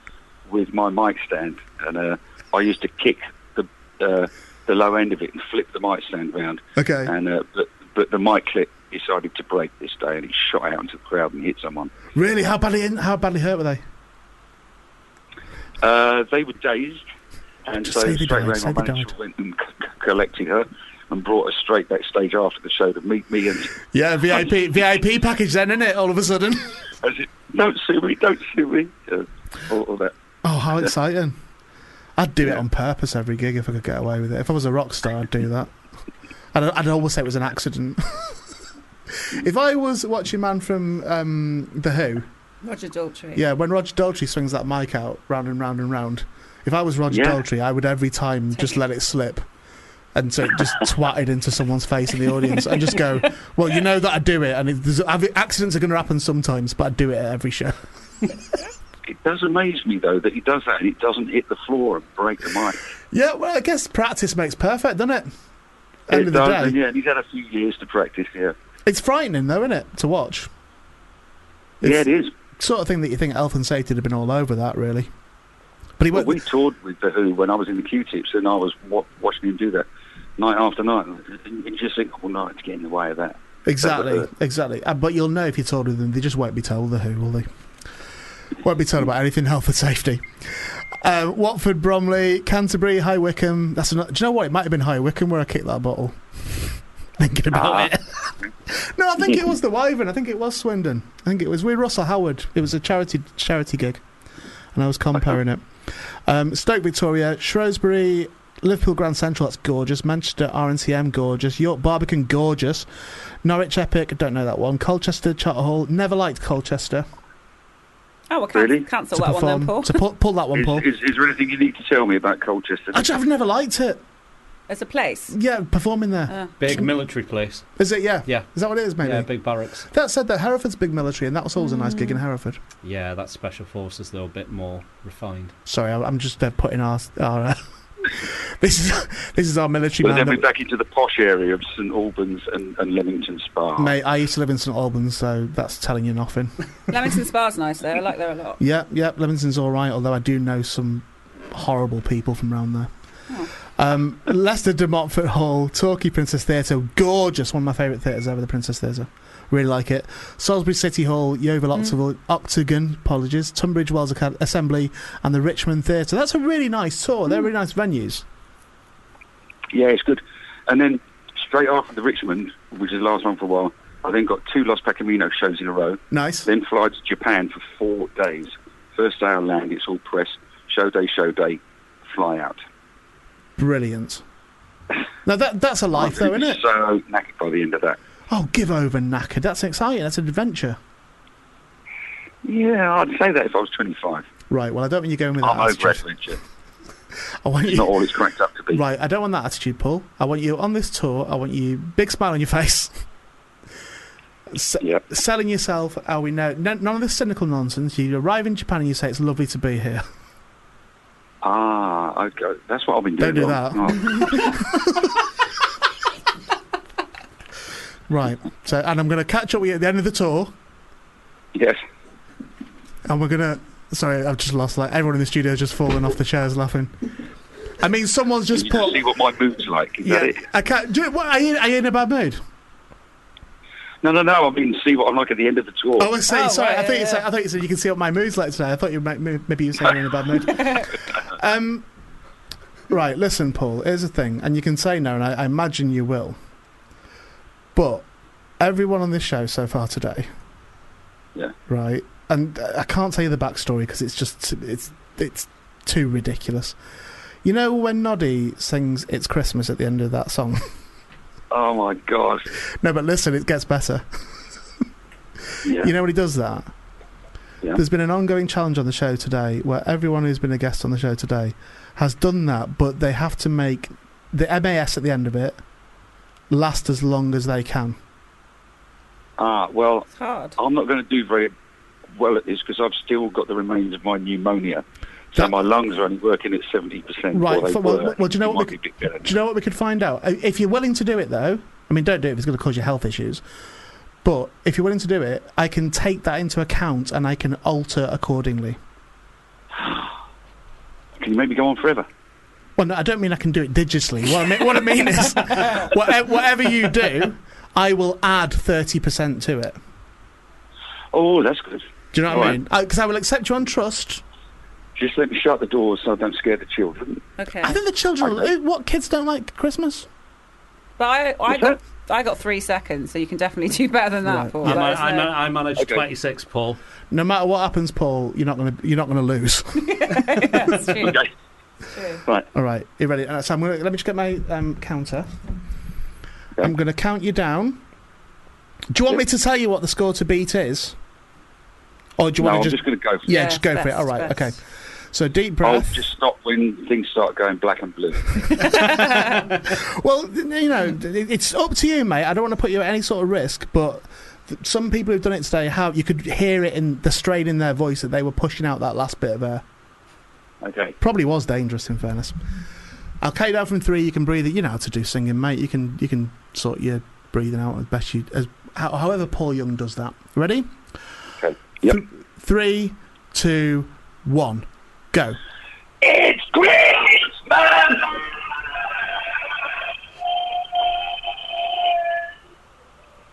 with my mic stand, and uh, I used to kick the uh, the low end of it and flipped the mic stand round.
Okay.
And uh, but, but the mic clip decided to break this day, and it shot out into the crowd and hit someone.
Really? How badly? How badly hurt were they?
Uh, they were dazed, and
Just
so
say they
straight
died,
away
say
my
they
manager went and c- c- collected her and brought her straight backstage after the show to meet me and.
Yeah, VIP VIP package then, isn't it? All of a sudden.
As it, don't sue me, don't sue me. Uh, all, all that.
Oh, how exciting! I'd do it on purpose every gig if I could get away with it. If I was a rock star, I'd do that. I'd, I'd always say it was an accident. if I was watching man from um, the Who,
Roger Daltrey.
yeah, when Roger Daltrey swings that mic out round and round and round, if I was Roger
Yeah.
Daltrey, I would every time just let it slip. And so it just twatted into someone's face in the audience, and just go, "Well, you know that I do it, and it, there's, accidents are going to happen sometimes, but I do it at every show."
It does amaze me though that he does that and it doesn't hit the floor and break the mic.
Yeah, well, I guess practice makes perfect, doesn't it? End
it
of the
does,
day.
and yeah, and he's had a few years to practice. Yeah,
It's frightening, though, isn't it, to watch?
yeah, it is.
Sort of thing that you think Elf and Safety would have been all over that, really. But he
Well, we toured with the Who when I was in the Q-tips, and I was wa- watching him do that night after night, and you just think, "Oh no, it's getting in the way of that."
Exactly, exactly. Uh, but you'll know if you're told with them, they just won't be told the who, will they? Won't be told about anything health and safety. Uh, Watford, Bromley, Canterbury, High Wycombe. That's another, do you know what? It might have been High Wycombe where I kicked that bottle. Thinking about it. no, I think it was the Wyvern. I think it was Swindon. I think it was with Russell Howard. It was a charity charity gig, and I was comparing it. Um, Stoke Victoria, Shrewsbury, Liverpool Grand Central. That's gorgeous. Manchester RNCM, gorgeous. York Barbican, gorgeous. Norwich Epic. Don't know that one. Colchester Charterhall. Never liked Colchester.
Oh, well, can-
Really?
cancel
To
that one
perform-
then, Paul.
to pull- pull that one,
is,
Paul.
Is, is there anything you need to tell me about Colchester?
Actually, I've never liked it.
As a place. Uh,
Yeah, performing there.
Big military place.
Is it? Yeah.
Yeah.
Is that what it is? Maybe.
Yeah, big barracks.
That said, that Hereford's big military, and that was always a nice gig in Hereford.
Yeah, that's special forces though, a bit more refined.
Sorry, I- I'm just uh, putting our our. Uh, this is this is our military
Well,
man.
then we're
that-
back into the posh area of St Albans and, and Leamington Spa.
Mate, I used to live in St Albans, so that's telling you nothing.
Leamington Spa's nice though. I like there a lot.
yep, yep, Leamington's all right, although I do know some horrible people from around there. Um, Leicester de Montfort Hall, Torquay Princess Theatre, gorgeous, one of my favourite theatres ever, the Princess Theatre. Really like it. Salisbury City Hall, Yeovil Octagon, Octagon, apologies, Tunbridge Wells Acad- Assembly, and the Richmond Theatre. That's a really nice tour. They're really nice venues.
Yeah, it's good. And then straight after the Richmond, which is the last one for a while, I then got two Los Pacamino shows in a row.
Nice.
Then fly to Japan for four days. First day I land, it's all press. Show day, show day, fly out.
Brilliant. Now, that, that's a life, though, isn't it?
So knackered by the end of that.
Oh, give over, knackered. That's exciting. That's an adventure.
Yeah, I'd say that if I was 25.
Right. Well, I don't want you going with that
I'm over
attitude.
adventure.
I want
It's
you.
not all it's cracked up to be.
Right. I don't want that attitude, Paul. I want you on this tour. I want you big smile on your face. S- Selling yourself. How we know no, none of this cynical nonsense. You arrive in Japan and you say it's lovely to be here.
Ah, okay. That's what I've been doing.
Don't do
wrong. Oh.
Right. So, and I'm going to catch up with you at the end of the tour,
Oh, yes.
and we're going to. Sorry, I've just lost. Like everyone in the studio is just falling off the chairs laughing. I mean, someone's just
You
put.
can see what my mood's like. Is that it?
I can't. Do, you- what, are, you, are you in a bad mood?
No, no, no. I mean, see what I'm like at the end of the tour.
Oh, I see. sorry, I thought you said. I thought you said you can see what my mood's like today. I thought you might, maybe you were saying I'm in a bad mood. um, right. Listen, Paul. Here's the thing, and you can say no, and I, I imagine you will. But everyone on this show so far today,
Yeah.
right? And uh, I can't tell you the backstory because it's just it's it's too ridiculous. You know when Noddy sings "It's Christmas" at the end of that song.
Oh my god.
No, but listen, it gets better.
Yeah.
You know when he does that?
Yeah.
There's been an ongoing challenge on the show today where everyone who's been a guest on the show today has done that, but they have to make the MAS at the end of it last as long as they can.
Ah, well, I'm not going to do very well at this because I've still got the remains of my pneumonia. So my lungs are only working at 70%.
Right.
Or they
f- well,
were.
well, do you know
It
what
might
we
be a
could,
bit
do
better.
you know what we could find out? I- If you're willing to do it, though, I mean, don't do it if it's going to cause you health issues. But if you're willing to do it, I can take that into account and I can alter accordingly.
Can you make me go on forever?
Well, no, I don't mean I can do it digitally. What I mean, what I mean is, whatever, whatever you do, I will add thirty percent to it.
Oh, that's good.
Do you know what
All
I
right.
mean? Because I will accept you on trust.
Just let me shut the door so I don't scare the children.
Okay.
I think the children. eh, What kids don't like Christmas?
But I, I got, I got three seconds, so you can definitely do better than that,
Right.
Paul.
I,
Let
man-
us
I,
know.
man- I managed 26, Paul.
No matter what happens, Paul, you're not gonna you're not gonna lose.
Right.
All right. You ready? Uh, So I'm gonna let me just get my um, counter. I'm gonna count you down. Do you want me to tell you what the score to beat is, or do you
No,
want
I'm
to
just gonna go for
yeah,
it.
just go for it.
Best,
All right.
best.
Okay. So deep
I'll
breath.
just stop when things start going black and blue.
Well, you know, it's up to you, mate. I don't want to put you at any sort of risk, but th- some people who've done it today have. You could hear it in the strain in their voice that they were pushing out that last bit of air.
Okay.
Probably was dangerous, in fairness. I'll count down from three. You can breathe it. You know how to do singing, mate. You can you can sort your breathing out as best you as how, however Paul Young does that. Ready?
Okay. Yep.
Th- three, two, one, go.
It's Christmas!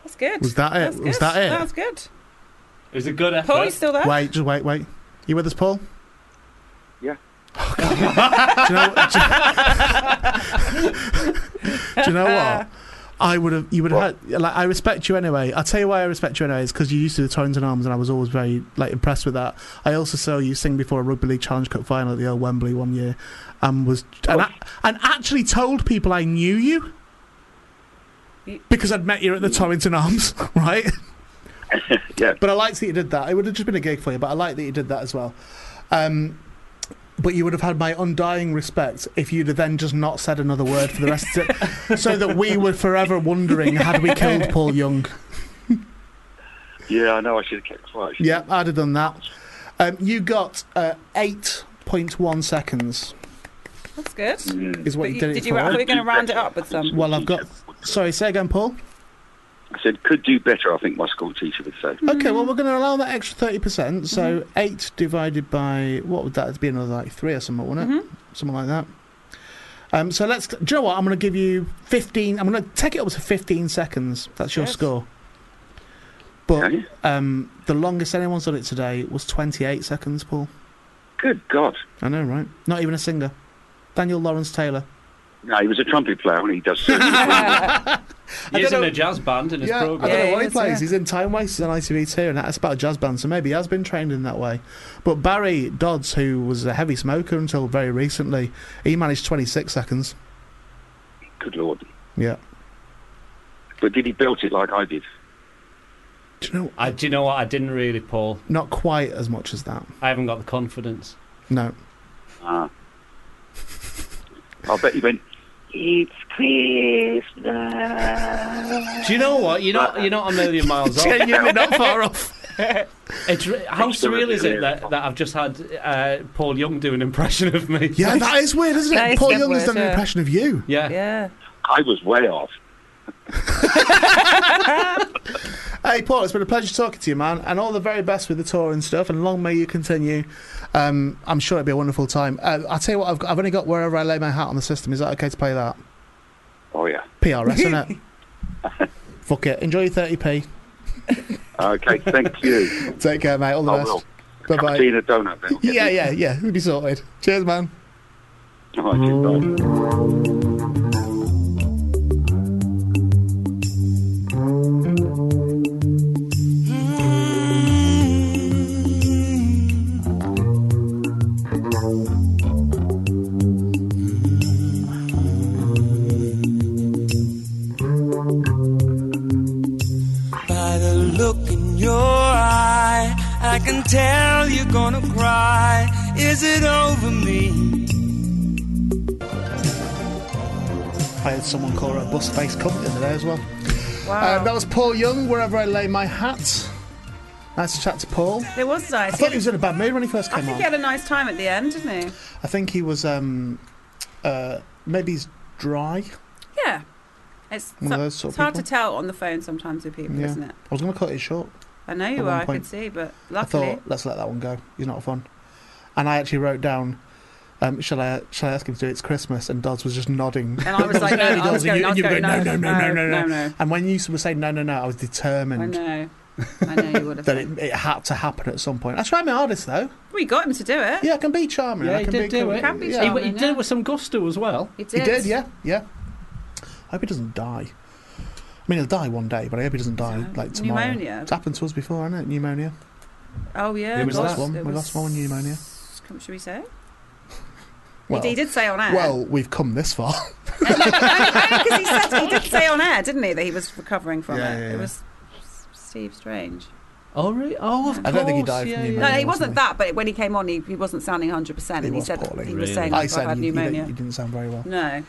That's good.
Was that it?
That's
Was
good.
that it? Uh,
That was good.
Is it good
Paul, you still there?
Wait, just wait, wait. You with us, Paul?
Yeah.
do, you know, do, do you know what? I would have. You would have. Had, like, I respect you anyway. I'll tell you why I respect you anyway. Is because you used to the Torrington Arms, and I was always very like impressed with that. I also saw you sing before a Rugby League Challenge Cup final at the old Wembley one year, and was and, a- and actually told people I knew you because I'd met you at the Torrington Arms, right?
yeah.
But I liked that you did that. It would have just been a gig for you, but I liked that you did that as well. Um, but you would have had my undying respect if you'd have then just not said another word for the rest of it, so that we were forever wondering had we killed Paul Young.
Yeah, I know I should have kept quiet. shouldn't
Yeah, I'd have done that. Um, you got uh, eight point one seconds.
That's good.
Mm.
Is what
But
you did it
Did you?
for.
Are we going to round it up with some?
Well, I've got. Sorry, say again, Paul.
I? I said, could do better, I think my school teacher would say.
Okay, well, we're going to allow that extra thirty percent. So eight divided by what would that be? Another like three or something, wouldn't it? Something like that. Um, so let's. Do you know what? I'm going to give you fifteen. I'm going to take it up to fifteen seconds. That's your
Yes.
score. But um, the longest anyone's done it today was 28 seconds, Paul.
Good God.
I know, right? Not even a singer. Daniel Lawrence Taylor.
No, he was a trumpet player and he does. surgery.
He is
don't
in
know-
a jazz band in his
Yeah, I
programme.
don't know what he plays. He's in Time Wasters and ITV2, and that's about a jazz band, so maybe he has been trained in that way. But Barry Dodds, who was a heavy smoker until very recently, he managed 26 seconds.
Good Lord.
Yeah.
But did he belt it like I did?
Do you know?
I, do you know what? I didn't really, Paul.
Not quite as much as that.
I haven't got the confidence.
No.
Ah. I bet he went, It's Christmas.
Do you know what? You're not. You're not a million miles off.
Genuinely not far off.
It's re- how surreal is it that, that I've just had uh, Paul Young do an impression of me?
Yeah, that is weird, isn't
That
it?
is
Paul
dead
Young has
weird,
done an
yeah.
impression of you.
Yeah.
Yeah.
I was way off.
Hey, Paul, it's been a pleasure talking to you, man, and all the very best with the tour and stuff, and long may you continue. Um, I'm sure it'll be a wonderful time. Uh, I'll tell you what, I've, got, I've only got wherever I lay my hat on the system. Is that okay to play that?
Oh, yeah.
PRS, isn't it? Fuck it. Enjoy your 30p.
Okay, thank you.
Take care, mate. All the
I
best.
will.
Bye
Cup of
bye.
tea and a donut. that'll get
Yeah,
me.
yeah, yeah. We'll be sorted. Cheers, man.
All right, goodbye.
By the look in your eye, I can tell you're gonna cry. Is it over me?
I had someone call her a bus face company the other day as well.
Wow.
Uh, that was Paul Young, Wherever I Lay My Hat. Nice to chat to Paul.
It was
I
nice.
thought he was in a bad mood when he first
I
came
think
on.
he had a nice time at the end, didn't he?
I think he was um, uh, maybe he's dry.
Yeah. It's,
One of those sort of
it's hard to
people.
tell on the phone sometimes with people,
Yeah.
isn't it?
I was going to cut it short.
I know
At
you
one
are. I
point,
could see, but
I
luckily,
thought let's let that one go. He's not fun. And I actually wrote down um, shall I shall I ask him to do it? It's Christmas, and Dodds was just nodding.
And I was like, no, I was
and you,
going,
and
I was
you were going,
going, no,
no, no, no,
no,
no,
no,
no.
no.
And when you were saying no, no, no, I was
I
determined
know. I know you would have.
that it, it had to happen at some point. I tried my hardest though.
We got him to do it.
Yeah, I can be charming.
Yeah,
I
he
can
did
be
do
cool.
it. Can be
Yeah.
charming, He- he did yeah. it
with some gusto as well.
He
He
did.
did, yeah, yeah. I hope he doesn't die. I mean, he'll die one day, but I hope he doesn't die like tomorrow.
Pneumonia.
It's happened to us before, hasn't it? Pneumonia.
Oh yeah.
we
God,
lost one.
it
We lost one with pneumonia.
Come- Should we say?
Well,
he, he did say on air.
Well, we've come this far.
because he said he did say on air, didn't he, that he was recovering from
Yeah,
it.
yeah,
It
yeah.
was S- Steve Strange.
Oh really? Oh, of
I don't think he died from pneumonia.
No, he wasn't that. But when he came on, he, he wasn't sounding 100. percent And he,
was
said
poorly.
he was saying
I
"I've
said
had
he, he didn't-
pneumonia.
he didn't sound very well.
no,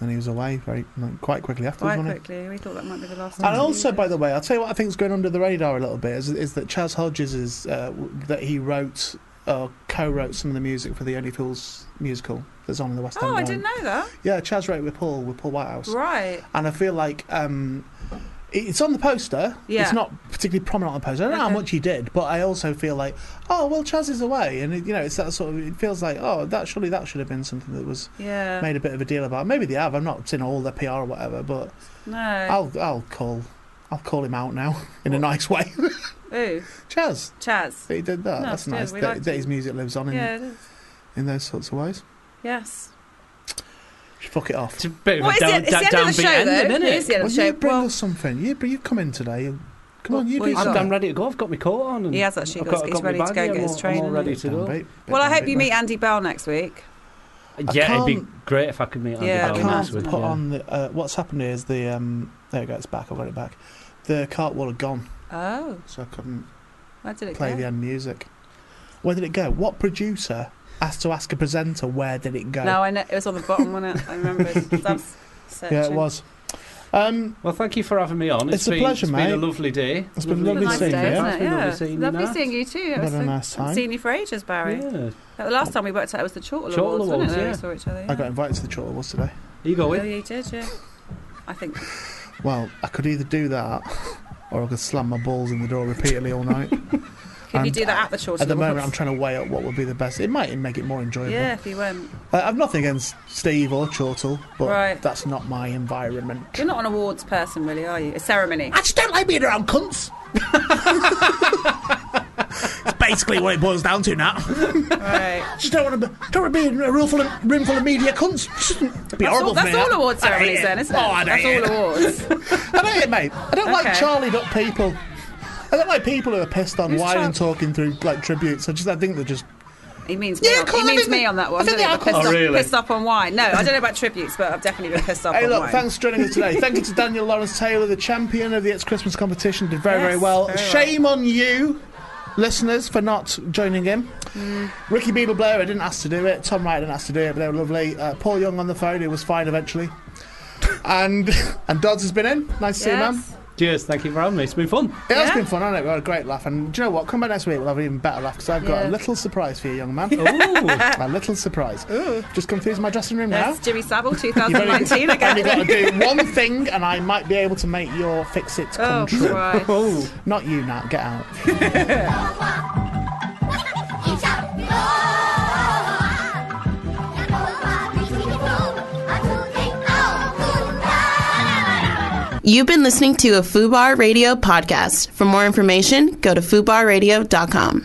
And he was away very like, quite quickly afterwards.
quite
wasn't he?
quickly. We thought that might be the last. time.
And also, by the way, I'll tell you what I think is going under the radar a little bit is, is that Chaz Hodges is uh, w- that he wrote or co-wrote some of the music for the Only Fools musical that's on in the West End.
oh, I
Line.
didn't know that.
Yeah, Chaz wrote it with Paul with Paul Whitehouse.
Right.
And I feel like um, it- it's on the poster.
Yeah.
It's not particularly prominent on the poster. I don't know how
Okay.
much he did, but I also feel like, oh well, Chaz is away, and it, you know, it's that sort of. It feels like, oh, that surely that should have been something that was
Yeah.
made a bit of a deal about. Maybe they have. I'm not seeing all the PR or whatever, but
No.
I'll I'll call I'll call him out now in a nice way.
Ooh.
Chaz.
Chaz.
that he did that.
No,
That's
it's good.
nice.
We
That,
liked
that
it.
his music lives on in
Yeah. It is.
in those sorts of ways.
Yes.
Fuck it off. It's a
bit of Well, a it's the- down- it's the end of the downbeat show, ending, though. innit? It is the end
well,
of the
you
show.
bring
Well-
us something. You, but you've come in today. You- Come on, you
Well,
do
I'm,
something.
I'm ready to go. I've got my coat on. And
He has actually
I've
got- he's
my
ready to
bag
go
here.
get
I'm
his
all-
train,
I'm all
isn't
ready
he?
to go.
Well, I hope you meet Andy Bell next week.
Yeah, it'd be
can't-
great if I could meet Andy
Yeah,
yeah,
it'd
I
be
Balmas
can't
with
put
you.
on the. Uh, what's happened is the. Um, there it goes. It's back. I got it back. The cartwheel had gone,
Oh,
so I couldn't
where did it
play
go?
the end music. Where did it go? What producer asked to ask a presenter where did it go?
No, I know it was on the bottom, wasn't it? I remember. I was searching.
yeah, it was. Um,
well, thank you for having me on.
It's a
been,
pleasure,
it's
mate.
been a lovely day.
It's been lovely
nice
seeing
day,
you.
isn't
It's
it?
been lovely
Yeah.
seeing you
Lovely
now.
seeing you too.
What
It was
a
so-
nice
I've
time.
seen you for ages, Barry.
Yeah.
The last time we worked out it was the Chortle,
Chortle
Awards,
Awards,
wasn't it?
yeah.
We saw each other.
I got invited to the Chortle Awards today.
You eh?
Oh,
going?
you did, yeah. I think.
Well, I could either do that or I could slam my balls in the door repeatedly all night.
Could you
And
do that at the Chortle
At the moment, I'm
Awards?
trying to weigh up what would be the best. It might make it more enjoyable.
Yeah, if you went.
I- I've nothing against Steve or Chortle, but
Right.
that's not my environment.
You're not an awards person, really, are you? A ceremony. I
just don't like being around cunts. It's basically what it boils down to now.
Right.
Just don't want to be, don't want to be in a room full of, room full of media cunts. It'd be
that's
horrible
all,
for
that's
me,
all
that.
awards
I hate
ceremonies,
it.
then, isn't it?
Oh, I
that's
hate it.
all awards.
I don't it, mate. I don't like
Okay.
Charlie up people. I don't like people who are pissed on
Who's
why and
Char-
talking through like tributes. I just I think they're just
He means
Yeah,
me. on,
call
he
him,
means
isn't
me
it?
on that
I
one.
think
doesn't
they
he? The
are
pissed,
called-
off,
Oh, really?
pissed off on wine. No, I don't know about tributes, but I've definitely been pissed off
Hey,
on
look,
wine.
thanks for joining us today. Thank you to Daniel Lawrence Taylor, the champion of the It's Christmas competition. Did very, very
Yes,
well.
very well.
Shame on you, listeners, for not joining him.
Mm.
Ricky Beadle Blair, I didn't ask to do it. Tom Wright didn't ask to do it, but they were lovely. Uh, Paul Young on the phone, who was fine eventually. And and Dodds has been in. Nice to see you, man.
Cheers. Thank you for having me. It's been fun.
It has been fun, hasn't it? We had a great laugh. And do you know what? Come back next week, we'll have an even better laugh because I've got a
Yeah.
little surprise for you, young man. a little surprise. Just come through to my dressing room now.
That's Jimmy Savile,
You've only,
2019
only got to
again.
do one thing, and I might be able to make your fix it come
Oh,
true.
Christ. Oh.
Not you, Nat. Get out.
You've been listening to a FUBAR Radio podcast. For more information, go to fubarradio.com.